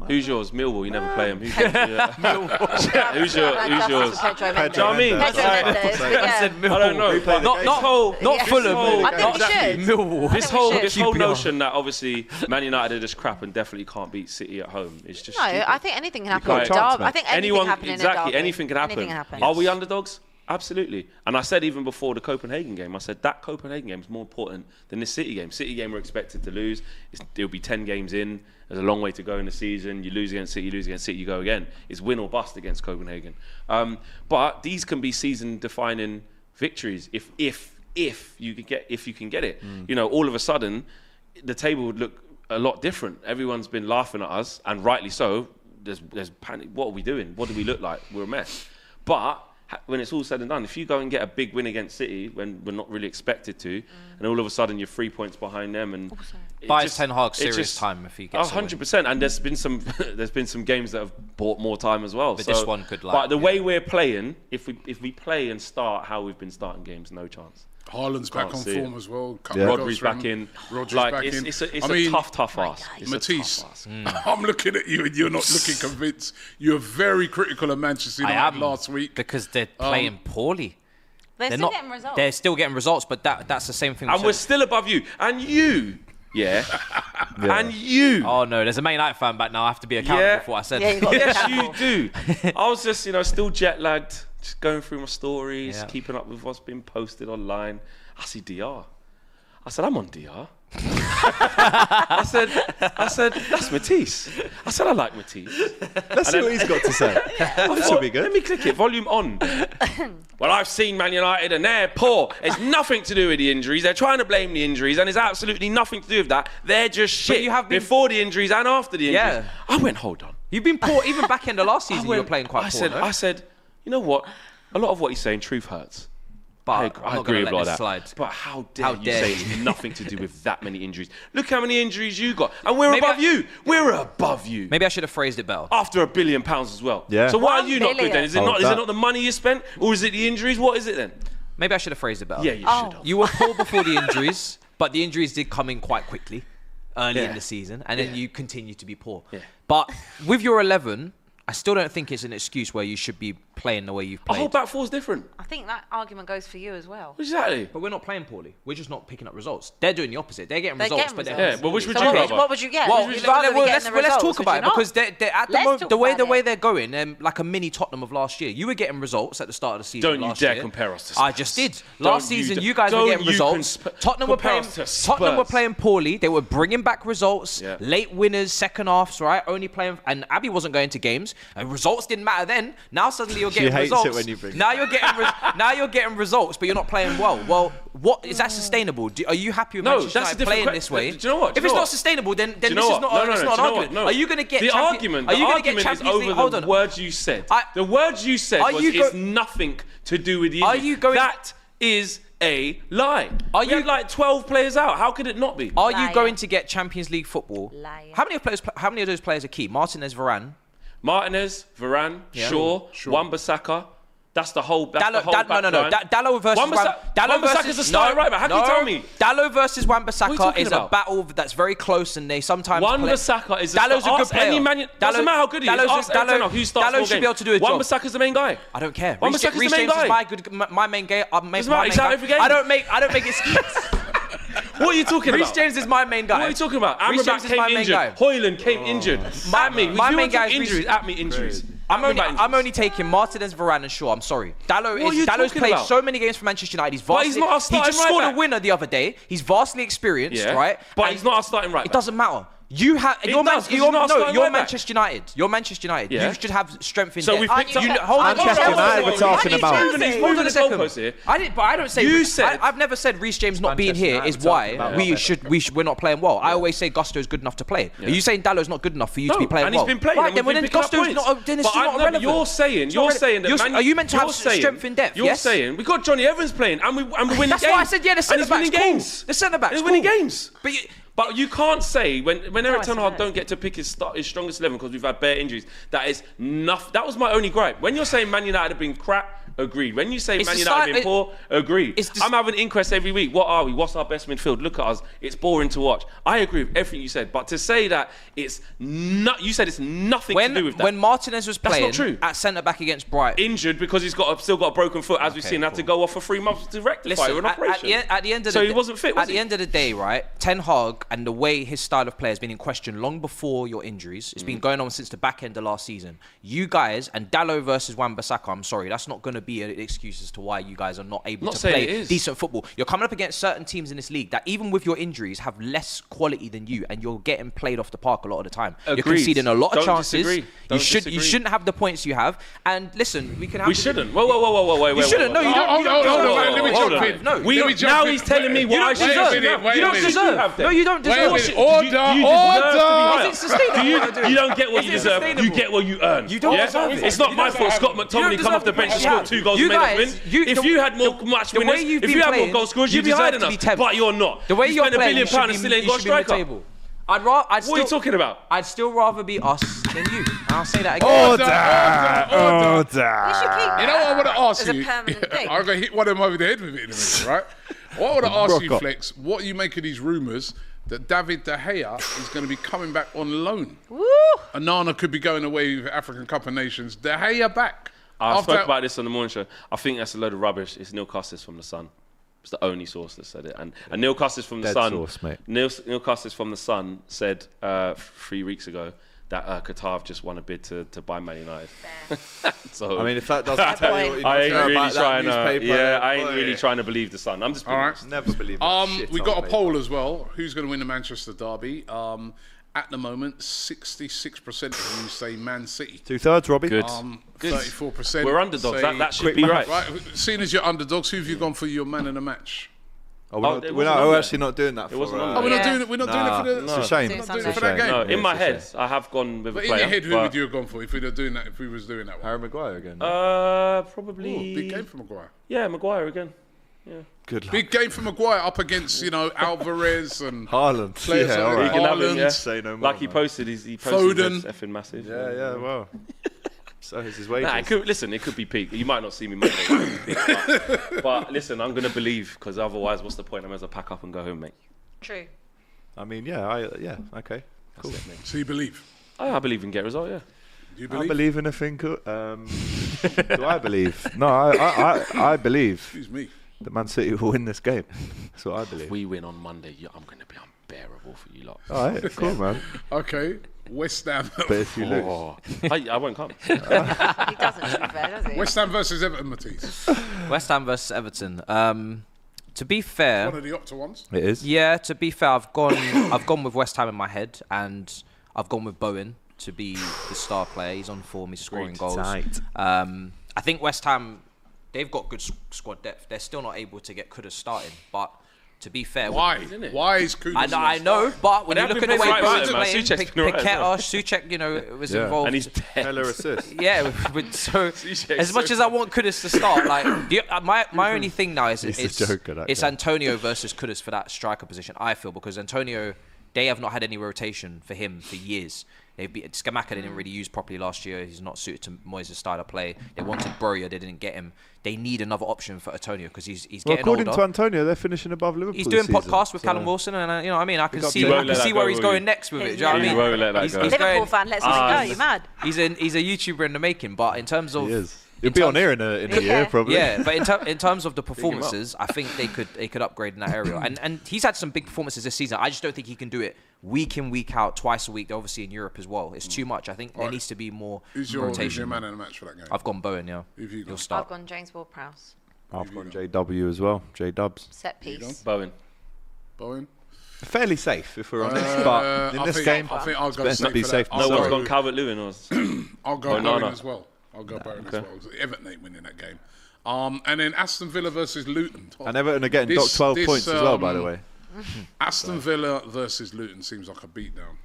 Speaker 5: Who's yours? Millwall. You never play him. Who's yours? Yeah. who's your,
Speaker 6: Like
Speaker 5: who's
Speaker 6: Justin
Speaker 5: yours?
Speaker 6: to Pedro Mendes.
Speaker 5: Do you know what I mean?
Speaker 6: Pedro
Speaker 5: Like-
Speaker 6: Mendes, but yeah.
Speaker 3: said
Speaker 5: I don't know.
Speaker 3: Millwall.
Speaker 5: Like,
Speaker 3: Not,
Speaker 5: this
Speaker 3: not,
Speaker 5: whole-
Speaker 3: not
Speaker 5: this
Speaker 3: Fulham.
Speaker 5: whole-
Speaker 3: not
Speaker 6: think we
Speaker 3: exactly.
Speaker 6: should.
Speaker 3: Millwall.
Speaker 5: This whole
Speaker 6: should.
Speaker 5: this whole
Speaker 3: QPR.
Speaker 5: notion that obviously Man United are just crap and definitely can't beat City at home is just
Speaker 6: No,
Speaker 5: stupid.
Speaker 6: I think anything can happen.
Speaker 5: got
Speaker 6: in a
Speaker 5: a chance,
Speaker 6: derby. I think anything
Speaker 5: anyone
Speaker 6: happening
Speaker 5: exactly
Speaker 6: in a derby.
Speaker 5: anything can happen.
Speaker 6: Anything can happen.
Speaker 5: Are we underdogs? Absolutely. And I said even before the Copenhagen game, I said that Copenhagen game is more important than this City game. City game we're expected to lose. It's, it'll be ten games in. There's a long way to go in the season. You lose against City, you lose against City, you go again. It's win or bust against Copenhagen. Um, but these can be season-defining victories if if if you can get if you can get it. You know, all of a sudden, the table would look a lot different. Everyone's been laughing at us, and rightly so. There's, there's panic. What are we doing? What do we look like? We're a mess. But ha- when it's all said and done, if you go and get a big win against City when we're not really expected to, and all of a sudden you're three points behind them, and it
Speaker 3: Buys
Speaker 5: just-
Speaker 3: Ten Hag
Speaker 5: it
Speaker 3: serious
Speaker 5: just-
Speaker 3: time if he
Speaker 5: a
Speaker 3: gets a win.
Speaker 5: hundred percent. And there's been some there's been some games that have bought more time as well.
Speaker 3: But
Speaker 5: So-
Speaker 3: this one could, like,
Speaker 5: But the
Speaker 3: yeah.
Speaker 5: way we're playing, if we if we play and start how we've been starting games, no chance.
Speaker 1: Haaland's
Speaker 5: Can't
Speaker 1: back on
Speaker 5: see it.
Speaker 1: form as well.
Speaker 5: Yeah.
Speaker 1: of goals
Speaker 5: Rodri's
Speaker 1: for him.
Speaker 5: back in.
Speaker 1: Rodri's
Speaker 5: Like,
Speaker 1: back
Speaker 5: it's-
Speaker 1: in.
Speaker 5: it's a- it's a tough, tough ask. It's a
Speaker 1: Matisse,
Speaker 5: tough
Speaker 4: Hmm.
Speaker 5: ask. Hmm.
Speaker 1: I'm looking at you and you're not looking convinced. You're very critical of Manchester
Speaker 3: I
Speaker 1: United
Speaker 3: am
Speaker 1: last week.
Speaker 3: because they're
Speaker 1: Um,
Speaker 3: playing poorly.
Speaker 6: They're, still
Speaker 3: not.
Speaker 6: getting results.
Speaker 3: They're still getting results, but that that's the same thing. we
Speaker 5: And we're
Speaker 3: said.
Speaker 5: still above you. And you, yeah. And you.
Speaker 3: Oh no, there's a Man United fan back now. I have to be accountable
Speaker 5: Yeah.
Speaker 3: for what I said.
Speaker 6: Yeah, you got
Speaker 5: yes, you do. I was just, you know, still jet lagged, just going through my stories,
Speaker 3: Yeah.
Speaker 5: keeping up with what's been posted online. I see DR. I said, I'm on DR. I said, I said, that's Matisse. I said, I like Matisse.
Speaker 2: Let's see what he's got to say. this will be
Speaker 5: Let
Speaker 2: good.
Speaker 5: me click it. Volume on. well, I've seen Man United and they're poor. It's nothing to do with the injuries. They're trying to blame the injuries, and it's absolutely nothing to do with that. They're just shit.
Speaker 3: you have been-
Speaker 5: before the injuries and after the injuries.
Speaker 3: Yeah.
Speaker 5: I went, hold on.
Speaker 3: You've been poor even back in the last season. you were
Speaker 5: went-
Speaker 3: playing quite
Speaker 5: I
Speaker 3: poor.
Speaker 5: said,
Speaker 3: no?
Speaker 5: I said, you know what? A lot of what he's saying, truth hurts.
Speaker 3: but
Speaker 5: I,
Speaker 3: I'm
Speaker 5: ag-
Speaker 3: not
Speaker 5: I
Speaker 3: gonna
Speaker 5: agree with
Speaker 3: let
Speaker 5: all
Speaker 3: this
Speaker 5: that.
Speaker 3: Slide.
Speaker 5: But how dare
Speaker 3: How
Speaker 5: you
Speaker 3: dare
Speaker 5: say
Speaker 3: you.
Speaker 5: it's nothing to do with that many injuries? Look how many injuries you got, and we're
Speaker 3: Maybe
Speaker 5: above
Speaker 3: I-
Speaker 5: you. We're above you.
Speaker 3: Maybe I should have phrased it better.
Speaker 5: After a billion pounds as well.
Speaker 2: Yeah.
Speaker 5: So why
Speaker 6: One
Speaker 5: are you not good then?
Speaker 6: billion.
Speaker 5: Is it
Speaker 2: Hold
Speaker 5: not? Is it
Speaker 2: that.
Speaker 5: not the money you spent, or is it the injuries? What is it then?
Speaker 3: Maybe I should have phrased it better.
Speaker 5: Yeah, you
Speaker 6: Oh.
Speaker 5: should have.
Speaker 3: You were poor before the injuries, but the injuries did come in quite quickly early in the season, and then you continue to be poor. But with your 11, I still don't think it's an excuse where you should be playing the way you've
Speaker 5: A
Speaker 3: played.
Speaker 5: whole back four's different.
Speaker 6: I think that argument goes for you as well.
Speaker 5: Exactly.
Speaker 3: but we're not playing poorly. We're just not picking up results. They're doing the opposite. They're getting
Speaker 6: They're
Speaker 3: results,
Speaker 6: getting
Speaker 3: but they're
Speaker 6: results.
Speaker 5: Yeah, but which would
Speaker 6: so
Speaker 5: you
Speaker 6: what,
Speaker 5: rather?
Speaker 6: What would you get?
Speaker 3: Well,
Speaker 6: Would you
Speaker 3: well,
Speaker 6: rather be
Speaker 3: well,
Speaker 6: getting
Speaker 3: let's,
Speaker 6: the
Speaker 3: well, let's
Speaker 6: results,
Speaker 3: talk
Speaker 6: would
Speaker 3: about
Speaker 6: you
Speaker 3: it
Speaker 6: not?
Speaker 3: because they're, they're at the
Speaker 6: Let's
Speaker 3: moment,
Speaker 6: talk
Speaker 3: the way
Speaker 6: about
Speaker 3: the way
Speaker 6: it.
Speaker 3: they're going, um, like a mini Tottenham of last year. You were getting results at the start of the season.
Speaker 5: Don't you
Speaker 3: last
Speaker 5: dare
Speaker 3: year.
Speaker 5: compare us to
Speaker 3: I
Speaker 5: Spurs.
Speaker 3: just did.
Speaker 5: Don't
Speaker 3: Last
Speaker 5: you
Speaker 3: season,
Speaker 5: da-
Speaker 3: you guys were
Speaker 5: don't
Speaker 3: getting
Speaker 5: you
Speaker 3: results.
Speaker 5: consp-
Speaker 3: Tottenham were
Speaker 5: compare
Speaker 3: playing.
Speaker 5: us to
Speaker 3: Tottenham were
Speaker 5: Spurs.
Speaker 3: playing poorly. They were bringing back results,
Speaker 5: Yeah.
Speaker 3: late winners, second halves, right? Only playing, and Abby wasn't going to games. And results didn't matter then. Now suddenly you're getting
Speaker 2: hates it
Speaker 3: results.
Speaker 2: when you bring
Speaker 3: now you're getting re- now you're getting results, but you're not playing well. Well, what is that sustainable? Do, are you happy with
Speaker 5: No,
Speaker 3: Manchester
Speaker 5: that's a
Speaker 3: United
Speaker 5: different
Speaker 3: playing
Speaker 5: que-
Speaker 3: this way?
Speaker 5: Do you know what? Do
Speaker 3: If
Speaker 5: you
Speaker 3: it's
Speaker 5: know
Speaker 3: not
Speaker 5: what?
Speaker 3: sustainable, then
Speaker 5: Do
Speaker 3: then
Speaker 5: you know
Speaker 3: this is
Speaker 5: what?
Speaker 3: not
Speaker 5: No,
Speaker 3: a-
Speaker 5: no,
Speaker 3: it's
Speaker 5: no,
Speaker 3: not
Speaker 5: do you
Speaker 3: an
Speaker 5: know what?
Speaker 3: argument.
Speaker 5: No.
Speaker 3: Are you going to get
Speaker 5: the
Speaker 3: champion-
Speaker 5: argument?
Speaker 3: Are you
Speaker 5: the
Speaker 3: going to get
Speaker 5: argument is
Speaker 3: Champions
Speaker 5: over
Speaker 3: League?
Speaker 5: the
Speaker 3: Hold on.
Speaker 5: words you said.
Speaker 3: I-
Speaker 5: the words you said
Speaker 3: Are
Speaker 5: was
Speaker 3: you go-
Speaker 5: it's nothing to do with the
Speaker 3: Are
Speaker 5: injuries."
Speaker 3: you going-
Speaker 5: That is a lie.
Speaker 3: Are
Speaker 5: we had
Speaker 3: you-
Speaker 5: like twelve players out? How could it not be?
Speaker 3: Are
Speaker 6: Liar.
Speaker 3: you going to get Champions League football?
Speaker 6: Liar.
Speaker 3: How many of players? How many of those players are key? Martinez, Varane.
Speaker 5: Martinez, Varane, Shaw, Wan-Bissaka. That's the whole. That's the
Speaker 3: Dallo,
Speaker 5: whole
Speaker 3: Dal- no, no, no. Da-
Speaker 5: back line.
Speaker 3: Dallo versus Wan-
Speaker 5: Wan-Bissaka-
Speaker 3: Dallo
Speaker 5: Wan-Bissaka's
Speaker 3: versus
Speaker 5: a starting
Speaker 3: no,
Speaker 5: right back. How can
Speaker 3: no.
Speaker 5: you tell me?
Speaker 3: Dallo versus
Speaker 5: What are you
Speaker 3: Wan-Bissaka
Speaker 5: talking
Speaker 3: is a
Speaker 5: about?
Speaker 3: battle that's very close, and they sometimes. play-
Speaker 5: Wan-Bissaka is a
Speaker 3: Dallo's a
Speaker 5: star-
Speaker 3: good
Speaker 5: ask
Speaker 3: player.
Speaker 5: Any man, doesn't
Speaker 3: Dallo-
Speaker 5: matter how good he
Speaker 3: Dallo's
Speaker 5: is.
Speaker 3: a-
Speaker 5: Ask Dallo,
Speaker 3: Dallo-
Speaker 5: who starts
Speaker 3: Dallo
Speaker 5: more
Speaker 3: should be
Speaker 5: games.
Speaker 3: able to do a job.
Speaker 5: Wan-Bissaka's the main guy.
Speaker 3: I don't care.
Speaker 5: Wan-Bissaka's
Speaker 3: Reece-
Speaker 5: the
Speaker 3: Reece
Speaker 5: main
Speaker 3: James
Speaker 5: guy.
Speaker 3: is my good, my, my main guy. Uh, my,
Speaker 5: Doesn't
Speaker 3: my
Speaker 5: matter,
Speaker 3: main
Speaker 5: he's out
Speaker 3: guy.
Speaker 5: every game.
Speaker 3: I don't make. I don't make excuses.
Speaker 5: What are you talking
Speaker 3: Reece
Speaker 5: about?
Speaker 3: James is my main guy.
Speaker 5: What are you talking about?
Speaker 3: Reece James
Speaker 5: Amrabat
Speaker 3: is
Speaker 5: came
Speaker 3: my main
Speaker 5: injured.
Speaker 3: guy.
Speaker 5: Hoyland came injured.
Speaker 3: Oh. My-
Speaker 5: at me.
Speaker 3: my
Speaker 5: If you
Speaker 3: main
Speaker 5: want to
Speaker 3: guy is
Speaker 5: injuries.
Speaker 3: Reece-
Speaker 5: At me injuries.
Speaker 3: I'm
Speaker 5: At me
Speaker 3: only,
Speaker 5: about
Speaker 3: I'm
Speaker 5: injuries.
Speaker 3: only taking Martinez, Varane, and Shaw. I'm sorry. Dallo
Speaker 5: What are
Speaker 3: is
Speaker 5: you
Speaker 3: Dallo's
Speaker 5: talking
Speaker 3: played
Speaker 5: about?
Speaker 3: so many games for Manchester United. He's
Speaker 5: But
Speaker 3: vastly,
Speaker 5: he's not our
Speaker 3: he
Speaker 5: starting
Speaker 3: just
Speaker 5: right
Speaker 3: scored
Speaker 5: back.
Speaker 3: a winner the other day. He's vastly experienced,
Speaker 5: Yeah.
Speaker 3: right?
Speaker 5: But
Speaker 3: And
Speaker 5: he's not our starting right
Speaker 3: It
Speaker 5: back.
Speaker 3: doesn't matter. You have.
Speaker 5: It
Speaker 3: You're, Man-
Speaker 5: does, 'cause
Speaker 3: you're,
Speaker 5: it's not a
Speaker 3: no,
Speaker 5: starting
Speaker 3: you're
Speaker 5: right back.
Speaker 3: Manchester United. You're Manchester United.
Speaker 5: Yeah.
Speaker 3: You should have strength in
Speaker 5: So
Speaker 3: there.
Speaker 5: we've picked
Speaker 3: you,
Speaker 5: up-
Speaker 3: you- hold on,
Speaker 5: Manchester
Speaker 3: hold on,
Speaker 5: United
Speaker 3: hold
Speaker 5: we're
Speaker 3: on.
Speaker 5: talking
Speaker 3: He's
Speaker 5: about.
Speaker 3: moving-
Speaker 5: He's
Speaker 3: hold
Speaker 5: moving
Speaker 3: on a
Speaker 5: the
Speaker 3: second.
Speaker 5: goalposts here.
Speaker 3: I didn't. But I don't say.
Speaker 5: You
Speaker 3: I-
Speaker 5: said-
Speaker 3: I've never said Reece James not being
Speaker 5: Manchester
Speaker 3: here
Speaker 5: United
Speaker 3: is
Speaker 5: we're talking
Speaker 3: why
Speaker 5: about.
Speaker 3: we
Speaker 5: Yeah.
Speaker 3: should we should, we're not playing well. I always say Gusto is good enough to play. Are you saying Dallo's not good enough for you to
Speaker 5: No,
Speaker 3: be playing
Speaker 5: and he's
Speaker 3: well?
Speaker 5: been playing,
Speaker 3: Right,
Speaker 5: and
Speaker 3: then
Speaker 5: we've
Speaker 3: when
Speaker 5: been picking up
Speaker 3: Gusto's
Speaker 5: points.
Speaker 3: not, oh, then it's
Speaker 5: But I-
Speaker 3: not
Speaker 5: no, but
Speaker 3: relevant.
Speaker 5: You're saying
Speaker 3: It's not
Speaker 5: you're
Speaker 3: relevant.
Speaker 5: saying that.
Speaker 3: You're-
Speaker 5: Man-
Speaker 3: are you meant to
Speaker 5: you're
Speaker 3: have s-
Speaker 5: saying-
Speaker 3: strength in depth?
Speaker 5: You're
Speaker 3: yes?
Speaker 5: saying we got Johnny Evans playing and we and we winning
Speaker 3: That's
Speaker 5: games.
Speaker 3: why I said, yeah, the
Speaker 5: and
Speaker 3: centre
Speaker 5: he's winning
Speaker 3: back's cool.
Speaker 5: games.
Speaker 3: The centre back's
Speaker 5: And he's winning
Speaker 3: cool.
Speaker 5: games.
Speaker 3: But you,
Speaker 5: But you can't say when, when
Speaker 3: I
Speaker 5: Eric Ten
Speaker 3: said
Speaker 5: Hag
Speaker 3: it.
Speaker 5: don't get to pick his, start, his strongest eleven because we've had bare injuries. That is nothing. That was my only gripe. When you're saying Man United have been crap, agreed. When you say
Speaker 3: It's
Speaker 5: Man
Speaker 3: the
Speaker 5: United have
Speaker 3: side-
Speaker 5: been poor, agreed.
Speaker 3: just-
Speaker 5: I'm having inquests every week. What are we? What's our best midfield? Look at us. It's boring to watch. I agree with everything you said, but to say that it's not, you said it's nothing
Speaker 3: when
Speaker 5: to do with that.
Speaker 3: when Martinez was
Speaker 5: That's
Speaker 3: playing
Speaker 5: not true.
Speaker 3: at centre back against Brighton,
Speaker 5: injured because he's got a, still got a broken foot, as we've
Speaker 3: Okay,
Speaker 5: seen, had to go off for three months to rectify
Speaker 3: Listen,
Speaker 5: with an
Speaker 3: at,
Speaker 5: operation.
Speaker 3: at the, en- at the end of
Speaker 5: so
Speaker 3: the
Speaker 5: he
Speaker 3: day-
Speaker 5: wasn't fit. Was
Speaker 3: at
Speaker 5: he?
Speaker 3: the end of the day, right? Ten Hag and the way his style of play has been in question long before your injuries. It's
Speaker 5: Mm.
Speaker 3: been going on since the back end of last season. You guys and Dallo versus Wan Bissaka. I'm sorry, that's not going to be an excuse as to why you guys are not able
Speaker 5: Not
Speaker 3: to
Speaker 5: saying it
Speaker 3: play
Speaker 5: is.
Speaker 3: decent football. You're coming up against certain teams in this league that even with your injuries have less quality than you, and you're getting played off the park a lot of the time. You're
Speaker 5: Agreed.
Speaker 3: conceding a lot of
Speaker 5: Don't
Speaker 3: chances.
Speaker 5: disagree.
Speaker 3: You
Speaker 5: Don't
Speaker 3: should you
Speaker 5: disagree.
Speaker 3: shouldn't have the points you have. And listen, we can have
Speaker 5: we
Speaker 3: the-
Speaker 5: shouldn't. Whoa, whoa, whoa, whoa, whoa, wait,
Speaker 3: You
Speaker 5: wait,
Speaker 3: shouldn't. No,
Speaker 5: wait,
Speaker 3: you
Speaker 5: wait.
Speaker 3: don't. you don't-
Speaker 5: hold
Speaker 3: no,
Speaker 5: on,
Speaker 3: no,
Speaker 5: let me
Speaker 3: hold
Speaker 5: jump
Speaker 3: on.
Speaker 5: in.
Speaker 3: No,
Speaker 5: We-
Speaker 3: let me
Speaker 5: now
Speaker 3: jump in.
Speaker 5: he's telling me what
Speaker 3: You
Speaker 5: I
Speaker 3: don't
Speaker 5: should
Speaker 3: deserve.
Speaker 5: do. Wait a minute,
Speaker 3: You don't
Speaker 5: wait a minute.
Speaker 3: deserve. No, you don't
Speaker 5: Wait a
Speaker 3: deserve.
Speaker 5: minute, order, order.
Speaker 3: Is it sustainable?
Speaker 5: Do you,
Speaker 3: What I do?
Speaker 5: you don't get what
Speaker 3: Is
Speaker 5: you
Speaker 3: it
Speaker 5: deserve. You
Speaker 3: sustainable?
Speaker 5: get what you earn.
Speaker 3: You don't
Speaker 5: Yeah?
Speaker 3: deserve it.
Speaker 5: It's not
Speaker 3: You
Speaker 5: my
Speaker 3: don't
Speaker 5: fault.
Speaker 3: deserve
Speaker 5: Scott
Speaker 3: it. You don't
Speaker 5: McTominay come off the
Speaker 3: deserve
Speaker 5: bench and
Speaker 3: it.
Speaker 5: scored two goals
Speaker 3: You
Speaker 5: and made us
Speaker 3: guys-
Speaker 5: win.
Speaker 3: you-
Speaker 5: If
Speaker 3: the-
Speaker 5: you had more match
Speaker 3: the way
Speaker 5: winners,
Speaker 3: you've
Speaker 5: if
Speaker 3: been
Speaker 5: you had more
Speaker 3: playing,
Speaker 5: goal scorers,
Speaker 3: you
Speaker 5: you'd be
Speaker 3: deserve
Speaker 5: higher
Speaker 3: to
Speaker 5: than
Speaker 3: be
Speaker 5: us.
Speaker 3: tenth.
Speaker 5: But you're not.
Speaker 3: The way
Speaker 5: you
Speaker 3: you're
Speaker 5: spend a
Speaker 3: playing, you
Speaker 5: billion
Speaker 3: should
Speaker 5: pounds
Speaker 3: be-
Speaker 5: and still ain't
Speaker 3: you
Speaker 5: got a
Speaker 3: should be mid
Speaker 5: striker.
Speaker 3: table. I'd ra- I'd
Speaker 5: What are you
Speaker 3: still-
Speaker 5: talking about?
Speaker 3: I'd still rather be us than you. And I'll say that again.
Speaker 1: Oh,
Speaker 10: Order, order.
Speaker 6: Ah.
Speaker 1: You know what I want to ask
Speaker 6: as a
Speaker 1: you?
Speaker 6: permanent thing.
Speaker 1: I'm going to hit one of them over the head with it in a minute, right? What I want to ask
Speaker 10: Rock
Speaker 1: you,
Speaker 10: up.
Speaker 1: Flex, what do you make of these rumours that David De Gea is going to be coming back on loan? Woo! Anana could be going away with African Cup of Nations. De Gea back.
Speaker 5: I
Speaker 1: After-
Speaker 5: spoke about this on the morning show. I think that's a load of rubbish. It's Neil Custis from the Sun. It's the only source that said it. And, and Neil Custis from the
Speaker 2: Dead
Speaker 5: Sun,
Speaker 2: source, mate.
Speaker 5: Neil, Neil Custis from the Sun said uh, three weeks ago that uh, Qatar have just won a bid to, to buy Man United. so
Speaker 2: I mean, if that doesn't tell you what you
Speaker 5: I
Speaker 2: need
Speaker 5: ain't
Speaker 2: to know
Speaker 5: really
Speaker 2: about
Speaker 5: trying
Speaker 2: that
Speaker 5: to.
Speaker 2: newspaper,
Speaker 5: Yeah, I ain't
Speaker 2: boy.
Speaker 5: really trying to believe the Sun. I'm just.
Speaker 1: All right.
Speaker 2: Never believe that
Speaker 1: Um,
Speaker 2: shit
Speaker 1: we
Speaker 2: on
Speaker 1: got a
Speaker 2: paper.
Speaker 1: poll as well. Who's going to win the Manchester derby? Um, at the moment, 66% of you say Man City.
Speaker 2: Two thirds, Robbie.
Speaker 5: Good.
Speaker 1: Um,
Speaker 5: Good.
Speaker 1: 34%.
Speaker 5: We're underdogs.
Speaker 1: say-
Speaker 5: That, that should
Speaker 2: Quick
Speaker 5: be
Speaker 2: math.
Speaker 5: right.
Speaker 1: Right, seeing as you're underdogs, who have you gone for your man in the match?
Speaker 2: Oh, we're,
Speaker 5: Oh,
Speaker 2: not,
Speaker 5: it
Speaker 2: we're,
Speaker 5: wasn't
Speaker 2: not,
Speaker 5: on
Speaker 2: we're
Speaker 5: there.
Speaker 2: actually not doing that.
Speaker 5: It
Speaker 2: for,
Speaker 5: wasn't on
Speaker 2: uh,
Speaker 5: there.
Speaker 1: Oh, we're not
Speaker 6: Yeah.
Speaker 1: doing it. We're not
Speaker 2: Nah,
Speaker 1: doing it for the.
Speaker 2: it's a shame.
Speaker 1: We're not
Speaker 6: It's a
Speaker 1: doing it for
Speaker 6: shame.
Speaker 1: that game.
Speaker 5: No,
Speaker 2: Yeah,
Speaker 5: in my
Speaker 2: it's a
Speaker 5: head, I have gone with
Speaker 1: But
Speaker 5: a
Speaker 1: in
Speaker 5: player.
Speaker 1: your head, who
Speaker 5: but-
Speaker 1: would you have gone for if we were doing that? If we was doing that one,
Speaker 2: Harry Maguire again.
Speaker 5: Uh,
Speaker 1: Ooh,
Speaker 5: probably.
Speaker 1: big game for Maguire.
Speaker 5: Yeah, Maguire again.
Speaker 2: Good luck.
Speaker 1: Big game for Maguire up against you know Alvarez and
Speaker 2: Haaland.
Speaker 1: players
Speaker 2: yeah,
Speaker 1: like
Speaker 2: all
Speaker 1: that.
Speaker 2: right.
Speaker 5: He can have him,
Speaker 1: Haaland.
Speaker 5: yeah.
Speaker 2: Say no more,
Speaker 5: like he
Speaker 2: man.
Speaker 5: posted, he's, he posted
Speaker 1: Foden.
Speaker 5: Foden. effing massive.
Speaker 2: Yeah, yeah, well. so is his wages.
Speaker 5: Nah, it could, listen, it could be peak. You might not see me Monday. it could be peak, but, but listen, I'm gonna believe because otherwise, what's the point? I'm as well pack up and go home, mate.
Speaker 6: True.
Speaker 2: I mean, yeah, I, yeah, okay. Cool.
Speaker 1: So you believe?
Speaker 5: Oh, I, I believe in get a result. Yeah.
Speaker 1: Do you
Speaker 2: I
Speaker 1: believe?
Speaker 2: believe in a thing. co- Um, do I believe? No, I, I, I, I believe
Speaker 1: Excuse me.
Speaker 2: that Man City will win this game. That's what I believe.
Speaker 5: We win on Monday. Yeah, I'm gonna be unbearable for you lot.
Speaker 2: All right, cool, man.
Speaker 1: Okay, West Ham.
Speaker 2: But if you lose,
Speaker 5: Oh, I, I won't come.
Speaker 6: He doesn't, to be fair, does he?
Speaker 1: West Ham versus Everton, Matisse.
Speaker 3: West Ham versus Everton. Um, to be fair,
Speaker 1: One of the Opta ones.
Speaker 2: it is.
Speaker 3: Yeah, to be fair, I've gone I've gone with West Ham in my head and I've gone with Bowen to be the star player. He's on form, he's scoring goals.
Speaker 2: Tight.
Speaker 3: Um, I think West Ham they've got good s- squad depth. They're still not able to get Kudus starting, but to be fair,
Speaker 1: Why?
Speaker 5: it?
Speaker 1: Why is Kudus?
Speaker 3: I know, I know, but when
Speaker 5: They
Speaker 3: you
Speaker 5: have
Speaker 3: look at
Speaker 5: been
Speaker 3: the way
Speaker 5: playing right
Speaker 3: Bowen's
Speaker 5: back, man.
Speaker 3: playing,
Speaker 5: Suchek's
Speaker 3: Pik-
Speaker 5: been right as
Speaker 3: Piquetta,
Speaker 5: well.
Speaker 3: Suchek, you know, was
Speaker 2: Yeah.
Speaker 3: involved.
Speaker 5: And he's dead.
Speaker 2: Hella assist.
Speaker 3: Yeah, with- with- so
Speaker 5: Suchet's
Speaker 3: as much
Speaker 5: so
Speaker 3: as I want Kudus to start, like the, uh, my my only thing now is
Speaker 2: He's the
Speaker 3: it's,
Speaker 2: joker, that
Speaker 3: it's
Speaker 2: guy.
Speaker 3: Antonio versus Kudus for that striker position. I feel because Antonio, they have not had any rotation for him for years. They've be, Skamaka they didn't really use properly last year. He's not suited to Moyes' style of play. They wanted Broya, they didn't get him. They need another option for Antonio because he's he's
Speaker 2: Well,
Speaker 3: getting
Speaker 2: according
Speaker 3: older.
Speaker 2: to Antonio, they're finishing above Liverpool.
Speaker 3: He's
Speaker 2: this
Speaker 3: doing
Speaker 2: season,
Speaker 3: podcasts with
Speaker 2: so-
Speaker 3: Callum Wilson, and uh, you know what I mean. I can
Speaker 2: Big up
Speaker 3: see,
Speaker 2: to him.
Speaker 3: I
Speaker 2: You
Speaker 5: won't
Speaker 3: can
Speaker 5: let
Speaker 3: see
Speaker 5: that
Speaker 3: where
Speaker 5: go,
Speaker 3: he's
Speaker 5: will
Speaker 3: going
Speaker 5: you?
Speaker 3: next with it. Do you
Speaker 6: You
Speaker 3: know what I
Speaker 6: won't
Speaker 3: mean?
Speaker 5: let that
Speaker 3: he's,
Speaker 5: go.
Speaker 3: he's
Speaker 6: Liverpool
Speaker 3: going-
Speaker 6: fan, let's not go. You're mad.
Speaker 3: He's a he's a YouTube renamaking, but in terms of
Speaker 2: He is. He'll be on here in a, in a year, probably.
Speaker 3: yeah, but in, ter- in terms of the performances, I think they could they could upgrade in that area. And and he's had some big performances this season. I just don't think he can do it week in week out, twice a week. Obviously in Europe as well, it's too much. I think there needs to be more
Speaker 1: Who's your,
Speaker 3: rotation.
Speaker 1: who's your man in the match for that game?
Speaker 3: I've gone Bowen. Yeah,
Speaker 1: Who've you
Speaker 3: you'll
Speaker 1: got?
Speaker 6: I've
Speaker 3: start.
Speaker 6: gone James Ward-Prowse.
Speaker 2: I've got JW as well. J Dubs.
Speaker 6: Set piece.
Speaker 5: Bowen.
Speaker 1: Bowen.
Speaker 2: Fairly safe, if we're honest. but in
Speaker 1: Uh, I
Speaker 2: this
Speaker 1: think-
Speaker 2: game,
Speaker 1: I think I'll go
Speaker 2: best
Speaker 1: safe
Speaker 2: not be
Speaker 1: for
Speaker 2: safe.
Speaker 1: that. Oh, I'll
Speaker 5: No one's
Speaker 1: go-
Speaker 5: gone Calvert Lewin or.
Speaker 1: I'll go
Speaker 5: or
Speaker 1: Bowen
Speaker 5: Nana.
Speaker 1: as well. I'll go Bowen as
Speaker 5: okay.
Speaker 1: well. Everton ain't winning that game. Um, and then Aston Villa versus Luton.
Speaker 2: And Everton are getting docked 12 points as well, by
Speaker 1: um,
Speaker 2: the way.
Speaker 1: Aston Villa versus Luton seems like a beatdown.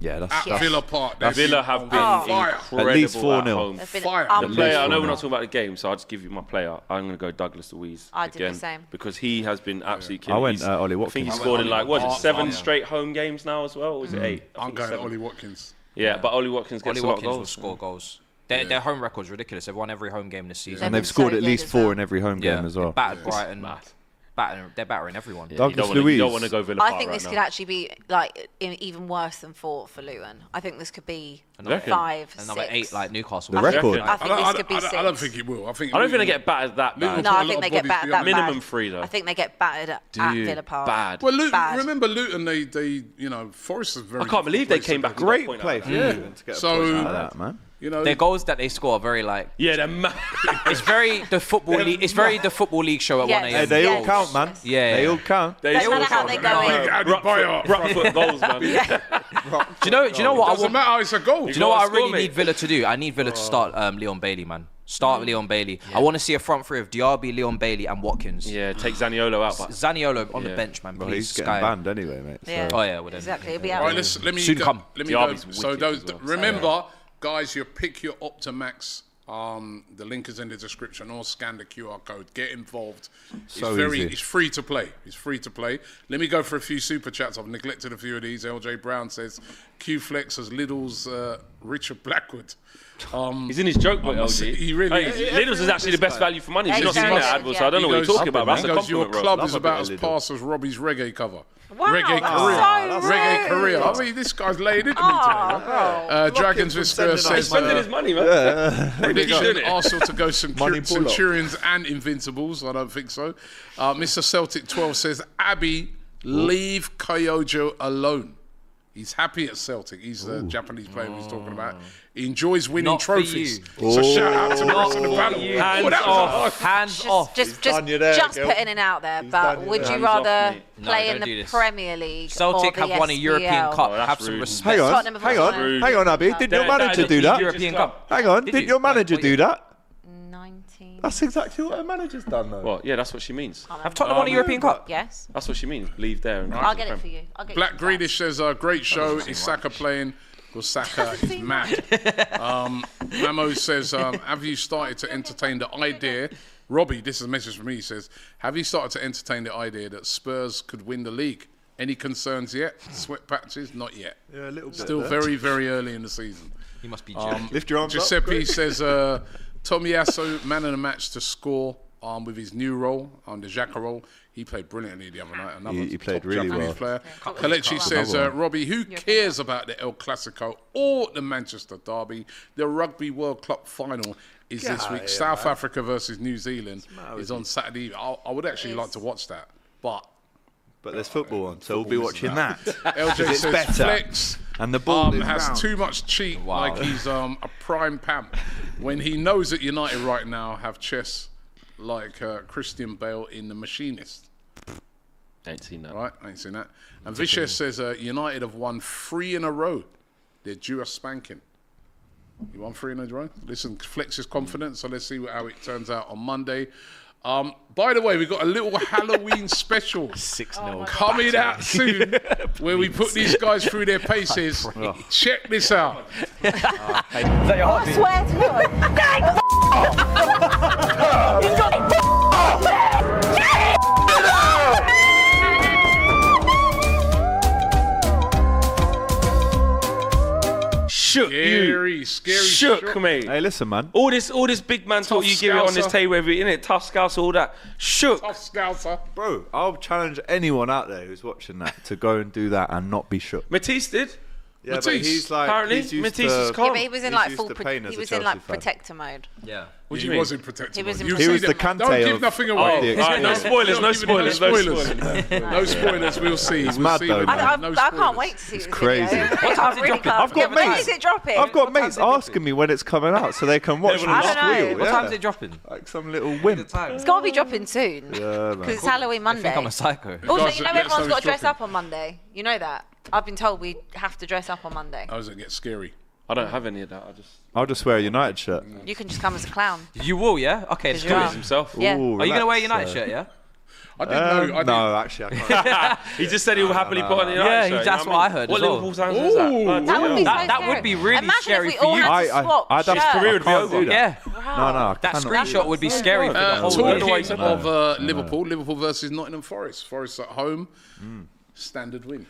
Speaker 2: Yeah, that's,
Speaker 1: At
Speaker 2: that's
Speaker 1: Villa Park,
Speaker 2: that's-
Speaker 5: Villa have been
Speaker 1: Oh. Fire.
Speaker 5: incredible.
Speaker 2: At least
Speaker 5: at
Speaker 2: 4-0.
Speaker 5: home.
Speaker 1: They've been Fire.
Speaker 5: The
Speaker 1: unbelievable.
Speaker 5: player, I know we're not
Speaker 2: 4-0.
Speaker 5: talking about the game, so I'll just give you my player. I'm going to go Douglas Luiz.
Speaker 6: I did the
Speaker 5: again,
Speaker 6: same.
Speaker 5: Because he has been absolutely
Speaker 2: I
Speaker 5: killing
Speaker 2: went,
Speaker 5: He's-
Speaker 2: uh, Ollie
Speaker 5: I think
Speaker 2: Watkins.
Speaker 5: he
Speaker 2: I went Mm.
Speaker 5: scored in
Speaker 2: Ollie
Speaker 5: like, what, is it,
Speaker 1: Watkins.
Speaker 5: seven
Speaker 1: Yeah.
Speaker 5: straight home games now as well? Or is it eight? I
Speaker 1: I'm
Speaker 5: think
Speaker 1: going
Speaker 5: seven.
Speaker 1: Ollie Watkins.
Speaker 5: Yeah, but Ollie Watkins gets
Speaker 3: Ollie
Speaker 5: a lot of
Speaker 3: Watkins will
Speaker 5: goals.
Speaker 3: score goals. Their, their home record's ridiculous. They've won every home game this season.
Speaker 2: And they've scored at least four in every home
Speaker 3: Yeah.
Speaker 2: game as well.
Speaker 3: Battered Brighton. Battering, they're battering everyone.
Speaker 2: Douglas Luiz.
Speaker 6: I think this could actually be like in, even worse than four for Luton. I think this could be five,
Speaker 3: another
Speaker 6: six.
Speaker 3: eight like Newcastle.
Speaker 2: The
Speaker 6: I
Speaker 2: record.
Speaker 6: think- I think
Speaker 1: I don't-
Speaker 6: this could be
Speaker 1: I
Speaker 6: six.
Speaker 1: don't- I don't think it will. I think
Speaker 5: I don't think they
Speaker 1: Luton-
Speaker 5: get battered that
Speaker 6: no,
Speaker 5: bad.
Speaker 1: Luton put a
Speaker 6: I
Speaker 1: lot
Speaker 6: think
Speaker 1: of
Speaker 6: they get
Speaker 1: bodies
Speaker 6: battered
Speaker 1: behind
Speaker 6: that
Speaker 1: them.
Speaker 6: bad.
Speaker 5: Minimum three, though.
Speaker 6: I think they get battered at,
Speaker 5: Do
Speaker 6: at
Speaker 5: you?
Speaker 6: Villa Park.
Speaker 5: Bad.
Speaker 1: Well, Luton,
Speaker 6: Bad.
Speaker 1: remember Luton? They, they, you know, Forest is very.
Speaker 5: I can't believe they
Speaker 1: Forest
Speaker 5: came
Speaker 1: are
Speaker 5: back.
Speaker 1: good.
Speaker 2: Great play for
Speaker 1: Yeah.
Speaker 2: England to get a
Speaker 1: So-
Speaker 2: point out of that, man.
Speaker 1: You know,
Speaker 3: Their goals that they score are very like
Speaker 5: Yeah, they're mad.
Speaker 3: it's very the football league. It's very the football league show at
Speaker 6: Yes.
Speaker 3: one
Speaker 2: Hey,
Speaker 3: a.m.
Speaker 2: they all
Speaker 6: Yes.
Speaker 2: count, man.
Speaker 3: Yeah,
Speaker 2: They
Speaker 3: yeah.
Speaker 2: all count.
Speaker 5: They
Speaker 6: Doesn't
Speaker 5: scored
Speaker 6: matter how they
Speaker 5: some
Speaker 6: go
Speaker 5: big
Speaker 6: in.
Speaker 5: Rutherford- Rutherford goals, man.
Speaker 3: Do you know? Do you know what I
Speaker 1: doesn't
Speaker 3: want?
Speaker 1: matter. It's a goal.
Speaker 3: Do you know what I
Speaker 5: score,
Speaker 3: really
Speaker 5: mate.
Speaker 3: need Villa to do? I need Villa to start um, Leon Bailey, man. Start
Speaker 5: Mm.
Speaker 3: Leon Bailey. I want to see a front three of Diaby, Leon Bailey, and Watkins.
Speaker 5: Yeah, take Zaniolo out. But
Speaker 3: Zaniolo on
Speaker 5: Yeah.
Speaker 3: the bench, man. Please,
Speaker 2: Well, Oh, he's getting
Speaker 3: Sky.
Speaker 2: banned anyway, mate. so-
Speaker 6: Yeah.
Speaker 3: Oh yeah, well, then.
Speaker 6: Exactly. It'll be
Speaker 1: All
Speaker 6: out.
Speaker 1: right, let's, let me
Speaker 3: Soon
Speaker 1: go-
Speaker 3: come.
Speaker 1: Let me
Speaker 5: Diaby's
Speaker 1: go. So
Speaker 5: wicked
Speaker 1: those,
Speaker 5: as well.
Speaker 1: remember, guys, you pick your Optimax. Um, the link is in the description, or scan the QR code. Get involved.
Speaker 2: So
Speaker 1: it's very,
Speaker 2: easy.
Speaker 1: it's free to play. It's free to play. Let me go for a few super chats. I've neglected a few of these. LJ Brown says, "Q Flex as Little's uh, Richard Blackwood." Um,
Speaker 5: He's in his joke book,
Speaker 1: I must
Speaker 5: LG.
Speaker 1: say, he really
Speaker 5: Hey,
Speaker 1: is.
Speaker 5: Liddles is actually the best value for money. He's not seen
Speaker 6: Exactly.
Speaker 5: that advert, so I don't know
Speaker 1: He
Speaker 5: what you're
Speaker 1: goes-
Speaker 5: talking about. but That's
Speaker 1: he
Speaker 5: a
Speaker 1: goes, your
Speaker 5: compliment,
Speaker 1: club
Speaker 5: Rob.
Speaker 1: is
Speaker 2: Love a bit
Speaker 1: about
Speaker 2: of
Speaker 1: as
Speaker 2: Lidl."
Speaker 1: fast as Robbie's reggae cover.
Speaker 6: Wow,
Speaker 1: reggae
Speaker 6: that's
Speaker 1: career.
Speaker 6: so
Speaker 1: reggae
Speaker 6: rude.
Speaker 1: career. I mean, this guy's laying into me today.
Speaker 6: Oh, bro.
Speaker 1: Uh, Dragons
Speaker 2: from
Speaker 1: Whisperer
Speaker 2: sending us
Speaker 1: says
Speaker 5: Spending
Speaker 1: uh,
Speaker 5: his money, man.
Speaker 1: prediction
Speaker 5: doing it.
Speaker 1: Arsenal to go Centur-
Speaker 2: Money pull-up.
Speaker 1: Centurions and Invincibles. I don't think so. Uh, Mr. Celtic 12 says, Abby, leave Kyojo alone. He's happy at Celtic. He's the Japanese player he's talking about.
Speaker 5: Oh.
Speaker 1: He enjoys winning
Speaker 3: Not for
Speaker 1: trophies.
Speaker 3: you.
Speaker 1: So shout out to the rest of the panel. Oh,
Speaker 5: Hands
Speaker 1: that was a hard
Speaker 5: off.
Speaker 3: Hands
Speaker 6: Just,
Speaker 3: off.
Speaker 6: just,
Speaker 2: done
Speaker 6: just,
Speaker 2: you there,
Speaker 6: just
Speaker 2: Gil.
Speaker 6: putting it out there.
Speaker 2: He's
Speaker 6: but
Speaker 2: done you
Speaker 6: would
Speaker 2: there.
Speaker 6: you
Speaker 5: Hands off
Speaker 6: rather
Speaker 5: me.
Speaker 3: No,
Speaker 6: play
Speaker 3: don't
Speaker 6: in
Speaker 3: do
Speaker 6: the
Speaker 3: this.
Speaker 6: Premier League or
Speaker 3: Celtic
Speaker 6: the
Speaker 3: have won a European
Speaker 6: SPL?
Speaker 3: Cup.
Speaker 5: Oh, that's
Speaker 3: have some
Speaker 5: rude.
Speaker 3: respect.
Speaker 2: Hang on,
Speaker 6: Tottenham have
Speaker 2: hang
Speaker 6: won
Speaker 2: on,
Speaker 6: it.
Speaker 2: hang on, Abby. Didn't your
Speaker 5: That- that
Speaker 2: manager
Speaker 5: is
Speaker 2: do that?
Speaker 3: European Cup.
Speaker 2: Hang on,
Speaker 3: Did
Speaker 2: didn't
Speaker 3: you?
Speaker 2: your manager
Speaker 3: Wait, wait.
Speaker 2: do that?
Speaker 6: 19.
Speaker 2: That's exactly what her manager's done, though.
Speaker 5: Well, yeah, that's what she means.
Speaker 3: Have Tottenham
Speaker 5: Um,
Speaker 3: won a European Cup?
Speaker 6: Yes.
Speaker 5: That's what she means. Leave there and
Speaker 6: I'll get it for you. I'll get
Speaker 1: Black
Speaker 6: you
Speaker 1: Greenish says, uh, great show. Is Saka playing? Because Saka is mad. Um, Mamo says, um, have you started to entertain the idea? Robbie, this is a message from me. He says, have you started to entertain the idea that Spurs could win the league? Any concerns yet? Sweat patches? Not yet.
Speaker 2: Yeah, a little bit
Speaker 1: Still
Speaker 2: there.
Speaker 1: very, very early in the season.
Speaker 3: He must be joking.
Speaker 2: Lift your arms up.
Speaker 1: Giuseppe says uh, Tomiyasu, man of the match to score um, with his new role on the Xhaka role. He played brilliantly the other night. Another
Speaker 2: He- he played
Speaker 1: top
Speaker 2: really
Speaker 1: Japanese
Speaker 2: well.
Speaker 1: player. Kalechi says, uh, Robbie, who cares about the El Clasico or the Manchester Derby? The Rugby World Cup final is this week. South Africa versus New Zealand is on Saturday. evening. I, I would actually like to watch that, but
Speaker 2: But there's football on, so we'll be watching that.
Speaker 1: LJ
Speaker 2: It's
Speaker 1: says
Speaker 2: better.
Speaker 1: flex
Speaker 2: And the ball
Speaker 1: um,
Speaker 2: is
Speaker 1: has
Speaker 2: round.
Speaker 1: too much cheek, like he's um, a prime pamp. when he knows that United right now have chess like uh, Christian Bale in The Machinist.
Speaker 5: Ain't seen that.
Speaker 1: Right, I ain't seen that. And Vicious says uh, United have won three in a row. They're due a spanking. You won three in a row. Listen, flex his confidence. So let's see how it turns out on Monday. Um, by the way, we've got a little Halloween special
Speaker 3: Six 0
Speaker 1: coming out soon where we put these guys through their paces. Check this out.
Speaker 4: I swear to God. Get off! You got- Get
Speaker 5: Shook you.
Speaker 1: Scary, scary.
Speaker 5: Shook, mate.
Speaker 2: Hey, listen, man.
Speaker 5: All this, all this big man talk you give it on this
Speaker 1: scouser.
Speaker 5: table every in it, tough scouts, all that. Shook.
Speaker 1: Tough scouser.
Speaker 2: Bro, I'll challenge anyone out there who's watching that to go and do that and not be shook.
Speaker 5: Matisse did.
Speaker 2: Yeah, but
Speaker 1: Matisse.
Speaker 2: he's like
Speaker 1: Apparently,
Speaker 2: he's used
Speaker 1: Matisse
Speaker 2: to,
Speaker 1: is
Speaker 6: Yeah, but he was in
Speaker 2: he's
Speaker 6: like
Speaker 2: used
Speaker 6: full.
Speaker 2: to
Speaker 6: Pro-
Speaker 2: playing as
Speaker 6: he
Speaker 2: a
Speaker 6: was in like
Speaker 2: Chelsea fan.
Speaker 6: protector mode.
Speaker 3: Yeah.
Speaker 1: What do
Speaker 2: He
Speaker 1: you mean?
Speaker 2: was
Speaker 1: in protective.
Speaker 6: He was in protective
Speaker 1: mode. see
Speaker 6: mode.
Speaker 2: He was
Speaker 1: that-
Speaker 2: the Kante
Speaker 1: Don't give
Speaker 2: of-
Speaker 1: nothing
Speaker 2: of
Speaker 1: away.
Speaker 2: the
Speaker 1: All right, no
Speaker 2: experience.
Speaker 1: spoilers. No spoilers. No spoilers. No
Speaker 6: No.
Speaker 1: spoilers. We'll see.
Speaker 2: He's
Speaker 1: we'll
Speaker 2: mad
Speaker 1: see
Speaker 2: though,
Speaker 1: with
Speaker 2: man.
Speaker 6: I, I,
Speaker 1: that. No
Speaker 6: I can't
Speaker 1: spoilers.
Speaker 6: wait to see. It's
Speaker 2: crazy.
Speaker 6: What time's it dropping?
Speaker 2: I've got
Speaker 6: When
Speaker 2: mates-
Speaker 6: is it dropping?
Speaker 2: I've
Speaker 6: What
Speaker 2: got
Speaker 6: time's
Speaker 2: mates
Speaker 6: it dropping?
Speaker 2: asking me when it's coming out so they can watch me
Speaker 6: I don't know.
Speaker 2: squeal.
Speaker 3: What
Speaker 2: yeah.
Speaker 3: time's it dropping?
Speaker 2: Like some little wimp.
Speaker 6: It's got to be dropping soon.
Speaker 2: Yeah, man.
Speaker 6: Because it's Halloween
Speaker 3: I
Speaker 6: Monday.
Speaker 3: think I'm a psycho.
Speaker 6: Also,
Speaker 1: Guys,
Speaker 6: you know
Speaker 1: let us know
Speaker 6: everyone's got
Speaker 1: who's
Speaker 6: to dress
Speaker 1: dropping.
Speaker 6: up on Monday. You know that. I've been told we have to dress up on Monday.
Speaker 1: How does it get scary?
Speaker 5: I don't have any of that. I just
Speaker 2: I'll just wear a United shirt.
Speaker 6: You can just come as a clown.
Speaker 3: You will, yeah? Okay,
Speaker 6: Because
Speaker 3: let's do
Speaker 6: you
Speaker 3: it.
Speaker 6: are.
Speaker 3: Are
Speaker 5: himself.
Speaker 6: Yeah.
Speaker 2: Ooh,
Speaker 3: you going to wear
Speaker 2: relax,
Speaker 3: a United
Speaker 2: uh,
Speaker 3: shirt, yeah?
Speaker 1: I didn't know. I
Speaker 2: Um,
Speaker 1: didn't.
Speaker 2: no, actually, I can't.
Speaker 5: He just said he will happily put on the
Speaker 3: Yeah,
Speaker 5: United
Speaker 3: he-
Speaker 5: shirt,
Speaker 3: that's
Speaker 5: you know
Speaker 3: what I
Speaker 5: mean?
Speaker 3: heard
Speaker 5: What
Speaker 3: as well.
Speaker 5: Liverpool fans is that?
Speaker 1: Ooh.
Speaker 5: Bloody
Speaker 6: That would be
Speaker 5: hell.
Speaker 3: That-
Speaker 6: so
Speaker 3: that
Speaker 6: scary.
Speaker 3: would be really
Speaker 6: Imagine
Speaker 3: scary
Speaker 6: if we
Speaker 3: for
Speaker 6: all
Speaker 3: you.
Speaker 6: had
Speaker 2: I,
Speaker 6: to
Speaker 2: I,
Speaker 6: swap
Speaker 2: I'd have
Speaker 6: shirts.
Speaker 2: to,
Speaker 5: career would be
Speaker 2: I can't
Speaker 5: over.
Speaker 2: do that.
Speaker 3: Yeah.
Speaker 2: No, no, I
Speaker 3: That
Speaker 2: cannot do
Speaker 3: screenshot would be scary for the
Speaker 1: Uh,
Speaker 3: whole world.
Speaker 1: talking of uh,
Speaker 5: Mm.
Speaker 1: Liverpool, Liverpool versus Nottingham Forest. Forest at home,
Speaker 5: Mm.
Speaker 1: standard win.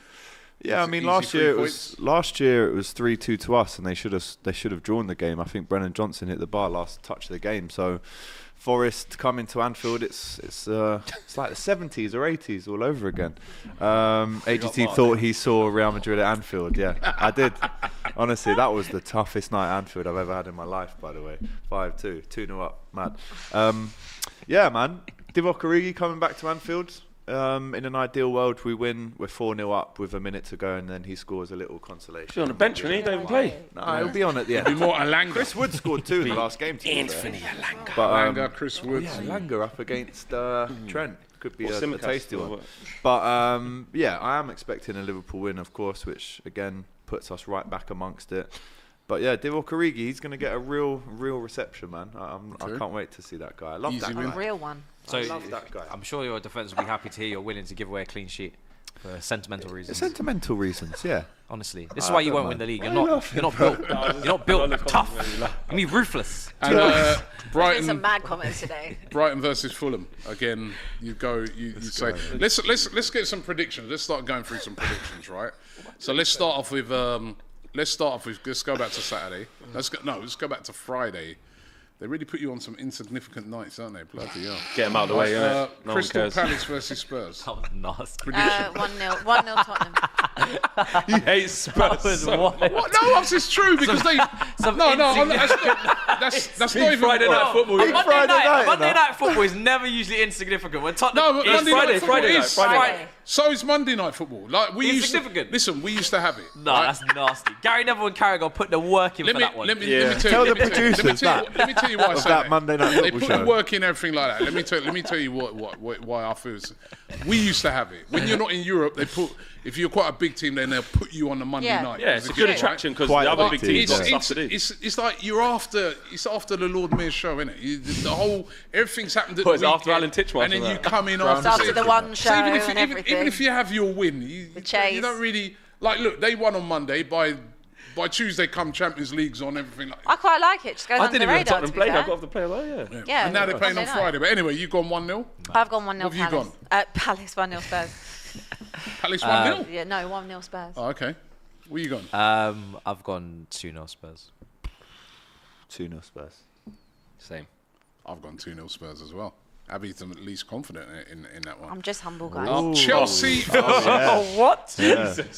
Speaker 2: Yeah, I
Speaker 1: Easy-
Speaker 2: mean
Speaker 1: easy
Speaker 2: last
Speaker 1: three
Speaker 2: year it
Speaker 1: points.
Speaker 2: was last year it was three two to us, and they should have they should have drawn the game. I think Brennan Johnson hit the bar last touch of the game. So Forest coming to Anfield, it's it's uh, it's like the seventies or eighties all over again. Um, AGT thought he saw Real Madrid at Anfield. Yeah, I did. Honestly, that was the toughest night at Anfield I've ever had in my life. By the way, five two, two 0 up, mad. Um, yeah, man. Divock Origi coming back to Anfield. Um, in an ideal world, we win. We're 4 0 up with a minute to go, and then he scores a little consolation.
Speaker 5: He's on the bench when he don't even play.
Speaker 2: No, he'll be on at the
Speaker 1: Be
Speaker 2: end.
Speaker 1: more Alanga.
Speaker 2: Chris Wood scored two in the last game. Anthony Alanga. But, um,
Speaker 1: Alanga, Chris Woods.
Speaker 2: yeah, Langer up against uh, Trent could be
Speaker 5: Hmm. Or
Speaker 2: a, a
Speaker 5: Simicast
Speaker 2: tasty
Speaker 5: or
Speaker 2: one.
Speaker 5: what?
Speaker 2: But um, yeah, I am expecting a Liverpool win, of course, which again puts us right back amongst it. But yeah, Divock Origi, he's going to get a real, real reception, man. I, I'm, I can't wait to see that guy. I love
Speaker 1: Easy
Speaker 2: that
Speaker 1: win.
Speaker 2: guy.
Speaker 6: A real one.
Speaker 3: So
Speaker 2: I love that guy.
Speaker 3: I'm sure your defence will be happy to hear you're willing to give away a clean sheet for sentimental reasons.
Speaker 2: Sentimental reasons, yeah.
Speaker 3: Honestly,
Speaker 1: Ah,
Speaker 3: this is why you
Speaker 2: don't
Speaker 3: won't win
Speaker 2: mind.
Speaker 3: the league. You're
Speaker 2: Why are you
Speaker 3: not. You're not built. You're not built tough. I mean, ruthless.
Speaker 1: And, uh,
Speaker 6: There's been some
Speaker 1: Brighton,
Speaker 6: mad comments today.
Speaker 1: Brighton versus Fulham. Again, you go. You, you say. Let's let's let's get some predictions. Let's start going through some predictions, right? So let's start off with. Um, let's start off with. Let's go back to Saturday. Let's go. No, let's go back to Friday. They really put you on some insignificant nights, aren't they? Bloody hell.
Speaker 5: Get him out of the way, innit?
Speaker 1: Uh,
Speaker 5: no one
Speaker 1: Crystal
Speaker 5: cares.
Speaker 1: Palace versus Spurs.
Speaker 3: That was nasty.
Speaker 6: Uh, one 0 one 0 Tottenham.
Speaker 5: He hates
Speaker 3: That
Speaker 5: Spurs.
Speaker 3: was
Speaker 5: so
Speaker 3: wild.
Speaker 1: What? No, it's- it's true because they.
Speaker 3: some
Speaker 1: no, no, I'm not, that's not. That's, that's not even
Speaker 5: Friday
Speaker 1: what-
Speaker 5: night football.
Speaker 3: Monday
Speaker 2: Friday
Speaker 3: night,
Speaker 2: night,
Speaker 3: Monday
Speaker 2: innit?
Speaker 3: night football is never usually insignificant. When
Speaker 1: No,
Speaker 3: Tottenham,
Speaker 1: but
Speaker 3: It's
Speaker 1: Monday
Speaker 3: Friday,
Speaker 1: night football
Speaker 3: Friday
Speaker 1: is
Speaker 3: night, Friday
Speaker 1: Friday.
Speaker 3: night.
Speaker 1: So is Monday night football. Like we used to,
Speaker 3: Insignificant.
Speaker 1: listen, we used to have it.
Speaker 3: no,
Speaker 1: right?
Speaker 3: that's nasty. Gary Neville and Carragher put the work in
Speaker 1: let
Speaker 3: for
Speaker 1: me,
Speaker 3: that one.
Speaker 1: let me,
Speaker 5: Yeah.
Speaker 1: let me tell,
Speaker 2: Tell
Speaker 1: you,
Speaker 2: the
Speaker 1: let me tell you- let me
Speaker 2: producers
Speaker 1: tell you-
Speaker 2: that.
Speaker 1: let me tell you why I
Speaker 2: Of
Speaker 1: say
Speaker 2: that Monday night
Speaker 1: They
Speaker 2: football
Speaker 1: put
Speaker 2: show.
Speaker 1: the work in everything like that. Let me tell let me tell you what, what, what why I feel is- we used to have it. When you're not in Europe, they put if you're quite a big team, then they'll put you on the Monday
Speaker 6: Yeah.
Speaker 1: night.
Speaker 5: Yeah, it's a
Speaker 1: Because
Speaker 5: good
Speaker 1: if you're, right?
Speaker 5: attraction because the
Speaker 2: Quite
Speaker 5: other
Speaker 2: like
Speaker 5: big
Speaker 2: it,
Speaker 5: teams
Speaker 2: yeah.
Speaker 5: got stuff
Speaker 1: it's,
Speaker 5: to do.
Speaker 1: it's, it's like you're after it's after the Lord Mayor's show, isn't it? You, the whole everything's happened at
Speaker 5: Well,
Speaker 1: the
Speaker 5: it's after
Speaker 1: weekend,
Speaker 5: Alan Titchmarsh
Speaker 1: and then
Speaker 5: and
Speaker 1: you
Speaker 5: that.
Speaker 1: come in
Speaker 6: It's
Speaker 1: after,
Speaker 6: after the one show
Speaker 1: So even if,
Speaker 6: and
Speaker 1: even,
Speaker 6: everything.
Speaker 1: even if you have your win, you, you
Speaker 6: chase.
Speaker 1: don't really like. Look, they won on Monday. By by Tuesday, come Champions Leagues on everything like.
Speaker 6: I quite like it. Just goes
Speaker 5: I
Speaker 6: under
Speaker 5: didn't
Speaker 6: the
Speaker 5: even have
Speaker 6: radar. to
Speaker 5: Tottenham
Speaker 6: be
Speaker 5: played. I
Speaker 6: fair.
Speaker 5: got off the player there, yeah.
Speaker 6: Yeah.
Speaker 1: and now they're playing on
Speaker 6: Monday night.
Speaker 1: Friday. But anyway, you've gone 1 0.
Speaker 6: I've gone one 0
Speaker 1: What have you
Speaker 6: Palace.
Speaker 1: gone?
Speaker 6: Uh, Palace one 0 Spurs.
Speaker 1: Palace 1 0.
Speaker 6: Yeah, no, one 0 Spurs.
Speaker 1: Oh, okay. Where you gone?
Speaker 3: Um, I've gone 2 0 Spurs.
Speaker 2: 2 0 Spurs.
Speaker 3: Same.
Speaker 1: I've gone 2 0 Spurs as well. Abby's the least confident in, in, in that one.
Speaker 6: I'm Oh, just humble, guys.
Speaker 1: Uh, Chelsea.
Speaker 3: What?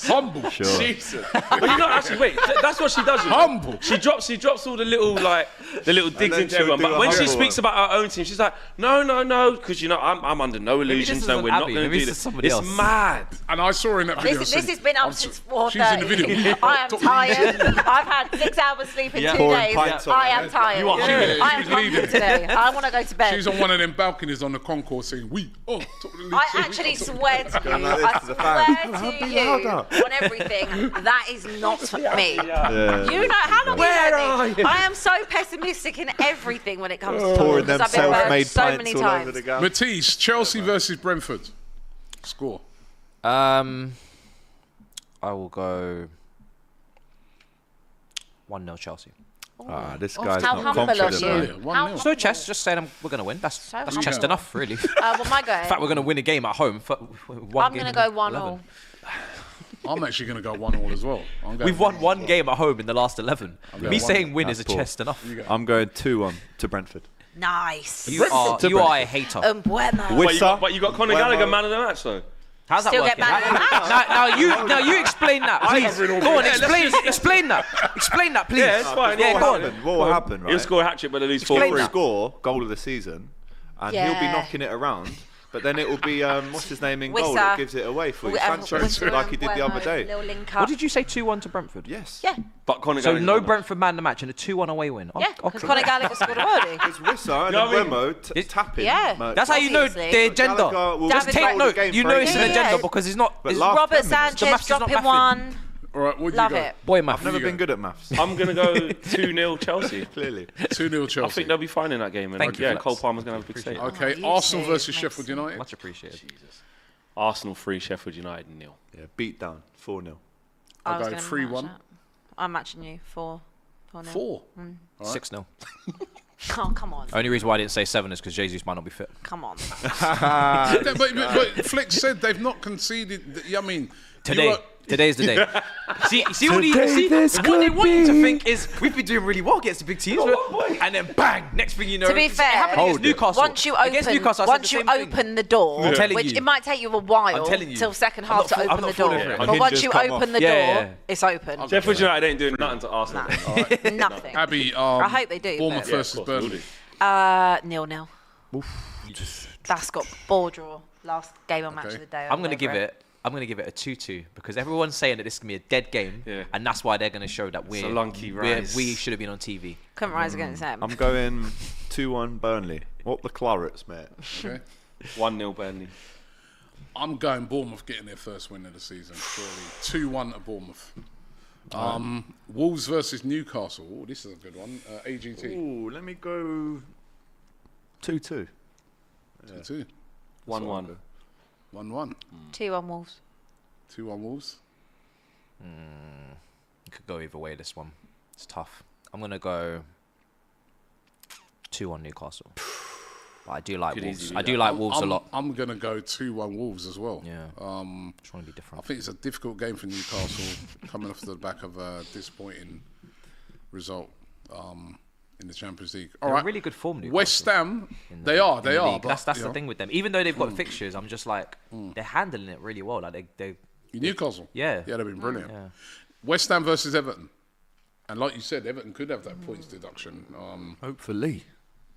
Speaker 1: Humble.
Speaker 5: Jesus. but you know, actually, wait. th- That's what she does. you know.
Speaker 1: Humble.
Speaker 5: She drops. She drops all the little like the little digs
Speaker 2: then
Speaker 5: into
Speaker 2: she'll
Speaker 5: everyone.
Speaker 2: do
Speaker 5: But
Speaker 2: a
Speaker 5: when she
Speaker 2: humble
Speaker 5: speaks
Speaker 2: one.
Speaker 5: about her own team, she's like, no, no, no, because you know I'm, I'm under no
Speaker 3: this
Speaker 5: illusions,
Speaker 3: isn't
Speaker 5: and we're not
Speaker 3: Abby,
Speaker 5: going to
Speaker 3: maybe
Speaker 5: do
Speaker 3: this
Speaker 5: this.
Speaker 3: is somebody
Speaker 5: it's
Speaker 3: else.
Speaker 5: mad.
Speaker 1: And I saw in that video.
Speaker 6: This,
Speaker 1: I
Speaker 6: this
Speaker 1: said-
Speaker 6: has been up
Speaker 1: I'm
Speaker 6: since
Speaker 1: so-
Speaker 6: four
Speaker 1: She's in
Speaker 6: thirty.
Speaker 1: the video.
Speaker 6: I am
Speaker 1: Talk-
Speaker 6: tired. I've had six hours sleep in
Speaker 3: Yeah.
Speaker 6: two
Speaker 3: Pouring
Speaker 6: days.
Speaker 2: pints on
Speaker 6: I
Speaker 2: her.
Speaker 6: am tired.
Speaker 1: You are Yeah. leaving.
Speaker 6: I am
Speaker 1: She's
Speaker 6: hungry
Speaker 1: leaving.
Speaker 6: today. I want to go to bed.
Speaker 1: She's on one of them balconies on the concourse saying, We oh, are top of the league.
Speaker 6: I actually swear to you,
Speaker 2: Going like this
Speaker 6: I
Speaker 2: to the fan.
Speaker 6: swear to
Speaker 2: Happy
Speaker 6: you
Speaker 2: louder.
Speaker 6: on everything, that is not me.
Speaker 2: Uh,
Speaker 6: You know, how long
Speaker 2: Where
Speaker 6: you know
Speaker 2: are
Speaker 6: me?
Speaker 2: you? Oh.
Speaker 6: I am so pessimistic in everything when it comes to
Speaker 2: Pouring
Speaker 6: because
Speaker 2: them
Speaker 6: I've been burned
Speaker 2: self-made
Speaker 6: so
Speaker 2: pints
Speaker 6: many
Speaker 2: all
Speaker 6: times.
Speaker 2: over the ground.
Speaker 1: Matisse, Chelsea versus Brentford. Score.
Speaker 3: Um, I will go 1 0 Chelsea.
Speaker 2: Ah, this guy's
Speaker 6: How
Speaker 2: not
Speaker 6: humble
Speaker 2: confident.
Speaker 6: of you.
Speaker 2: man.
Speaker 1: One
Speaker 6: How
Speaker 1: nil.
Speaker 3: There's no chest, just saying I'm, we're going to win. That's, that's
Speaker 6: humble.
Speaker 3: chest enough, really. In
Speaker 6: Uh, well, my go.
Speaker 3: fact, we're going to win a game at home. For, one
Speaker 6: I'm
Speaker 3: going to
Speaker 6: go one all.
Speaker 1: I'm actually going to go one all as well. I'm going
Speaker 3: We've won one game at home in the last 11. Me
Speaker 1: one.
Speaker 3: saying win is a
Speaker 2: That's poor.
Speaker 3: chest enough.
Speaker 2: I'm going 2 1 to Brentford.
Speaker 6: Nice.
Speaker 3: You are,
Speaker 2: to
Speaker 3: you are a
Speaker 2: Brentford.
Speaker 3: hater.
Speaker 6: Um, bueno.
Speaker 5: But you,
Speaker 2: Whistler.
Speaker 5: got, but you got Conor
Speaker 2: Well,
Speaker 5: Gallagher
Speaker 2: well.
Speaker 5: man of the match though.
Speaker 3: How's that
Speaker 6: Still
Speaker 3: working?
Speaker 6: get banned in the
Speaker 3: How-
Speaker 6: house.
Speaker 3: now, now you, now you explain that,
Speaker 5: I'm
Speaker 3: please.
Speaker 5: covering all
Speaker 3: Go on,
Speaker 5: bases.
Speaker 3: explain,
Speaker 5: Let's just-
Speaker 3: explain that, explain that, please.
Speaker 5: Yeah, it's fine.
Speaker 3: Yeah,
Speaker 5: What
Speaker 3: go on.
Speaker 5: happened?
Speaker 2: What will happen, right?
Speaker 5: He'll score a hat trick, but at least four
Speaker 2: He'll
Speaker 5: three.
Speaker 2: score goal of the season, and he'll be
Speaker 6: Yeah.
Speaker 2: knocking it around. But then it will be um, what's his name in goal
Speaker 6: Wissa.
Speaker 2: that gives it away for you,
Speaker 6: Um,
Speaker 2: Sancho,
Speaker 6: Wissa
Speaker 2: like he did the other
Speaker 6: Werner,
Speaker 2: day.
Speaker 6: Lil Link
Speaker 3: Uh, What
Speaker 6: up.
Speaker 3: did you say? Two one to Brentford.
Speaker 2: Yes.
Speaker 6: Yeah,
Speaker 5: But Conor
Speaker 3: So
Speaker 5: Gallagher
Speaker 3: no
Speaker 5: won that.
Speaker 3: Brentford man the match and a two one away win. I'm-
Speaker 6: yeah,
Speaker 3: I'm
Speaker 6: because Conor
Speaker 3: confident.
Speaker 6: Gallagher scould have already.
Speaker 2: It's Wissa and
Speaker 5: You know what I mean?
Speaker 2: Wemo t- tapping.
Speaker 6: Yeah.
Speaker 2: Mo-
Speaker 3: That's how you know
Speaker 6: Obviously.
Speaker 3: the agenda.
Speaker 2: Gallagher will
Speaker 3: Just
Speaker 6: David
Speaker 3: take
Speaker 6: Wright-
Speaker 3: note.
Speaker 2: Game
Speaker 3: You
Speaker 2: for
Speaker 3: know
Speaker 2: eight
Speaker 3: it's an
Speaker 6: minutes.
Speaker 3: agenda
Speaker 6: Yeah.
Speaker 3: because it's not.
Speaker 2: But
Speaker 3: it's
Speaker 2: laugh-
Speaker 6: Robert
Speaker 2: Ten minutes.
Speaker 3: The
Speaker 6: Sanchez
Speaker 3: match is not
Speaker 6: dropping
Speaker 3: nothing.
Speaker 6: one.
Speaker 1: All right, what do you
Speaker 6: Love
Speaker 1: go?
Speaker 6: it.
Speaker 3: boy math.
Speaker 2: I've never
Speaker 1: you
Speaker 2: been
Speaker 1: go.
Speaker 2: good at maths.
Speaker 5: I'm gonna go two 0 Chelsea.
Speaker 2: clearly.
Speaker 1: 2 0
Speaker 5: I
Speaker 1: Chelsea.
Speaker 5: think they'll be fine in that game. And
Speaker 3: Thank
Speaker 5: like,
Speaker 3: you,
Speaker 5: yeah,
Speaker 3: Flex.
Speaker 5: Cole Palmer's gonna have a big save.
Speaker 1: Okay,
Speaker 6: Oh, you
Speaker 1: Arsenal
Speaker 6: too.
Speaker 1: versus
Speaker 6: Makes
Speaker 1: Sheffield
Speaker 6: sense.
Speaker 1: United.
Speaker 3: Much appreciated.
Speaker 5: Arsenal three, Sheffield United nil.
Speaker 2: Yeah, beat down, 4 0.
Speaker 6: I
Speaker 1: I'll
Speaker 6: was
Speaker 1: go
Speaker 6: gonna
Speaker 1: 3
Speaker 6: match
Speaker 1: 1.
Speaker 6: that. I'm matching you four. Four. nil.
Speaker 1: 4.
Speaker 3: Six 0
Speaker 6: Oh come on,
Speaker 3: Only reason why I didn't say seven is because Jesus might not be fit.
Speaker 6: come on.
Speaker 1: Yeah, but, but, but Flick said they've not conceded. th- I mean,
Speaker 3: Today,
Speaker 1: You are,
Speaker 3: today's the day. see, see what, he, see what they want you to think is we've been doing really well against the big teams, and then bang, next thing you know,
Speaker 6: To be
Speaker 3: it's-
Speaker 6: fair,
Speaker 3: it happened
Speaker 2: Hold
Speaker 3: against
Speaker 2: it.
Speaker 3: Newcastle.
Speaker 6: Once you open,
Speaker 3: against Newcastle, I said
Speaker 6: once
Speaker 3: the
Speaker 6: you
Speaker 3: same thing.
Speaker 6: open the door,
Speaker 3: I'm telling
Speaker 6: which
Speaker 3: you.
Speaker 6: it might take you a while
Speaker 3: I'm telling you.
Speaker 6: till second
Speaker 3: I'm
Speaker 6: half
Speaker 3: not
Speaker 6: to
Speaker 3: fool- I'm
Speaker 6: open the
Speaker 3: not
Speaker 6: door.
Speaker 3: fooling it.
Speaker 6: But
Speaker 2: Hinges
Speaker 6: once you
Speaker 2: come
Speaker 6: open
Speaker 2: off.
Speaker 6: the door,
Speaker 3: Yeah, yeah, yeah.
Speaker 6: it's open.
Speaker 5: Sheffield United ain't doing nothing to Arsenal. All right.
Speaker 6: Nothing.
Speaker 1: Abby, um,
Speaker 6: I hope they do,
Speaker 1: Bournemouth
Speaker 6: but-
Speaker 5: Yeah, of
Speaker 1: versus
Speaker 5: course, we'll
Speaker 1: Burnley.
Speaker 5: do.
Speaker 6: Uh, nil nil. That's got ball draw. Last game on match
Speaker 1: Okay.
Speaker 6: of the day.
Speaker 3: I'm gonna
Speaker 6: over
Speaker 3: give it. I'm gonna give it a two-two because everyone's saying that this is gonna be a dead game,
Speaker 5: Yeah.
Speaker 3: and that's why they're gonna show that we're,
Speaker 5: a lunky
Speaker 3: we're
Speaker 5: rise.
Speaker 3: we should have been on TV.
Speaker 6: Couldn't rise against them.
Speaker 2: I'm going 2 1 Burnley. What the clarets, mate.
Speaker 1: Okay.
Speaker 5: One 0 Burnley.
Speaker 1: I'm going Bournemouth getting their first win of the season, surely. 2 1 at Bournemouth. Um, Wolves versus Newcastle. Ooh, this is a good one. Uh, AGT.
Speaker 2: Ooh, let me go 2 2.
Speaker 1: Two two.
Speaker 5: One one.
Speaker 1: 1 1.
Speaker 6: Two one Wolves.
Speaker 1: 2 1 Wolves.
Speaker 3: It could go either way. This one, it's tough. I'm gonna go two on Newcastle. But I do like
Speaker 5: Could
Speaker 3: Wolves.
Speaker 5: easily
Speaker 3: I
Speaker 5: do
Speaker 3: do
Speaker 5: that.
Speaker 3: like Wolves
Speaker 1: I'm,
Speaker 3: a lot.
Speaker 1: I'm going to go 2 1 Wolves as well.
Speaker 3: Yeah.
Speaker 1: Um,
Speaker 3: Just want to be
Speaker 1: I
Speaker 3: different.
Speaker 1: think it's a difficult game for Newcastle coming off the back of a disappointing result um, in the Champions League. All
Speaker 3: They're
Speaker 1: right,
Speaker 3: in really good form. Newcastle,
Speaker 1: West Ham,
Speaker 3: in the-
Speaker 1: they are,
Speaker 3: in the
Speaker 1: they are.
Speaker 3: league.
Speaker 1: Oh, but,
Speaker 3: that's that's
Speaker 1: you
Speaker 3: the
Speaker 1: know,
Speaker 3: thing with them. Even though they've got fixtures, I'm just like they're handling it really well. Like they, they
Speaker 1: Newcastle.
Speaker 3: Yeah.
Speaker 1: Yeah, they've been brilliant. West Ham versus Everton. And like you said, Everton could have that points deduction. Um,
Speaker 2: Hopefully.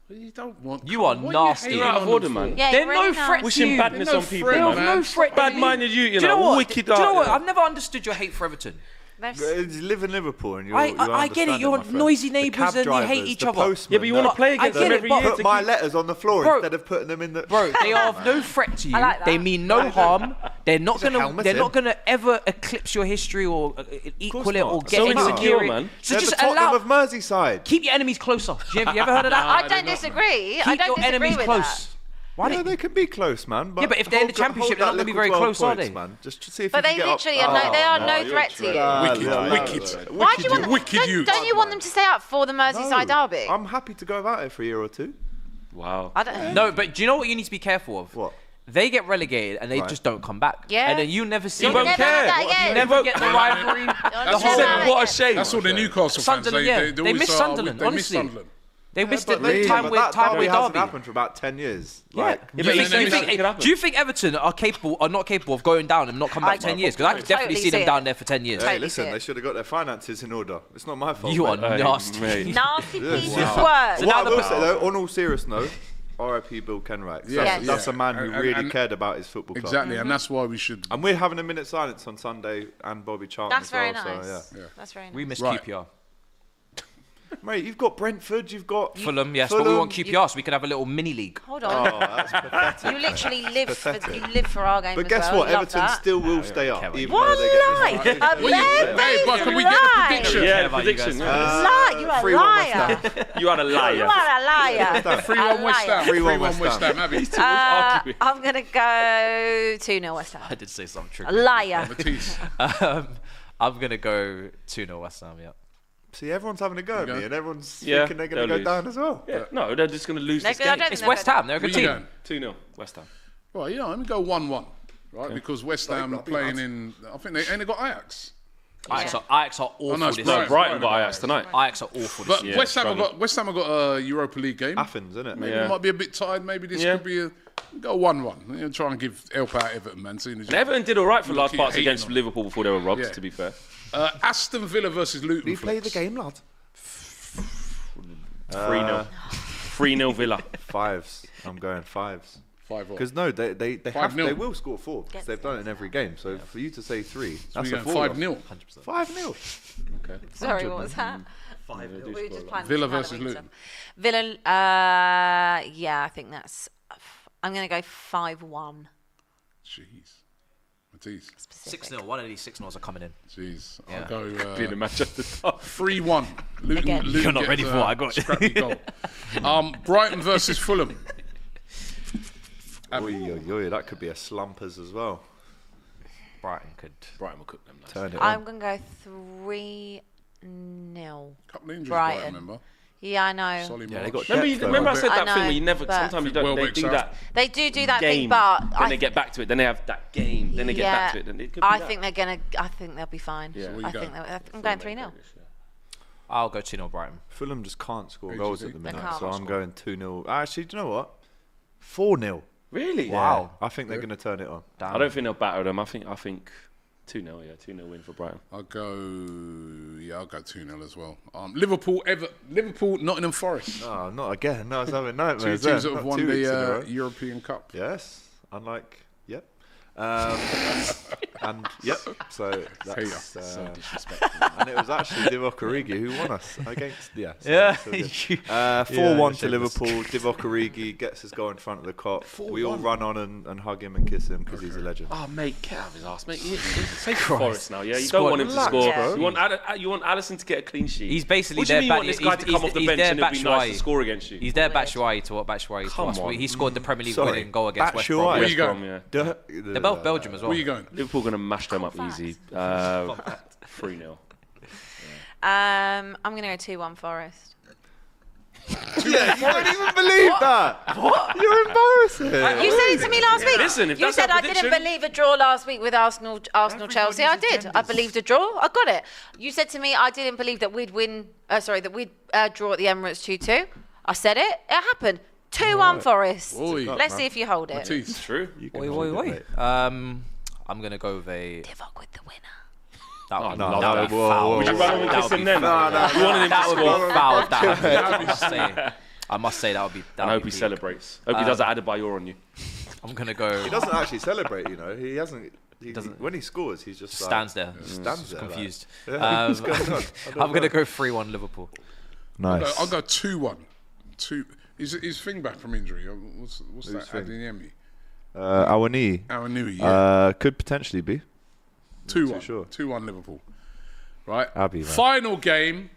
Speaker 1: you don't want.
Speaker 3: You are
Speaker 1: What
Speaker 3: nasty.
Speaker 1: hating
Speaker 3: You're out
Speaker 1: on
Speaker 5: of
Speaker 1: them
Speaker 5: order,
Speaker 1: for?
Speaker 5: man.
Speaker 6: Yeah,
Speaker 3: They're
Speaker 6: really
Speaker 3: no
Speaker 6: nice.
Speaker 3: threat to
Speaker 5: Wishing
Speaker 3: you.
Speaker 5: badness
Speaker 1: no
Speaker 5: on people,
Speaker 1: threat,
Speaker 3: They're
Speaker 5: man.
Speaker 1: man.
Speaker 3: no threat. to you.
Speaker 5: Bad-minded you, you
Speaker 3: Do you know
Speaker 5: know,
Speaker 3: what?
Speaker 5: wicked
Speaker 3: Do you know
Speaker 5: out
Speaker 3: what?
Speaker 5: there.
Speaker 3: I've never understood your hate for Everton.
Speaker 6: They're-
Speaker 2: You live in Liverpool and you're,
Speaker 3: I-
Speaker 2: you
Speaker 3: I- I get it,
Speaker 2: understand
Speaker 3: you're
Speaker 2: my friend.
Speaker 3: noisy
Speaker 2: The
Speaker 3: neighbours
Speaker 2: cab
Speaker 3: and you hate
Speaker 2: drivers,
Speaker 3: each
Speaker 2: the
Speaker 3: other.
Speaker 2: postman,
Speaker 5: Yeah, but you wanna
Speaker 2: that-
Speaker 5: play against
Speaker 3: I get
Speaker 5: them
Speaker 3: it,
Speaker 5: every
Speaker 3: but-
Speaker 5: year
Speaker 2: Put
Speaker 5: to
Speaker 2: my
Speaker 5: keep-
Speaker 2: letters on the floor
Speaker 3: Bro.
Speaker 2: instead of putting them in the.
Speaker 3: Bro, they are of no threat to you.
Speaker 6: I like that.
Speaker 3: They mean no harm. They're not
Speaker 2: a
Speaker 3: gonna.
Speaker 2: helmet
Speaker 3: They're
Speaker 2: in.
Speaker 3: not gonna ever eclipse your history or uh, equal it
Speaker 2: not.
Speaker 3: or get
Speaker 5: So
Speaker 3: anywhere
Speaker 5: insecure,
Speaker 3: near it.
Speaker 5: man.
Speaker 3: So
Speaker 2: They're
Speaker 3: just
Speaker 2: the Tottenham
Speaker 3: allow.
Speaker 2: of Merseyside.
Speaker 3: keep your enemies closer. You ever, you ever heard of that?
Speaker 6: I don't disagree. I
Speaker 3: Keep
Speaker 6: don't
Speaker 3: your
Speaker 6: disagree
Speaker 3: enemies
Speaker 6: with
Speaker 3: close.
Speaker 6: that.
Speaker 3: Why
Speaker 2: yeah,
Speaker 3: don't
Speaker 2: they can be close, man. But
Speaker 3: Yeah, but if they're in the
Speaker 2: hold-
Speaker 3: Championship,
Speaker 2: hold
Speaker 3: they're
Speaker 2: that
Speaker 3: not gonna be
Speaker 2: little
Speaker 3: very
Speaker 2: 12
Speaker 3: close, are
Speaker 2: points,
Speaker 3: they?
Speaker 2: Man. Just to see if
Speaker 6: But
Speaker 2: you
Speaker 6: they
Speaker 2: can get
Speaker 6: literally
Speaker 2: up. Oh.
Speaker 6: are no. They are
Speaker 5: no,
Speaker 6: no
Speaker 5: you're
Speaker 6: threat to you.
Speaker 2: Ah,
Speaker 1: Wicked,
Speaker 2: yeah, yeah.
Speaker 1: wicked.
Speaker 6: Why do you want?
Speaker 1: Wicked
Speaker 6: don't,
Speaker 1: you.
Speaker 6: don't you want them to stay up for the Merseyside
Speaker 2: No,
Speaker 6: derby?
Speaker 2: I'm happy to go about it for a year or two.
Speaker 5: Wow.
Speaker 6: I don't.
Speaker 3: No, but do you know what you need to be careful of?
Speaker 2: What?
Speaker 3: They get relegated and they
Speaker 2: Right.
Speaker 3: just don't come back.
Speaker 6: Yeah.
Speaker 3: And then you never see
Speaker 6: You'll
Speaker 3: them.
Speaker 5: won't
Speaker 6: never have
Speaker 5: care.
Speaker 6: that
Speaker 5: What-
Speaker 6: again.
Speaker 3: You never get the rivalry.
Speaker 6: You'll
Speaker 3: the
Speaker 6: never
Speaker 3: whole-
Speaker 6: have
Speaker 5: What a
Speaker 6: it.
Speaker 5: shame.
Speaker 1: That's all the Newcastle
Speaker 3: Sunderland,
Speaker 1: fans. They,
Speaker 3: yeah.
Speaker 1: they,
Speaker 3: They
Speaker 1: always
Speaker 3: miss
Speaker 1: are-
Speaker 3: Sunderland,
Speaker 1: They miss
Speaker 3: honestly.
Speaker 1: Sunderland.
Speaker 3: They missed it.
Speaker 2: But
Speaker 3: They
Speaker 2: yeah,
Speaker 3: time
Speaker 2: but
Speaker 3: with
Speaker 2: that
Speaker 3: time
Speaker 2: derby
Speaker 3: with
Speaker 2: hasn't
Speaker 3: Derby.
Speaker 2: happened for about ten years.
Speaker 3: Yeah.
Speaker 2: Like,
Speaker 3: Yeah, but
Speaker 5: Yeah, and
Speaker 3: you think-
Speaker 5: then
Speaker 3: you
Speaker 5: it
Speaker 3: think-
Speaker 5: could happen.
Speaker 3: do you think Everton are capable are not capable of going down and not coming back ten years? Because I could definitely
Speaker 6: Totally
Speaker 3: see them
Speaker 6: see it.
Speaker 3: down there for ten years.
Speaker 2: Hey,
Speaker 6: Totally
Speaker 2: listen,
Speaker 6: see it.
Speaker 2: they should have got their finances in order. It's not my fault.
Speaker 3: You are
Speaker 2: mate.
Speaker 5: Hey,
Speaker 3: nasty.
Speaker 5: Uh, mate.
Speaker 6: Nasty piece of work.
Speaker 2: So
Speaker 3: now
Speaker 2: what I
Speaker 3: the
Speaker 2: will
Speaker 3: battle.
Speaker 2: say though, on all serious note, R.I.P. Bill Kenwright. So
Speaker 1: Yeah.
Speaker 2: that's,
Speaker 6: Yeah.
Speaker 2: that's a man who
Speaker 1: And- and-
Speaker 2: really
Speaker 1: and-
Speaker 2: cared about his football club.
Speaker 1: Exactly, and that's why we should.
Speaker 2: And we're having a minute silence on Sunday and Bobby Charlton.
Speaker 6: That's
Speaker 2: as well,
Speaker 6: very
Speaker 2: So,
Speaker 6: nice.
Speaker 2: yeah.
Speaker 6: That's very nice.
Speaker 3: We missed
Speaker 1: Right.
Speaker 3: QPR.
Speaker 2: Mate, you've got Brentford, you've got
Speaker 3: Fulham, yes, but we want QPR so we could have a little mini league.
Speaker 6: Hold on.
Speaker 2: Oh, that's pathetic.
Speaker 6: You literally live for you live for our game.
Speaker 2: But
Speaker 6: as
Speaker 2: guess
Speaker 6: well.
Speaker 2: what?
Speaker 6: Love
Speaker 2: Everton
Speaker 6: that.
Speaker 2: still will stay up.
Speaker 3: care what
Speaker 2: even
Speaker 6: One
Speaker 2: though they get
Speaker 6: lie, a
Speaker 1: Well, you-
Speaker 6: bare-faced
Speaker 1: hey, but can we get a
Speaker 6: lie.
Speaker 1: prediction?
Speaker 5: Yeah,
Speaker 3: about you
Speaker 5: prediction.
Speaker 3: guys.
Speaker 5: yeah.
Speaker 6: Lie, you're a
Speaker 2: 3-1 West
Speaker 6: liar.
Speaker 5: You are a
Speaker 6: You are
Speaker 5: liar.
Speaker 6: a liar.
Speaker 1: Three
Speaker 6: A
Speaker 1: one West
Speaker 6: liar.
Speaker 1: Ham.
Speaker 2: 3-1
Speaker 1: West,
Speaker 2: West
Speaker 1: Ham. Abby.
Speaker 6: Uh,
Speaker 5: arguing.
Speaker 6: I'm gonna go two 0 West Ham.
Speaker 3: I did say something
Speaker 6: A
Speaker 3: tricky.
Speaker 6: liar.
Speaker 1: Matisse.
Speaker 3: Um, I'm gonna go two 0 West Ham. Yeah.
Speaker 2: it. See, everyone's having a go at me, and everyone's
Speaker 5: Yeah,
Speaker 2: thinking they're going to
Speaker 5: they'll
Speaker 2: go
Speaker 5: lose.
Speaker 2: down as well.
Speaker 5: Yeah, No, they're just going to lose
Speaker 6: They're
Speaker 5: this
Speaker 6: good, I
Speaker 5: game. Uh,
Speaker 6: don't
Speaker 3: It's
Speaker 6: think
Speaker 3: West
Speaker 6: they're
Speaker 3: Ham. They're a
Speaker 1: Who
Speaker 3: good
Speaker 1: you going?
Speaker 3: team.
Speaker 5: 2 0 West Ham.
Speaker 1: Well, you know, I'm gonna go one-one, right? Because West Ham playing in, I think they ain't they got Ajax.
Speaker 3: Ajax are, Ajax are awful.
Speaker 1: no, it's
Speaker 3: this
Speaker 1: Brighton.
Speaker 5: No,
Speaker 3: season.
Speaker 5: Brighton got Ajax tonight.
Speaker 3: Ajax are awful. This
Speaker 1: But
Speaker 3: season.
Speaker 5: Yeah,
Speaker 1: West Ham have
Speaker 5: struggle.
Speaker 1: got West Ham have got a Europa League game.
Speaker 2: Athens, isn't it?
Speaker 1: Maybe they might be a bit tired. Maybe this
Speaker 5: Yeah.
Speaker 1: could be a Go one-one. try and give help out Everton, man. Seeing as you-
Speaker 5: Everton did all right for the
Speaker 1: Look
Speaker 5: last
Speaker 1: at
Speaker 5: parts
Speaker 1: hating
Speaker 5: against
Speaker 1: on
Speaker 5: Liverpool before they were robbed.
Speaker 1: Yeah.
Speaker 5: To be fair,
Speaker 1: Uh, Aston Villa versus Luton. You play the
Speaker 2: game, lad.
Speaker 5: three 0 three 0 Villa.
Speaker 2: Fives. I'm going fives.
Speaker 1: Five what?
Speaker 2: Because no, they they they,
Speaker 1: Five
Speaker 2: have,
Speaker 1: nil.
Speaker 2: they will score four because they've done it in every game. So for you to say three, that's
Speaker 1: we're
Speaker 2: a
Speaker 1: going
Speaker 2: four.
Speaker 1: 5-0.
Speaker 2: Five 0
Speaker 5: Okay.
Speaker 6: Sorry, what was that?
Speaker 5: Five
Speaker 6: We were just planning
Speaker 1: Villa
Speaker 6: some
Speaker 1: versus
Speaker 6: Halloween
Speaker 1: Luton.
Speaker 6: stuff. Villa, uh, yeah, I think that's. I'm going to go 5 1.
Speaker 1: Jeez. Matisse.
Speaker 3: Six 0 One of these six 0s are coming in.
Speaker 1: Jeez.
Speaker 3: Yeah.
Speaker 1: I'll go
Speaker 5: Be in a
Speaker 1: uh,
Speaker 5: match at the top.
Speaker 1: 3-1. Luton,
Speaker 6: Again.
Speaker 1: Luton
Speaker 3: You're not
Speaker 1: gets
Speaker 3: ready for
Speaker 1: a
Speaker 3: what I got.
Speaker 1: Scrappy goal. Um, Brighton versus Fulham.
Speaker 2: Oi, oi, oi, that could be a slumpers as well.
Speaker 3: Brighton could.
Speaker 5: Brighton will cook them. Nice.
Speaker 2: Turn it
Speaker 6: I'm
Speaker 2: on.
Speaker 6: going to go 3 0.
Speaker 1: Couple of injuries, Brighton,
Speaker 6: Brighton.
Speaker 1: remember?
Speaker 6: Yeah, I know.
Speaker 1: Solly
Speaker 2: Yeah, they got
Speaker 5: Remember, you,
Speaker 2: depth, though.
Speaker 5: remember I said
Speaker 6: I
Speaker 5: that thing
Speaker 6: know,
Speaker 5: where you never.
Speaker 6: but-
Speaker 5: Sometimes you don't. They
Speaker 1: Welbeck
Speaker 5: do
Speaker 1: sounds-
Speaker 5: that.
Speaker 6: They do do that
Speaker 5: game.
Speaker 6: thing, but
Speaker 5: then
Speaker 6: I
Speaker 5: they get back to it. Then they have that game. Then they get back to
Speaker 6: yeah,
Speaker 5: it. Then it could be
Speaker 6: I
Speaker 5: that.
Speaker 6: think they're gonna. I think they'll be fine.
Speaker 5: Yeah. So
Speaker 1: where you
Speaker 6: I
Speaker 1: going?
Speaker 6: think they'll, I think I'm going three 0
Speaker 3: I'll go two 0 Brighton.
Speaker 2: Fulham just can't score
Speaker 1: Who do you
Speaker 2: goals at
Speaker 1: think?
Speaker 2: the
Speaker 1: They
Speaker 2: minute,
Speaker 6: can't
Speaker 2: so I'm going two 0 Actually, do you know what? Four 0
Speaker 5: Really?
Speaker 2: Wow. I think they're going to turn it on.
Speaker 5: I don't think they'll batter them. I think I think two 0 Yeah, two 0 win for Brighton.
Speaker 1: I'll go. Yeah, I'll go 2 0 as well. Um, Liverpool, ever Liverpool, Nottingham Forest.
Speaker 2: Oh, not again. No, it's having
Speaker 1: Two
Speaker 2: nightmares.
Speaker 1: teams
Speaker 2: there.
Speaker 1: that have
Speaker 2: Not
Speaker 1: won
Speaker 2: two
Speaker 1: the
Speaker 2: weeks in a
Speaker 1: uh,
Speaker 2: row.
Speaker 1: European Cup.
Speaker 2: Yes, unlike yep, um, and yep. So that's uh, and it was actually Divock Origi who won us against yeah. so that's all good. Uh, four one to Liverpool. Divock Origi gets his goal in front of the cop. We all run on and, and hug him and kiss him because he's a legend.
Speaker 5: Oh mate, get out of his ass, mate. You- Say Forest now, yeah. You don't want him to
Speaker 3: Relax,
Speaker 5: score.
Speaker 6: bro.
Speaker 5: You want Ad- you want Allison to get a clean sheet.
Speaker 3: He's basically
Speaker 5: What do you mean you
Speaker 3: their back-
Speaker 5: want this guy
Speaker 3: he's-
Speaker 5: to come
Speaker 3: he's-
Speaker 5: off the
Speaker 3: he's
Speaker 5: bench
Speaker 3: their
Speaker 5: and it'd be
Speaker 3: Batshuayi.
Speaker 5: nice to score against you?
Speaker 3: He's their Batshuayi to what Batshuayi is to
Speaker 5: Come
Speaker 3: us.
Speaker 5: on.
Speaker 3: We- He scored the Premier League
Speaker 2: Sorry,
Speaker 3: winning goal against West
Speaker 2: Batshuayi.
Speaker 3: Brom.
Speaker 2: Where
Speaker 1: you going?
Speaker 5: Brom, yeah.
Speaker 2: Duh.
Speaker 3: They're both Belgium as well.
Speaker 1: Where you going?
Speaker 5: Liverpool gonna mash them up easy. Uh, Three 0
Speaker 6: Um, I'm gonna go two one Forest.
Speaker 2: Yeah, you don't even believe that. What? You're embarrassing.
Speaker 6: You said it to me last week.
Speaker 5: Listen, if
Speaker 6: you
Speaker 5: that's
Speaker 6: said
Speaker 5: our
Speaker 6: I didn't
Speaker 5: prediction-
Speaker 6: believe a draw last week with Arsenal, Arsenal, Chelsea. I did. I believed a draw. I got it. You said to me I didn't believe that we'd win. Uh, sorry, that we'd uh, draw at the Emirates two two. I said it. It happened. Two one Forest.
Speaker 1: Oi.
Speaker 6: Let's see if you hold it.
Speaker 1: Matisse.
Speaker 5: True.
Speaker 3: Wait, wait, wait. Um, I'm gonna go with a.
Speaker 6: Divock with the winner.
Speaker 3: That would
Speaker 2: Oh, no,
Speaker 3: that would
Speaker 2: no,
Speaker 3: be
Speaker 2: whoa,
Speaker 3: foul.
Speaker 2: whoa,
Speaker 3: That
Speaker 2: whoa.
Speaker 5: Rather than
Speaker 3: would
Speaker 5: kissing
Speaker 3: be
Speaker 5: them.
Speaker 3: foul.
Speaker 5: You wanted him to
Speaker 3: That would
Speaker 5: score.
Speaker 3: be foul. if That happened. I must say. I must say that would be. That
Speaker 5: I
Speaker 3: would
Speaker 5: hope
Speaker 3: be
Speaker 5: he celebrates. I hope he does
Speaker 3: Uh,
Speaker 5: that Adebayor on you.
Speaker 3: I'm gonna go.
Speaker 2: He doesn't actually celebrate, you know. He hasn't. He, doesn't. When he scores, he's just like- Mm.
Speaker 3: Stands there.
Speaker 2: Stands there. like-
Speaker 3: Confused.
Speaker 2: Yeah, what's
Speaker 3: Um,
Speaker 2: going on? I don't
Speaker 3: I'm gonna
Speaker 2: know.
Speaker 3: go three-one Liverpool.
Speaker 2: Nice.
Speaker 1: I'll go 2 1. Two. Is his thing back from injury? Uh, What's, what's that?
Speaker 2: Thing?
Speaker 1: Adeyemi.
Speaker 2: Uh, Awani
Speaker 1: Awanui, Oh, yeah.
Speaker 2: uh, could potentially be.
Speaker 1: 2 1.
Speaker 2: sure.
Speaker 1: 2 1 Liverpool. Right?
Speaker 2: Abby, man.
Speaker 1: Final game.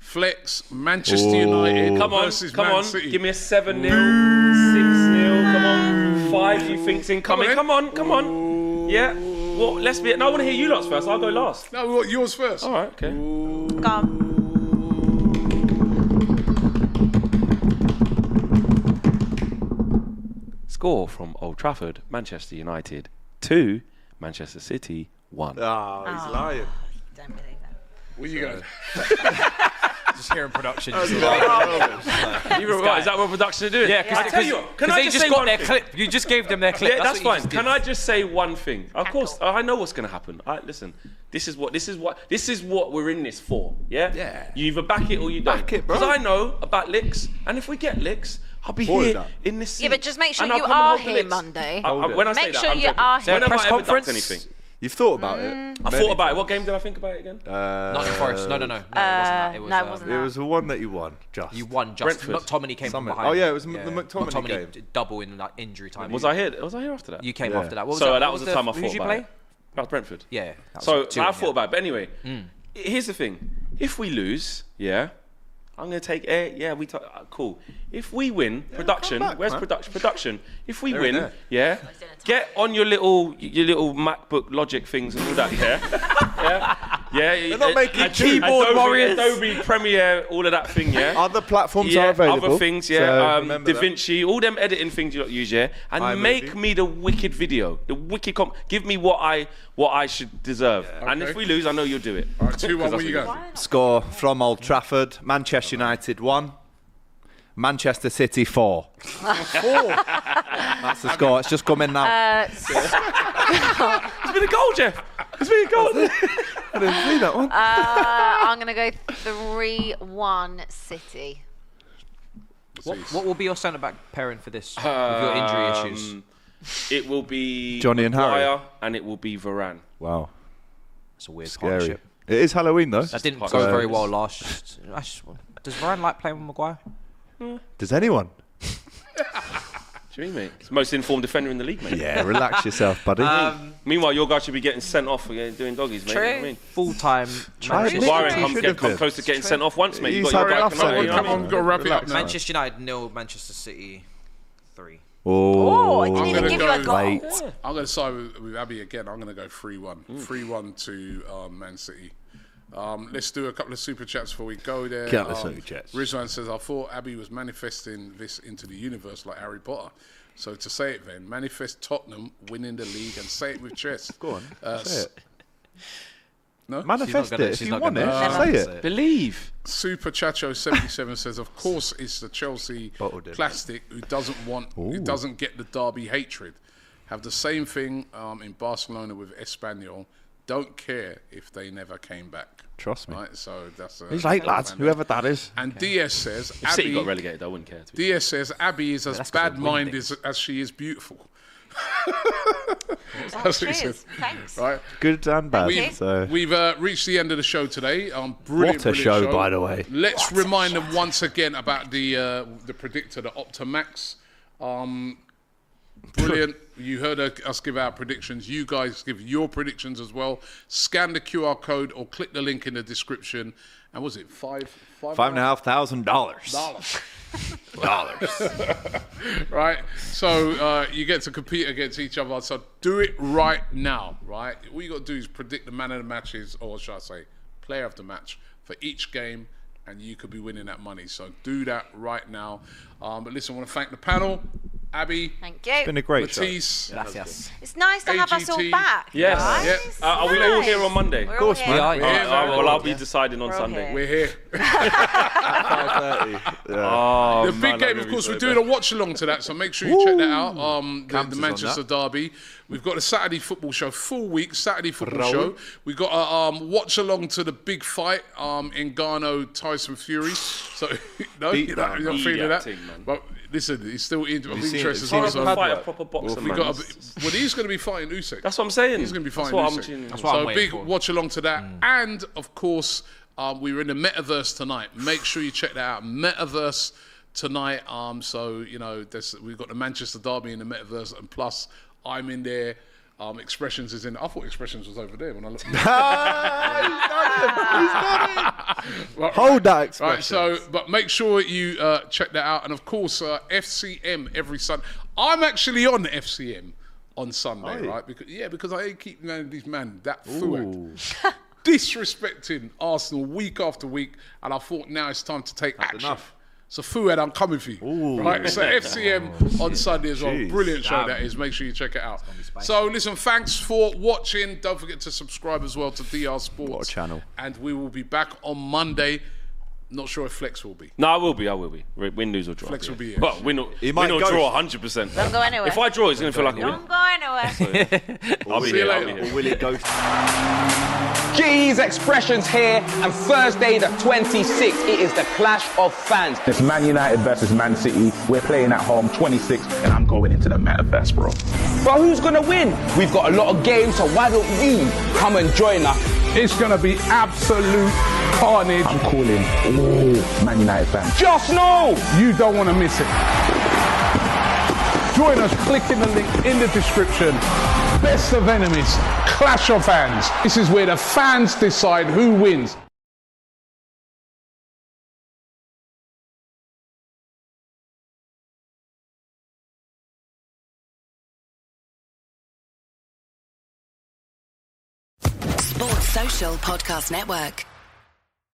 Speaker 1: Flex, Manchester United
Speaker 5: Come on,
Speaker 1: versus
Speaker 5: come
Speaker 1: Man
Speaker 5: on.
Speaker 1: City.
Speaker 5: Give me a 7 0, 6 0, come on. 5 you think's incoming. Come
Speaker 1: Come
Speaker 5: on, come on. Yeah. Well, let's be. No, I want to hear you lots first. I'll go last.
Speaker 1: No, what, yours first.
Speaker 5: All right, okay.
Speaker 6: Gone.
Speaker 5: Score from Old Trafford Manchester United 2, Manchester City 1.
Speaker 2: Ah, he's lying.
Speaker 6: Don't believe that.
Speaker 1: Where you going?
Speaker 3: Just here in production.
Speaker 5: you were right. Is that what production are doing?
Speaker 3: Yeah,
Speaker 5: I tell you what, can I
Speaker 3: they
Speaker 5: just,
Speaker 3: just
Speaker 5: say
Speaker 3: got
Speaker 5: one
Speaker 3: their
Speaker 5: thing?
Speaker 3: clip. You just gave them their clip.
Speaker 5: Yeah, that's,
Speaker 3: what you
Speaker 5: fine.
Speaker 3: just
Speaker 5: Can
Speaker 3: did.
Speaker 5: I just say one thing? Of course, I know what's going to happen. I, listen, this is what this is what this is what we're in this for. Yeah.
Speaker 2: Yeah.
Speaker 5: You either back it or you don't.
Speaker 2: Back it, bro.
Speaker 5: Because I know about licks, and if we get licks, I'll be
Speaker 2: Boy,
Speaker 5: here
Speaker 2: that.
Speaker 5: in this. Seat,
Speaker 6: Yeah, but just make sure
Speaker 5: and I'll
Speaker 6: you
Speaker 5: come and
Speaker 6: are
Speaker 5: hold the
Speaker 6: here
Speaker 5: licks.
Speaker 6: Monday.
Speaker 5: I- I-
Speaker 2: Hold it.
Speaker 5: when I say
Speaker 6: Make
Speaker 5: that,
Speaker 6: sure
Speaker 5: I'm
Speaker 6: you
Speaker 5: joking.
Speaker 6: are here.
Speaker 5: When have
Speaker 3: Press
Speaker 5: I ever ducked
Speaker 3: conference?
Speaker 5: anything?
Speaker 2: You've thought about it. Uh,
Speaker 5: I thought about it. What game did I think about it again?
Speaker 3: Nottingham Forest. No, no, no. No, it wasn't that. It was,
Speaker 6: Uh, no, it
Speaker 3: um,
Speaker 6: wasn't
Speaker 2: It
Speaker 6: that.
Speaker 2: was the one that you won. Just
Speaker 3: You won just.
Speaker 5: Brentford.
Speaker 3: McTominay came
Speaker 2: Summit.
Speaker 3: from behind.
Speaker 2: Oh, yeah, it was m- the McTominay game.
Speaker 3: d- double in like injury time.
Speaker 5: was I here? Was I here after that?
Speaker 3: You came
Speaker 2: Yeah.
Speaker 3: after that. What was
Speaker 5: so uh,
Speaker 3: that,
Speaker 5: that
Speaker 3: What
Speaker 5: was the time I
Speaker 3: who
Speaker 5: thought
Speaker 3: did you
Speaker 5: about
Speaker 3: play?
Speaker 5: it. That was Brentford.
Speaker 3: Yeah. that was
Speaker 5: So
Speaker 3: two
Speaker 5: I
Speaker 3: one,
Speaker 5: thought
Speaker 3: yeah. Hmm.
Speaker 5: about it. But anyway, i- here's the thing. If we lose, yeah, I'm going to take air. Yeah, we talk, uh, cool. If we win, production,
Speaker 2: come back,
Speaker 5: where's
Speaker 2: man.
Speaker 5: production? Production. If we
Speaker 2: They're in
Speaker 5: win,
Speaker 2: there.
Speaker 5: yeah, get on your little your little MacBook Logic things and all that. Yeah, yeah, yeah.
Speaker 2: They're not making
Speaker 5: a
Speaker 2: cheap.
Speaker 5: keyboard
Speaker 2: Adobe-
Speaker 5: warriors, Adobe Premiere, all of that thing. Yeah.
Speaker 2: Other platforms
Speaker 5: yeah,
Speaker 2: are available.
Speaker 5: Other things,
Speaker 2: so
Speaker 5: yeah. um,
Speaker 2: remember that.
Speaker 5: DaVinci, all them editing things you lot use, yeah. And
Speaker 2: iMovie.
Speaker 5: make me the wicked video, the wicked comp. Give me what I what I should deserve. And
Speaker 1: Okay.
Speaker 5: if we lose, I know you'll do it.
Speaker 1: All right, 2 1, where you going?
Speaker 2: Score from Old Trafford. Manchester United 1. Manchester City four. That's the score. It's just come in now.
Speaker 6: Uh,
Speaker 5: It's been a goal, Jeff. It's been a goal.
Speaker 2: I didn't see that one.
Speaker 6: Uh, I'm gonna go three one City.
Speaker 3: What, what will be your centre back pairing for this? with your injury issues.
Speaker 5: Um, It will be
Speaker 2: Johnny and Harry.
Speaker 5: Maguire and it will be Varane.
Speaker 2: Wow,
Speaker 3: It's a weird
Speaker 2: scary.
Speaker 3: partnership.
Speaker 2: It is Halloween though.
Speaker 3: That didn't
Speaker 5: Part-
Speaker 3: go
Speaker 5: uh,
Speaker 3: very well last. I just- Does Varane like playing with Maguire?
Speaker 2: Does anyone?
Speaker 5: Do you mean, mate? It's the most informed defender in the league, mate.
Speaker 2: Yeah, relax yourself, buddy.
Speaker 5: Meanwhile, your guy should be getting sent off again doing doggies, mate. You know what I mean?
Speaker 3: Full time.
Speaker 2: Maybe
Speaker 5: Warren
Speaker 2: he
Speaker 5: comes
Speaker 2: should
Speaker 5: get,
Speaker 2: have
Speaker 5: come
Speaker 2: been.
Speaker 5: close to getting sent off once, mate.
Speaker 2: He's
Speaker 5: you got
Speaker 2: had
Speaker 5: your guy
Speaker 2: enough
Speaker 5: come on,
Speaker 2: already,
Speaker 5: you know what
Speaker 1: Come
Speaker 5: I
Speaker 1: on,
Speaker 5: mean?
Speaker 1: we've got to wrap it up now.
Speaker 3: Manchester United nil. Manchester City three.
Speaker 6: Oh, I didn't
Speaker 1: I'm
Speaker 6: even
Speaker 1: gonna
Speaker 6: give you a
Speaker 1: go-
Speaker 6: goal. Mm.
Speaker 2: Late.
Speaker 1: I'm going to side with, with Abby again. I'm going to go 3 1. 3 1 to um, Man City. Um, let's do a couple of super chats before we go there.
Speaker 2: Couple of
Speaker 1: Um,
Speaker 2: super chats.
Speaker 1: Rizwan says, I thought Abby was manifesting this into the universe like Harry Potter. So to say it then, manifest Tottenham winning the league and say it with chest. go on. Uh,
Speaker 2: Say it.
Speaker 1: No?
Speaker 2: Manifest
Speaker 3: gonna-
Speaker 2: it. If
Speaker 3: she's
Speaker 2: you
Speaker 3: not
Speaker 2: want it,
Speaker 3: gonna-
Speaker 6: Never.
Speaker 2: say
Speaker 3: Say
Speaker 2: it.
Speaker 3: it.
Speaker 5: Believe.
Speaker 1: Super Chacho seventy seven says, "Of course, it's the Chelsea
Speaker 2: Bottled it.
Speaker 1: plastic who doesn't want, who doesn't get the derby hatred. Have the same thing um, in Barcelona with Espanyol. Don't care if they never came back.
Speaker 2: Trust me.
Speaker 1: Right, so that's a,
Speaker 2: He's late, lad.
Speaker 1: and-
Speaker 2: Whoever that is.
Speaker 1: And DS says,
Speaker 5: If City got
Speaker 1: Abby,
Speaker 5: relegated, I wouldn't care. To be
Speaker 1: DS says Abby is as
Speaker 3: that's 'cause of
Speaker 1: bad minded as, as she is beautiful.
Speaker 6: Oh,
Speaker 1: what he
Speaker 6: cheers.
Speaker 1: said.
Speaker 6: Thanks.
Speaker 1: Right,
Speaker 2: Good and bad.
Speaker 6: you.
Speaker 2: So
Speaker 1: We've uh, reached the end of the show today. Um, brilliant,
Speaker 2: What a
Speaker 1: brilliant
Speaker 2: show, by the way.
Speaker 1: Let's remind them once again about the uh, the predictor, the Optimax. Um, brilliant. you heard us give our predictions. You guys give your predictions as well. Scan the QR code or click the link in the description. And was it five five
Speaker 2: five and a half thousand dollars.
Speaker 1: dollars?
Speaker 2: Dollars.
Speaker 1: right? So uh, you get to compete against each other. So do it right now, right? All you got to do is predict the man of the matches, or should I say, player of the match for each game, and you could be winning that money. So do that right now. Um, but listen, I want to thank the panel, Abby,
Speaker 6: Thank you.
Speaker 2: Been a great show.
Speaker 1: Matisse.
Speaker 3: Gracias.
Speaker 6: it's nice to have us all
Speaker 1: AGT.
Speaker 6: back.
Speaker 5: Yes.
Speaker 6: guys.
Speaker 1: Yeah.
Speaker 5: Uh, are we all here on Monday?
Speaker 6: We're
Speaker 5: Of
Speaker 6: all
Speaker 2: course,
Speaker 6: here.
Speaker 2: man.
Speaker 3: Yeah,
Speaker 5: fair.
Speaker 3: yeah.
Speaker 5: Uh, well, I'll be deciding on
Speaker 6: We're all
Speaker 5: Sunday.
Speaker 6: here.
Speaker 1: We're here.
Speaker 5: Oh,
Speaker 1: the big
Speaker 5: man,
Speaker 1: game,
Speaker 5: I'm gonna
Speaker 1: of course, we're
Speaker 5: be so
Speaker 1: doing a watch along to that, so make sure you check that out. Um, the,
Speaker 2: Camps
Speaker 1: the
Speaker 2: is on
Speaker 1: Manchester Derby. We've got a Saturday football show, full week Saturday football show. We've got a um, watch along to the big fight, um, Ngannou Tyson Fury. So no,
Speaker 2: Beat
Speaker 1: you're not,
Speaker 2: down.
Speaker 1: you're not feeling
Speaker 5: Idiot
Speaker 1: that.
Speaker 5: thing, man.
Speaker 1: but listen, it's still in, of
Speaker 2: seen it?
Speaker 1: interest as
Speaker 2: Seen
Speaker 1: well.
Speaker 2: it?
Speaker 5: bad. Proper
Speaker 1: So
Speaker 5: fight, a
Speaker 2: Padwork.
Speaker 5: proper boxer,
Speaker 1: we
Speaker 5: man.
Speaker 1: got. A,
Speaker 5: That's-
Speaker 1: well, he's going to be fighting Usyk.
Speaker 5: That's what I'm saying.
Speaker 1: He's going to be
Speaker 5: That's
Speaker 1: fighting
Speaker 5: what I'm
Speaker 1: Usyk.
Speaker 5: tuning in.
Speaker 3: what
Speaker 1: so
Speaker 3: I'm
Speaker 1: a
Speaker 3: waiting
Speaker 1: big
Speaker 3: for. Mm.
Speaker 1: watch along to that, and of course, um, we were in the metaverse tonight. Make sure you check that out. Metaverse tonight. Um, so you know, there's, we've got the Manchester Derby in the metaverse, and plus, I'm in there. Um, Expressions is in. I thought Expressions was over there when I looked. Right,
Speaker 2: Hold that
Speaker 1: Right,
Speaker 2: expression.
Speaker 1: so but make sure you uh, check that out, and of course uh, FCM every Sunday. I'm actually on FCM on Sunday, right? Because yeah, because I keep knowing these man that fool disrespecting Arsenal week after week, and I thought now it's time to take action.
Speaker 2: enough.
Speaker 1: So Fuad, I'm coming for you. Right, so FCM on Sunday as well.
Speaker 2: Jeez.
Speaker 1: Brilliant show that is. Make sure you check it out. So listen, thanks for watching. Don't forget to subscribe as well to DR Sports
Speaker 2: What a channel.
Speaker 1: and we will be back on Monday. Not sure if Flex will be.
Speaker 5: No, I will be. I will be. Re- Win, lose, or draw.
Speaker 1: Flex will be here.
Speaker 5: But win or,
Speaker 2: He
Speaker 5: win
Speaker 2: might
Speaker 5: or
Speaker 2: go.
Speaker 5: draw 100%.
Speaker 6: Don't go anywhere.
Speaker 5: If I draw, it's going to feel like a win.
Speaker 6: I'm going away.
Speaker 5: I'll be
Speaker 1: See you
Speaker 5: here. I'll be
Speaker 1: later.
Speaker 5: here.
Speaker 2: Will it go?
Speaker 8: G's Expressions here, and Thursday the 26th, it is the clash of fans.
Speaker 7: It's Man United versus Man City. We're playing at home 26, and I'm going into the manifest, bro.
Speaker 8: But who's gonna win? We've got a lot of games, so why don't you come and join us?
Speaker 9: It's going to be absolute carnage.
Speaker 7: I'm calling all Man United fans.
Speaker 8: Just know
Speaker 9: You don't want to miss it. Join us clicking the link in the description. Best of enemies, clash of fans. This is where the fans decide who wins.
Speaker 11: Sports Social Podcast Network.